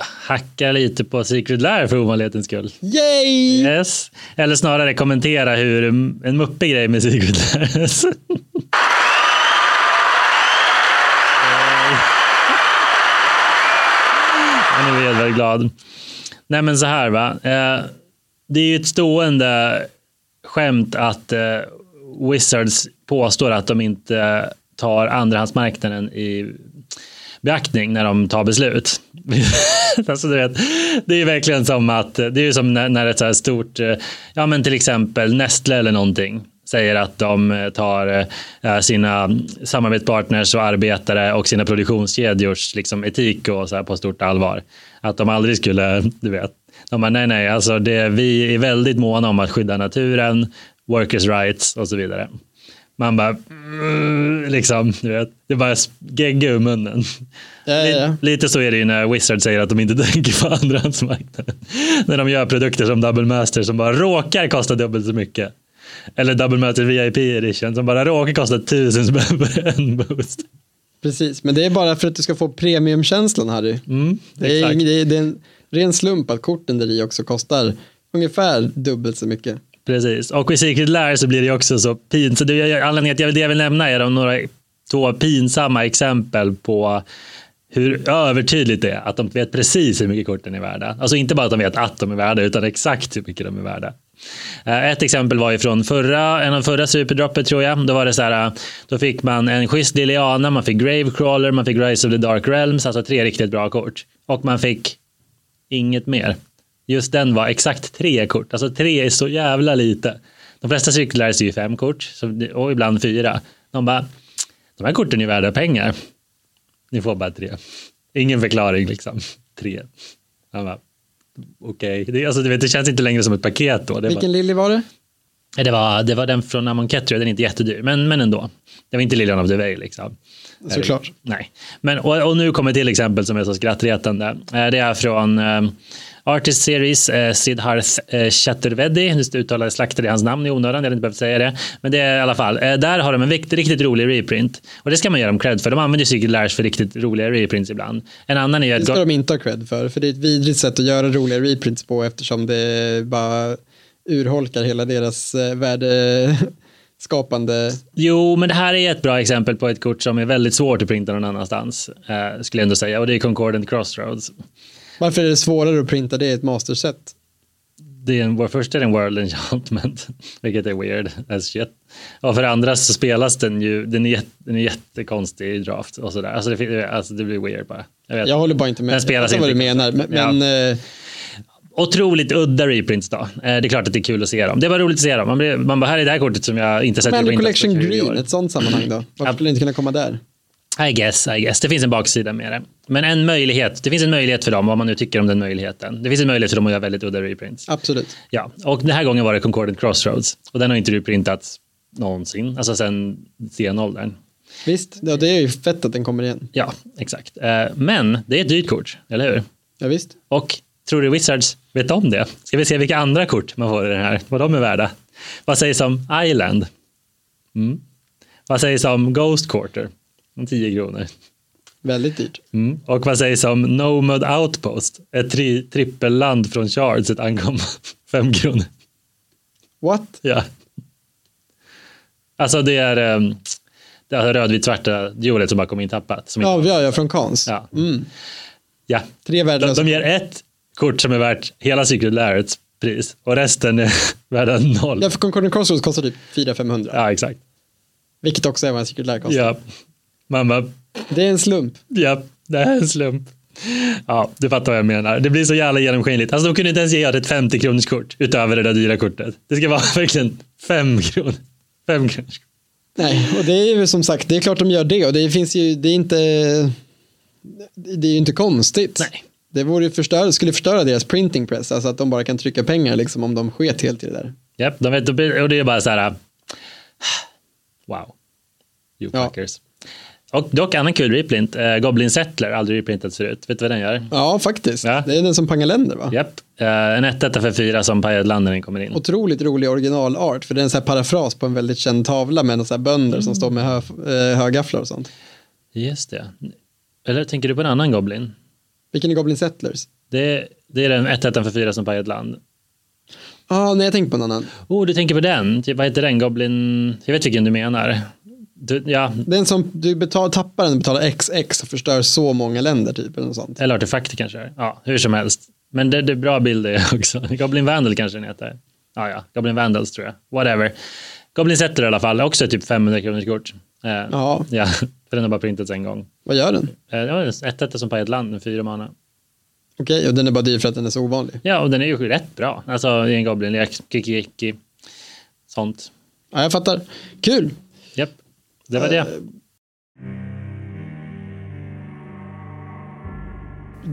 [SPEAKER 3] hacka lite på Secret Lair för ovanlighetens skull.
[SPEAKER 2] Yay!
[SPEAKER 3] Yes. Eller snarare kommentera hur en muppig grej med Sigrid Lares. Eh, Nu är jag väldigt glad. Nej men så här va. Eh, Det är ju ett stående skämt att eh, Wizards påstår att de inte tar andrahandsmarknaden i beaktning när de tar beslut. alltså, du vet, det är ju verkligen som att det är ju som när, när ett så här stort, eh, ja men till exempel Nestle eller någonting säger att de eh, tar eh, sina samarbetspartners och arbetare och sina produktionskedjors liksom, etik och så här på stort allvar. Att de aldrig skulle, du vet, de bara nej nej, alltså det, vi är väldigt måna om att skydda naturen, workers rights och så vidare. Man bara, mm, liksom, du vet, det bara gegga ur munnen.
[SPEAKER 2] Ja, ja, ja.
[SPEAKER 3] Lite, lite så är det ju när Wizard säger att de inte tänker på andrahandsmarknaden. när de gör produkter som Double Master som bara råkar kosta dubbelt så mycket. Eller Double Master VIP Edition som bara råkar kosta tusen spänn för en boost.
[SPEAKER 2] Precis, men det är bara för att du ska få premiumkänslan Harry.
[SPEAKER 3] Mm,
[SPEAKER 2] Det är,
[SPEAKER 3] exakt.
[SPEAKER 2] ing- det, är, det är en ren slump att korten där i också kostar ungefär dubbelt så mycket.
[SPEAKER 3] Precis, och i Secret Lair så blir det ju också så pinsamt. Anledningen till att jag- det jag vill nämna är de några två pinsamma exempel på hur övertydligt det är att de vet precis hur mycket korten är värda. Alltså inte bara att de vet att de är värda utan exakt hur mycket de är värda. Eh, Ett exempel var ju från förra, en av förra superdroppet tror jag. Då var det så här, eh, då fick man en schysst Liliana, man fick Gravecrawler, man fick Rise of the Dark Realms, alltså tre riktigt bra kort. Och man fick inget mer. Just den var exakt tre kort. Alltså tre är så jävla lite. De flesta cirkulär är ju fem kort så det- och ibland fyra. De bara, de här korten är värda pengar. Ni får bara tre. Ingen förklaring liksom. Tre. Man bara, Okej, det, alltså, du vet, det känns inte längre som ett paket då. Det,
[SPEAKER 2] Vilken Lilly var det?
[SPEAKER 3] bara, det, var, det var den från Amon Ketrio, den är inte jättedyr, men, men ändå. Det var inte Lilian of the Veil liksom.
[SPEAKER 2] Såklart.
[SPEAKER 3] Nej, men och, och nu kommer till exempel som är så skrattretande. Eh, Det är från eh, Artist Series, eh, Siddharth eh, Chaturvedi. Just uttalade slaktade hans namn i onödan, jag hade inte behövt säga det. Men det är i alla fall, eh, där har de en vikt, riktigt rolig reprint. Och det ska man göra dem cred för. De använder ju Secret Lash för riktigt roliga reprints ibland. En annan är ju
[SPEAKER 2] Det
[SPEAKER 3] ett
[SPEAKER 2] ska de inte ha cred för, för det är ett vidrigt sätt att göra roliga reprints på eftersom det bara urholkar hela deras eh, värdeskapande.
[SPEAKER 3] Jo, men det här är ett bra exempel på ett kort som är väldigt svårt att printa någon annanstans. Eh, skulle jag ändå säga. Och det är Concordant Crossroads.
[SPEAKER 2] Varför är det svårare att printa det i ett masterset?
[SPEAKER 3] det är en, vår första är en world enchantment, vilket är weird as shit. Och för det andra så spelas den ju, den är, jätte, den är jättekonstig i draft och sådär. Alltså det, fin- alltså det blir weird bara. Jag vet.
[SPEAKER 2] Jag håller bara inte med.
[SPEAKER 3] Den spelas
[SPEAKER 2] jag fattar vad
[SPEAKER 3] inte
[SPEAKER 2] du menar. Men,
[SPEAKER 3] Ja.
[SPEAKER 2] men, eh,
[SPEAKER 3] Otroligt udda reprints då. Eh, det är klart att det är kul att se dem. Det var roligt att se dem. Man, blir, man bara, här är det här kortet som jag inte sett
[SPEAKER 2] Commander
[SPEAKER 3] reprintat på
[SPEAKER 2] Collection
[SPEAKER 3] 20 år.
[SPEAKER 2] Green, ett sånt sammanhang då? Varför skulle det inte kunna komma där?
[SPEAKER 3] I guess, I guess. Det finns en baksida med det. Men en möjlighet. Det finns en möjlighet för dem, vad man nu tycker om den möjligheten. Det finns en möjlighet för dem att göra väldigt udda reprints.
[SPEAKER 2] Absolut.
[SPEAKER 3] Ja, och den här gången var det Concordant Crossroads. Och den har inte reprintats någonsin, alltså sen stenåldern.
[SPEAKER 2] Visst, ja, det är ju fett att den kommer igen.
[SPEAKER 3] Ja, exakt. Eh, Men det är ett dyrt kort, eller hur?
[SPEAKER 2] Ja, visst.
[SPEAKER 3] Och tror du Wizards vet om det? Ska vi se vilka andra kort man får i den här, vad de är värda? Vad sägs om Island? Mm. Vad sägs om Ghost Quarter? 10 kronor.
[SPEAKER 2] Väldigt dyrt.
[SPEAKER 3] Mm. Och vad sägs om Nomad Outpost? Ett tri- trippelland från Charles, ett ankom 5 kronor.
[SPEAKER 2] What?
[SPEAKER 3] Ja. Alltså det är um, det är rödvit-svarta diolet som bara kom intappat. Som
[SPEAKER 2] Ja,
[SPEAKER 3] inte,
[SPEAKER 2] vi har ju från Kans.
[SPEAKER 3] Ja.
[SPEAKER 2] Mm.
[SPEAKER 3] ja.
[SPEAKER 2] Tre
[SPEAKER 3] De,
[SPEAKER 2] värdelösa.
[SPEAKER 3] de ger ett kort som är värt hela Secret Lairets pris och resten är värda noll.
[SPEAKER 2] Ja, för Concordant Crossroads kostar typ 400-500.
[SPEAKER 3] Ja, exakt.
[SPEAKER 2] Vilket också är vad en Secret Lair kostar.
[SPEAKER 3] Ja. Man bara,
[SPEAKER 2] Det är en slump.
[SPEAKER 3] ja, det här är en slump. Ja, du fattar vad jag menar. Det blir så jävla genomskinligt. Alltså de kunde inte ens ge er ett 50 kronors kort utöver det där dyra kortet. Det ska vara verkligen 5 kronor. 5 kronors kort.
[SPEAKER 2] Nej, och det är ju som sagt, det är klart de gör det och det finns ju, det är inte, det är ju inte konstigt.
[SPEAKER 3] Nej.
[SPEAKER 2] Det vore ju förstör, skulle förstöra deras printing press, alltså att de bara kan trycka pengar liksom om de sket helt i det där.
[SPEAKER 3] Japp, de vet, och det är bara så här. ah, Wow. You
[SPEAKER 2] Ja.
[SPEAKER 3] fuckers. Och dock annan kul reprint. Eh, Goblin Settler, aldrig reprintat förut. Vet du vad den gör?
[SPEAKER 2] Ja, faktiskt.
[SPEAKER 3] Ja.
[SPEAKER 2] Det är den som pangar länder va?
[SPEAKER 3] Japp. Eh, en 1 för 4 som Pajadland när den kommer in.
[SPEAKER 2] Otroligt rolig originalart, för det är en sån här parafras på en väldigt känd tavla med några så här bönder som står med hö, eh, högafflar och sånt.
[SPEAKER 3] Just det. Eller tänker du på en annan Goblin?
[SPEAKER 2] Vilken är Goblin Settlers?
[SPEAKER 3] Det, det är den 1 för 4 som Pajadland.
[SPEAKER 2] Ja, nej jag tänkte på en annan.
[SPEAKER 3] Oh, du tänker på den. Typ, vad heter den? Goblin... Jag vet vilken du menar. Du, ja,
[SPEAKER 2] Den som du betal, tappar den och betalar XX och förstör så många länder typ eller något sånt.
[SPEAKER 3] eller artefakter kanske. Ja, hur som helst. Men det, det är bra bilder också. Goblin Vandal kanske den heter. Ja, ja. Goblin Vandals tror jag. Whatever. Goblin Setter i alla fall. Också typ 500 kronors kort. Eh,
[SPEAKER 2] Ja,
[SPEAKER 3] ja. För den har bara printats en gång.
[SPEAKER 2] vad gör den?
[SPEAKER 3] Eh, det var en 1-1 som pajade land med fyra mana.
[SPEAKER 2] Okej, och den är bara dyr för att den är så ovanlig.
[SPEAKER 3] Ja, och den är ju rätt bra. Alltså, det är en Goblin-lek. Kiki, kiki. Sånt.
[SPEAKER 2] Ja, jag fattar. Kul!
[SPEAKER 3] Japp. Det var det.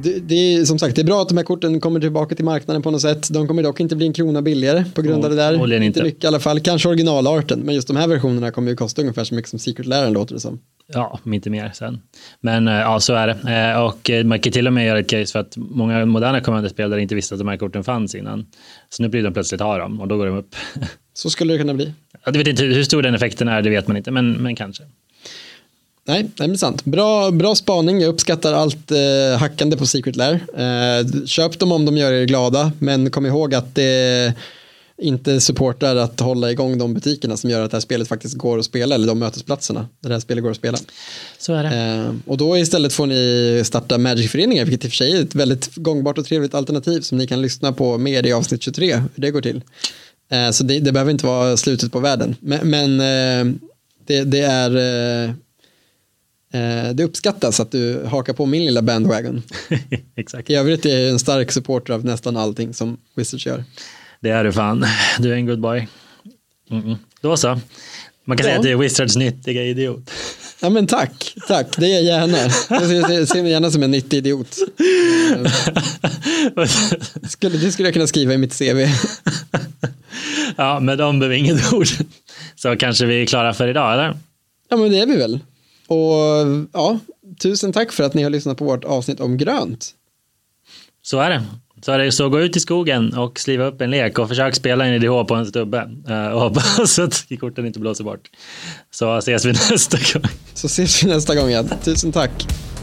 [SPEAKER 2] det, det är som sagt, det är bra att de här korten kommer tillbaka till marknaden på något sätt. De kommer dock inte bli en krona billigare på grund av det där.
[SPEAKER 3] Förmodligen inte.
[SPEAKER 2] mycket i alla fall, kanske originalarten. Men just de här versionerna kommer ju kosta ungefär så mycket som Secret Laren låter det som.
[SPEAKER 3] Ja, om inte mer sen. Men eh, ja, så är det. Eh, Och eh, man kan till och med göra ett case för att många moderna Commander-spelare inte visste att de här korten fanns innan. Så nu blir de plötsligt ha dem och då går de upp.
[SPEAKER 2] Så skulle det kunna bli.
[SPEAKER 3] Jag vet inte hur hur stor den effekten är, det vet man inte, men, men kanske.
[SPEAKER 2] Nej, nej, men sant. Bra, bra spaning. Jag uppskattar allt eh, hackande på Secret Lair. Eh, köp dem om de gör er glada, men kom ihåg att det inte supportar att hålla igång de butikerna som gör att det här spelet faktiskt går att spela, eller de mötesplatserna där det här spelet går att spela.
[SPEAKER 3] Så är det.
[SPEAKER 2] Eh, och då istället får ni starta Magic-föreningar, vilket i och för sig är ett väldigt gångbart och trevligt alternativ som ni kan lyssna på mer i avsnitt 23, hur det går till. Eh, så det, det behöver inte vara slutet på världen. Men, men eh, det, det är... Eh, eh, det uppskattas att du hakar på min lilla bandwagon. Eh.
[SPEAKER 3] Exakt.
[SPEAKER 2] I övrigt är jag en stark supporter av nästan allting som Wizards gör.
[SPEAKER 3] Det är du fan. Du är en good boy. Mm-mm. Då så. Man
[SPEAKER 2] Ja.
[SPEAKER 3] kan säga att det är Wizards nyttiga idiot.
[SPEAKER 2] Ja men tack, tack, det är jag gärna. Jag ser, ser, ser mig gärna som en nyttig idiot. Skulle, det skulle jag kunna skriva i mitt CV.
[SPEAKER 3] ja, med de bevingade ord så kanske vi är klara för idag, eller?
[SPEAKER 2] Ja, men det är vi väl. Och ja, tusen tack för att ni har lyssnat på vårt avsnitt om grönt.
[SPEAKER 3] Så är det. Så, är det, så gå ut i skogen och sliva upp en lek och försök spela en IDH på en stubbe. Eh, Och hoppas att korten inte blåser bort. Så ses vi nästa gång.
[SPEAKER 2] Så ses vi nästa gång. Ja. Tusen tack.